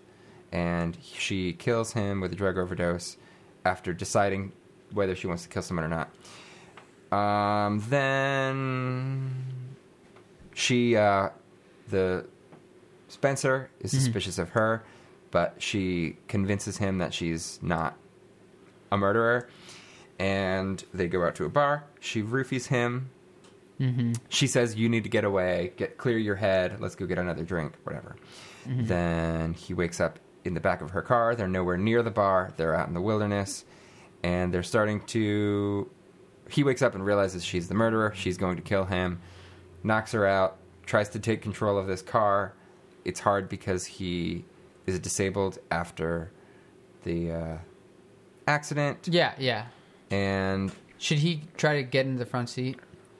[SPEAKER 4] and she kills him with a drug overdose. After deciding whether she wants to kill someone or not, um, then she uh, the Spencer is suspicious of her, but she convinces him that she's not a murderer, and they go out to a bar. She roofies him. She says, "You need to get away. Get clear your head. Let's go get another drink, whatever."
[SPEAKER 6] Mm-hmm.
[SPEAKER 4] Then he wakes up in the back of her car. They're nowhere near the bar. They're out in the wilderness, and they're starting to. He wakes up and realizes she's the murderer. She's going to kill him. Knocks her out. Tries to take control of this car. It's hard because he is disabled after the uh, accident,
[SPEAKER 5] Yeah, yeah.
[SPEAKER 4] and
[SPEAKER 5] Should he try to get into the front seat?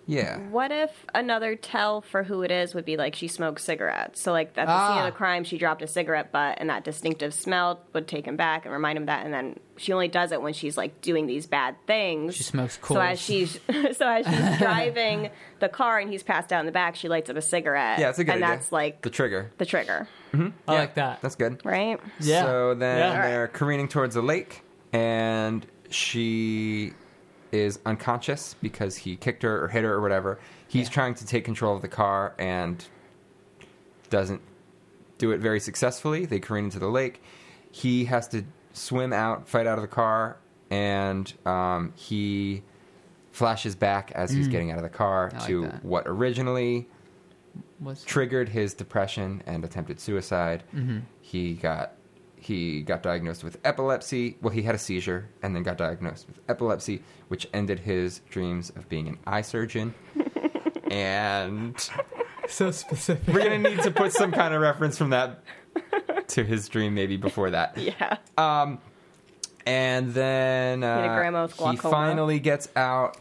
[SPEAKER 4] yeah.
[SPEAKER 2] What if another tell for who it is would be like she smoked cigarettes? So like at the scene
[SPEAKER 5] Ah.
[SPEAKER 2] of the crime, she dropped a cigarette butt, and that distinctive smell would take him back and remind him that. And then she only does it when she's like doing these bad things.
[SPEAKER 5] She smokes
[SPEAKER 2] So as
[SPEAKER 5] Cools.
[SPEAKER 2] she's so as she's driving the car and he's passed out in the back, she lights up a cigarette.
[SPEAKER 4] Yeah, it's a good
[SPEAKER 2] And
[SPEAKER 4] idea.
[SPEAKER 2] that's like
[SPEAKER 4] the
[SPEAKER 2] the,
[SPEAKER 4] trigger.
[SPEAKER 2] trigger,
[SPEAKER 6] I like that.
[SPEAKER 4] That's good.
[SPEAKER 2] right?
[SPEAKER 6] yeah.
[SPEAKER 4] So then
[SPEAKER 6] Yeah.
[SPEAKER 4] they're careening towards the lake, and she is unconscious because he kicked her or hit her or whatever. He's trying to take control of the car and doesn't do it very successfully. They careen into the lake. He has to swim out, fight out of the car, and um, he flashes back as he's getting out of the car
[SPEAKER 5] Mm. I like
[SPEAKER 4] to
[SPEAKER 5] that.
[SPEAKER 4] what originally
[SPEAKER 5] Was
[SPEAKER 4] triggered his depression and attempted suicide. He got he got diagnosed with epilepsy. Well, he had a seizure and then got diagnosed with epilepsy, which ended his dreams of being an eye surgeon. and
[SPEAKER 6] so specific.
[SPEAKER 4] we're gonna need to put some kind of reference from that to his dream maybe before that.
[SPEAKER 2] Yeah.
[SPEAKER 4] And then
[SPEAKER 2] had a
[SPEAKER 4] uh,
[SPEAKER 2] grandma with
[SPEAKER 4] he
[SPEAKER 2] glaucoma.
[SPEAKER 4] finally gets out,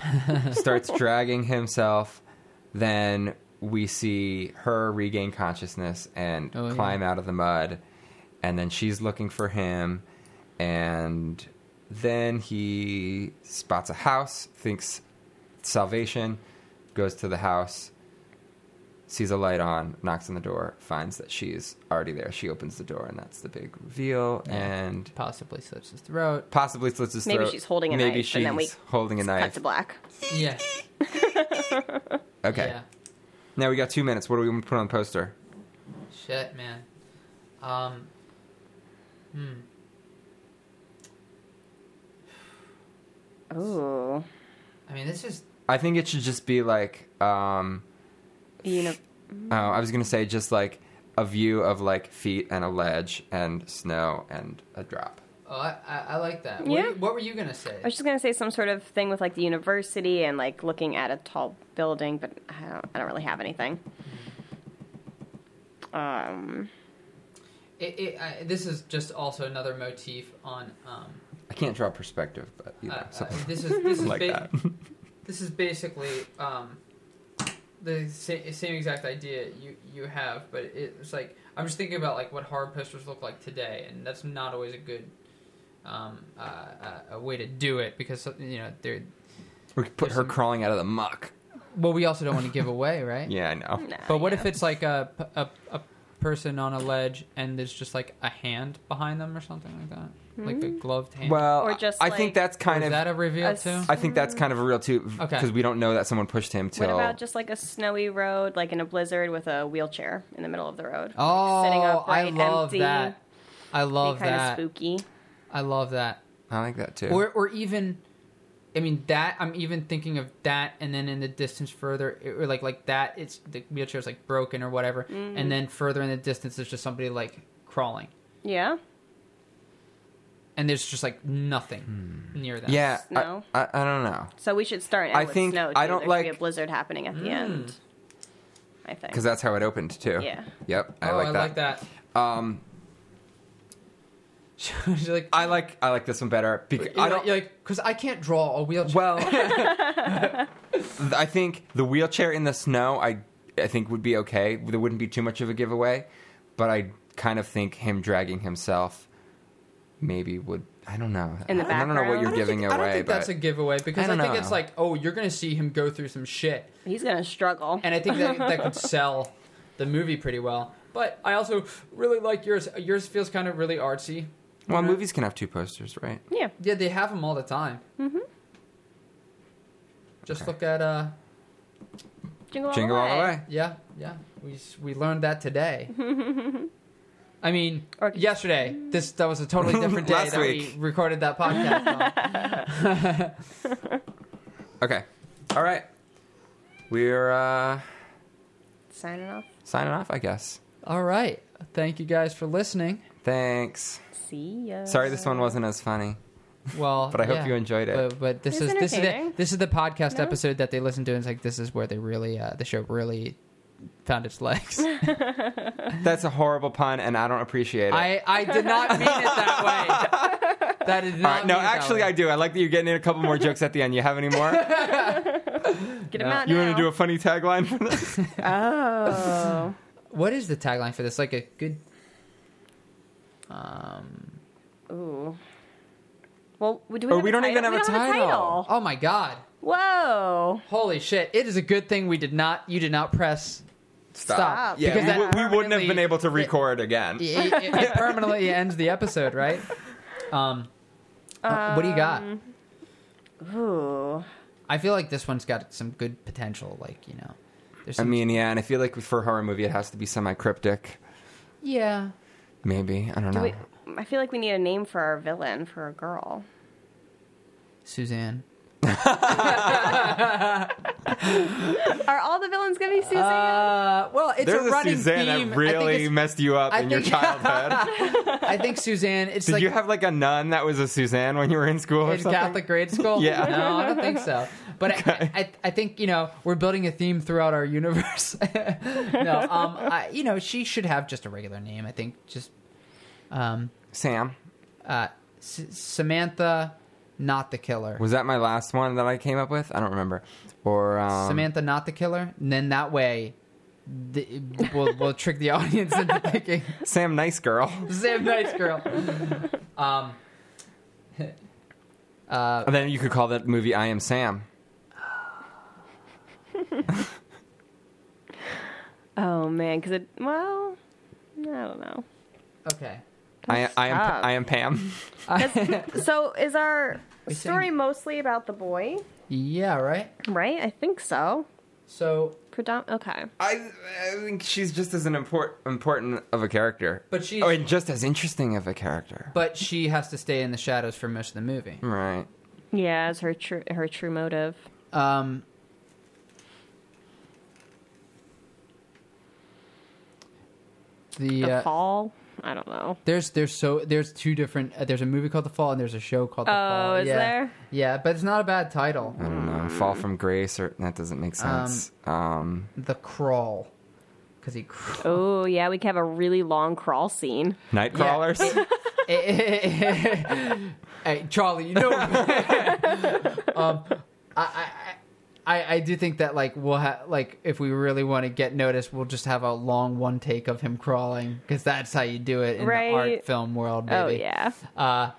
[SPEAKER 4] starts dragging himself. Then we see her regain consciousness and
[SPEAKER 5] Oh, yeah.
[SPEAKER 4] climb out of the mud. And then she's looking for him. And then he spots a house, thinks salvation, goes to the house, sees a light on, knocks on the door, finds that she's already there. She opens the door, and that's the big reveal. And
[SPEAKER 5] possibly slips his throat.
[SPEAKER 4] possibly slits his
[SPEAKER 2] Maybe
[SPEAKER 4] throat.
[SPEAKER 2] she's holding a
[SPEAKER 4] Maybe
[SPEAKER 2] knife,
[SPEAKER 4] she's
[SPEAKER 2] and then we
[SPEAKER 4] holding a
[SPEAKER 2] Cut
[SPEAKER 4] knife.
[SPEAKER 2] to black.
[SPEAKER 5] Yeah.
[SPEAKER 4] Okay.
[SPEAKER 5] Yeah.
[SPEAKER 4] Now we got two minutes. What do we want to put on the poster?
[SPEAKER 5] Shit, man. Um. Hmm.
[SPEAKER 2] Ooh.
[SPEAKER 5] I mean, this is
[SPEAKER 4] I think it should just be like, um,
[SPEAKER 2] You know,
[SPEAKER 4] oh, I was going to say just like a view of like feet and a ledge and snow and a drop.
[SPEAKER 5] Oh, I, I, I like that. What,
[SPEAKER 2] Yeah.
[SPEAKER 5] you- what were you gonna say?
[SPEAKER 2] I was just gonna say some sort of thing with like the university and like looking at a tall building, but I don't, I don't really have anything. Um,
[SPEAKER 5] It, it, I, this is just also another motif on. Um,
[SPEAKER 4] I can't draw perspective, but you know,
[SPEAKER 5] uh, uh,
[SPEAKER 4] something
[SPEAKER 5] this is this is
[SPEAKER 4] like
[SPEAKER 5] ba-
[SPEAKER 4] that.
[SPEAKER 5] this is basically um, the sa- same exact idea you you have, but it's like I'm just thinking about like what horror posters look like today, and that's not always a good um, uh, uh, a way to do it because you know they're
[SPEAKER 4] we could put her crawling out of the muck.
[SPEAKER 5] well we also don't want to give away, right?
[SPEAKER 4] Yeah, I know.
[SPEAKER 2] nah,
[SPEAKER 5] But what
[SPEAKER 2] yeah.
[SPEAKER 5] if it's like a, a, a person on a ledge, and there's just like a hand behind them or something like that, like the gloved hand.
[SPEAKER 4] Well,
[SPEAKER 2] Or just,
[SPEAKER 4] I
[SPEAKER 2] like-
[SPEAKER 4] think that's kind
[SPEAKER 5] is
[SPEAKER 4] of.
[SPEAKER 5] that a reveal
[SPEAKER 2] a
[SPEAKER 5] too?
[SPEAKER 2] s-
[SPEAKER 4] I think that's kind of a real too, because
[SPEAKER 5] Okay.
[SPEAKER 4] we don't know that someone pushed him till.
[SPEAKER 2] What about just like a snowy road, like in a blizzard with a wheelchair in the middle of the road?
[SPEAKER 5] Oh,
[SPEAKER 2] Sitting upright,
[SPEAKER 5] I love
[SPEAKER 2] empty,
[SPEAKER 5] that. I love
[SPEAKER 2] kind of
[SPEAKER 5] that.
[SPEAKER 2] spooky.
[SPEAKER 5] I love that.
[SPEAKER 4] I like that too.
[SPEAKER 5] Or, or even, I mean, that I'm even thinking of that, and then in the distance further, it, or like like that, it's the wheelchair's like broken or whatever, and then further in the distance, there's just somebody like crawling,
[SPEAKER 2] Yeah.
[SPEAKER 5] and there's just like nothing near that.
[SPEAKER 4] Hmm. yeah, I-
[SPEAKER 2] Snow?
[SPEAKER 4] I, I, don't know
[SPEAKER 2] So we should start.
[SPEAKER 4] I
[SPEAKER 2] I
[SPEAKER 4] think-
[SPEAKER 2] think snow,
[SPEAKER 4] I
[SPEAKER 2] too.
[SPEAKER 4] don't
[SPEAKER 2] there should be
[SPEAKER 4] like-
[SPEAKER 2] a blizzard happening at the end. I think
[SPEAKER 4] because that's how it opened too.
[SPEAKER 2] Yeah.
[SPEAKER 4] Yep. I
[SPEAKER 5] oh,
[SPEAKER 4] like
[SPEAKER 5] I
[SPEAKER 4] that.
[SPEAKER 5] like that.
[SPEAKER 4] Um,
[SPEAKER 5] She's like,
[SPEAKER 4] I like I like this one better. Because I don't.
[SPEAKER 5] you're like because I can't draw a wheelchair.
[SPEAKER 4] Well, I think the wheelchair in the snow, I I think would be okay. There wouldn't be too much of a giveaway, but I kind of think him dragging himself maybe would. I don't know.
[SPEAKER 2] In the
[SPEAKER 4] I don't know what
[SPEAKER 2] background?
[SPEAKER 4] you're
[SPEAKER 5] I don't
[SPEAKER 4] giving
[SPEAKER 5] think,
[SPEAKER 4] away,
[SPEAKER 5] I don't think
[SPEAKER 4] but
[SPEAKER 5] that's a giveaway because
[SPEAKER 4] I
[SPEAKER 5] I,
[SPEAKER 4] don't
[SPEAKER 5] think
[SPEAKER 4] know.
[SPEAKER 5] it's like, oh, you're gonna see him go through some shit,
[SPEAKER 2] he's gonna struggle.
[SPEAKER 5] and I think that that could sell the movie pretty well. But I also really like yours. Yours feels kind of really artsy.
[SPEAKER 4] well, movies can have two posters, right?
[SPEAKER 2] yeah.
[SPEAKER 5] Yeah, they have them all the time. Mm-hmm. Just look at uh,
[SPEAKER 2] Jingle all,
[SPEAKER 4] Jingle
[SPEAKER 2] the, way.
[SPEAKER 4] all the way.
[SPEAKER 5] yeah, yeah. We s- we learned that today. I mean,
[SPEAKER 2] Or-
[SPEAKER 5] yesterday. This that was a totally different day
[SPEAKER 4] Last
[SPEAKER 5] that
[SPEAKER 4] week.
[SPEAKER 5] we recorded that podcast. on.
[SPEAKER 4] Okay. All right. We're uh,
[SPEAKER 2] Signing off.
[SPEAKER 4] signing off, I guess.
[SPEAKER 5] All right. Thank you guys for listening.
[SPEAKER 4] Thanks.
[SPEAKER 2] See ya.
[SPEAKER 4] Sorry, this one wasn't as funny.
[SPEAKER 5] Well,
[SPEAKER 4] But I hope
[SPEAKER 5] yeah.
[SPEAKER 4] you enjoyed it.
[SPEAKER 5] But, but this
[SPEAKER 2] It was
[SPEAKER 5] is this is the,
[SPEAKER 2] entertaining.
[SPEAKER 5] this is the podcast
[SPEAKER 2] No?
[SPEAKER 5] episode that they listen to, and it's like this is where they really uh, the show really found its legs.
[SPEAKER 4] That's a horrible pun, and I don't appreciate it.
[SPEAKER 5] I I did not mean it that way. That is
[SPEAKER 4] All
[SPEAKER 5] not.
[SPEAKER 4] right, no,
[SPEAKER 5] mean it that
[SPEAKER 4] actually,
[SPEAKER 5] way.
[SPEAKER 4] I do. I like that you're getting in a couple more jokes at the end. You have any more?
[SPEAKER 2] Get him
[SPEAKER 5] No.
[SPEAKER 2] out
[SPEAKER 4] You
[SPEAKER 2] now.
[SPEAKER 4] want to do a funny tagline for this?
[SPEAKER 2] Oh.
[SPEAKER 5] What is the tagline for this? Like a good. Um.
[SPEAKER 2] Ooh. Well, do we?
[SPEAKER 4] Oh,
[SPEAKER 2] have
[SPEAKER 4] we
[SPEAKER 2] a
[SPEAKER 4] don't
[SPEAKER 2] title?
[SPEAKER 4] even have
[SPEAKER 2] We
[SPEAKER 4] a
[SPEAKER 2] don't
[SPEAKER 4] title.
[SPEAKER 5] Oh my god!
[SPEAKER 2] Whoa.
[SPEAKER 5] Holy shit! It is a good thing we did not. You did not press. Stop.
[SPEAKER 2] Stop.
[SPEAKER 4] Yeah,
[SPEAKER 5] Because
[SPEAKER 4] we,
[SPEAKER 5] that
[SPEAKER 4] wou- we wouldn't have been
[SPEAKER 5] permanently-
[SPEAKER 4] able to
[SPEAKER 5] it-
[SPEAKER 4] record again.
[SPEAKER 5] It, it- it permanently ends the episode, right? Um, uh, what do you got?
[SPEAKER 2] Ooh.
[SPEAKER 5] I feel like this one's got some good potential. Like you know, there's
[SPEAKER 4] I
[SPEAKER 5] some,
[SPEAKER 4] mean, yeah, and I feel like for a horror movie, it has to be semi cryptic.
[SPEAKER 5] yeah.
[SPEAKER 4] Maybe I don't
[SPEAKER 2] Do
[SPEAKER 4] know.
[SPEAKER 2] we? I feel like we need a name for our villain for a girl.
[SPEAKER 5] Suzanne.
[SPEAKER 2] Are all the villains gonna be Suzanne?
[SPEAKER 5] Uh, well, it's
[SPEAKER 4] There's
[SPEAKER 5] a
[SPEAKER 4] a
[SPEAKER 5] running
[SPEAKER 4] Suzanne
[SPEAKER 5] theme.
[SPEAKER 4] that really
[SPEAKER 5] I think,
[SPEAKER 4] messed you up
[SPEAKER 5] I
[SPEAKER 4] in your
[SPEAKER 5] think-
[SPEAKER 4] childhood.
[SPEAKER 5] it's- I think Suzanne. It's
[SPEAKER 4] Did
[SPEAKER 5] like
[SPEAKER 4] you have like a nun that was a Suzanne when you were in school or
[SPEAKER 5] in
[SPEAKER 4] something?
[SPEAKER 5] Catholic grade school.
[SPEAKER 4] Yeah.
[SPEAKER 5] no, I don't think so. But
[SPEAKER 4] Okay.
[SPEAKER 5] I, I, I think you know we're building a theme throughout our universe. no, um, I, you know she should have just a regular name. I think just, um,
[SPEAKER 4] Sam,
[SPEAKER 5] uh, S- Samantha, not the killer.
[SPEAKER 4] was that my last one that I came up with? I don't remember. Or um,
[SPEAKER 5] Samantha not the killer, and then that way, the, we'll, we'll trick the audience into thinking
[SPEAKER 4] Sam, nice girl.
[SPEAKER 5] Sam Nice Girl. Um, uh,
[SPEAKER 4] And then you could call that movie "I Am Sam."
[SPEAKER 2] Oh man, because it. Well, I don't know.
[SPEAKER 5] okay.
[SPEAKER 4] I, I am
[SPEAKER 2] Stop.
[SPEAKER 4] I am Pam.
[SPEAKER 2] So is our
[SPEAKER 5] We
[SPEAKER 2] story
[SPEAKER 5] sing-
[SPEAKER 2] mostly about the boy?
[SPEAKER 5] Yeah, right.
[SPEAKER 2] Right, I think so.
[SPEAKER 5] So,
[SPEAKER 2] Predom- okay.
[SPEAKER 4] I, I think she's just as an import, important of a character.
[SPEAKER 5] But she's-
[SPEAKER 4] Oh, and just as interesting of a character.
[SPEAKER 5] but she has to stay in the shadows for most of the movie.
[SPEAKER 4] Right.
[SPEAKER 2] Yeah, is her true her true motive.
[SPEAKER 5] Um, the,
[SPEAKER 2] The
[SPEAKER 5] uh,
[SPEAKER 2] fall. I don't know.
[SPEAKER 5] there's there's so there's two different uh, there's a movie called The Fall and there's a show called The Fall.
[SPEAKER 2] Oh, is
[SPEAKER 5] yeah.
[SPEAKER 2] there?
[SPEAKER 5] Yeah, but it's not a bad title.
[SPEAKER 4] I don't know. Fall from grace, or that doesn't make sense. Um,
[SPEAKER 5] The Crawl, because he. Cr-
[SPEAKER 2] Oh yeah, we could have a really long crawl scene.
[SPEAKER 4] night
[SPEAKER 5] Yeah.
[SPEAKER 4] crawlers.
[SPEAKER 5] hey, Charlie, you know. um, I, I, I, I do think that like we'll ha- like if we really want to get noticed, we'll just have a long one take of him crawling because that's how you do it in
[SPEAKER 2] Right.
[SPEAKER 5] the art film world. Baby.
[SPEAKER 2] Oh yeah.
[SPEAKER 5] Uh,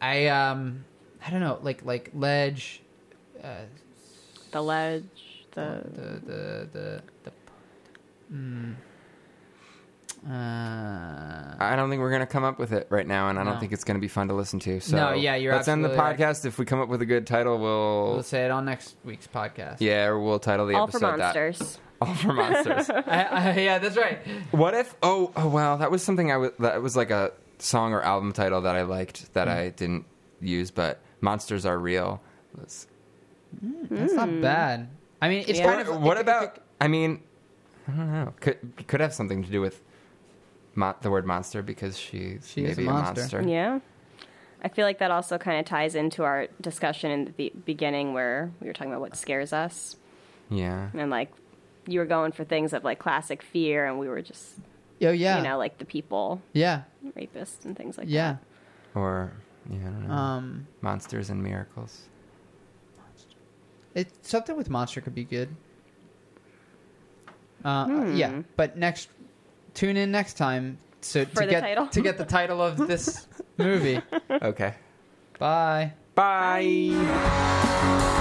[SPEAKER 5] I um, I don't know, like like ledge,
[SPEAKER 2] The ledge. The
[SPEAKER 5] uh, the the the. the mm, hmm, Uh,
[SPEAKER 4] I don't think we're gonna come up with it right now, and I don't
[SPEAKER 5] No.
[SPEAKER 4] think it's gonna be fun to listen to. So
[SPEAKER 5] No, yeah, you're
[SPEAKER 4] Let's end the
[SPEAKER 5] absolutely
[SPEAKER 4] podcast. If we come up with a good title, we'll,
[SPEAKER 5] we'll say it on next week's podcast.
[SPEAKER 4] yeah, or we'll title the
[SPEAKER 2] All for
[SPEAKER 4] episode
[SPEAKER 2] monsters.
[SPEAKER 4] that. All for monsters.
[SPEAKER 5] I, I, yeah, that's right.
[SPEAKER 4] what if? Oh, oh wow, that was something I was. That was like a song or album title that I liked that I didn't use, but monsters are real. Let's-
[SPEAKER 5] That's not bad. I mean, it's
[SPEAKER 2] Hmm. Yeah.
[SPEAKER 5] kind of
[SPEAKER 4] what
[SPEAKER 5] it- it-
[SPEAKER 4] about? I mean, I don't know. Could could have something to do with. Mon- the word monster because she's
[SPEAKER 5] She is a
[SPEAKER 4] maybe
[SPEAKER 5] monster.
[SPEAKER 2] Yeah. I feel like that also kind of ties into our discussion in the be- beginning where we were talking about what scares us
[SPEAKER 4] Yeah.
[SPEAKER 2] and like you were going for things of like classic fear and we were just
[SPEAKER 5] Oh yeah,
[SPEAKER 2] you know like the people
[SPEAKER 5] yeah,
[SPEAKER 2] rapists and things like
[SPEAKER 5] yeah.
[SPEAKER 4] Or yeah, I don't know.
[SPEAKER 5] Um,
[SPEAKER 4] Monsters and miracles.
[SPEAKER 5] it something with monster could be good. Uh, yeah, but next, tune in next time so
[SPEAKER 2] Hmm. For
[SPEAKER 5] to
[SPEAKER 2] the
[SPEAKER 5] get
[SPEAKER 2] title.
[SPEAKER 5] to get the title of this movie.
[SPEAKER 4] Okay.
[SPEAKER 5] Bye.
[SPEAKER 4] Bye.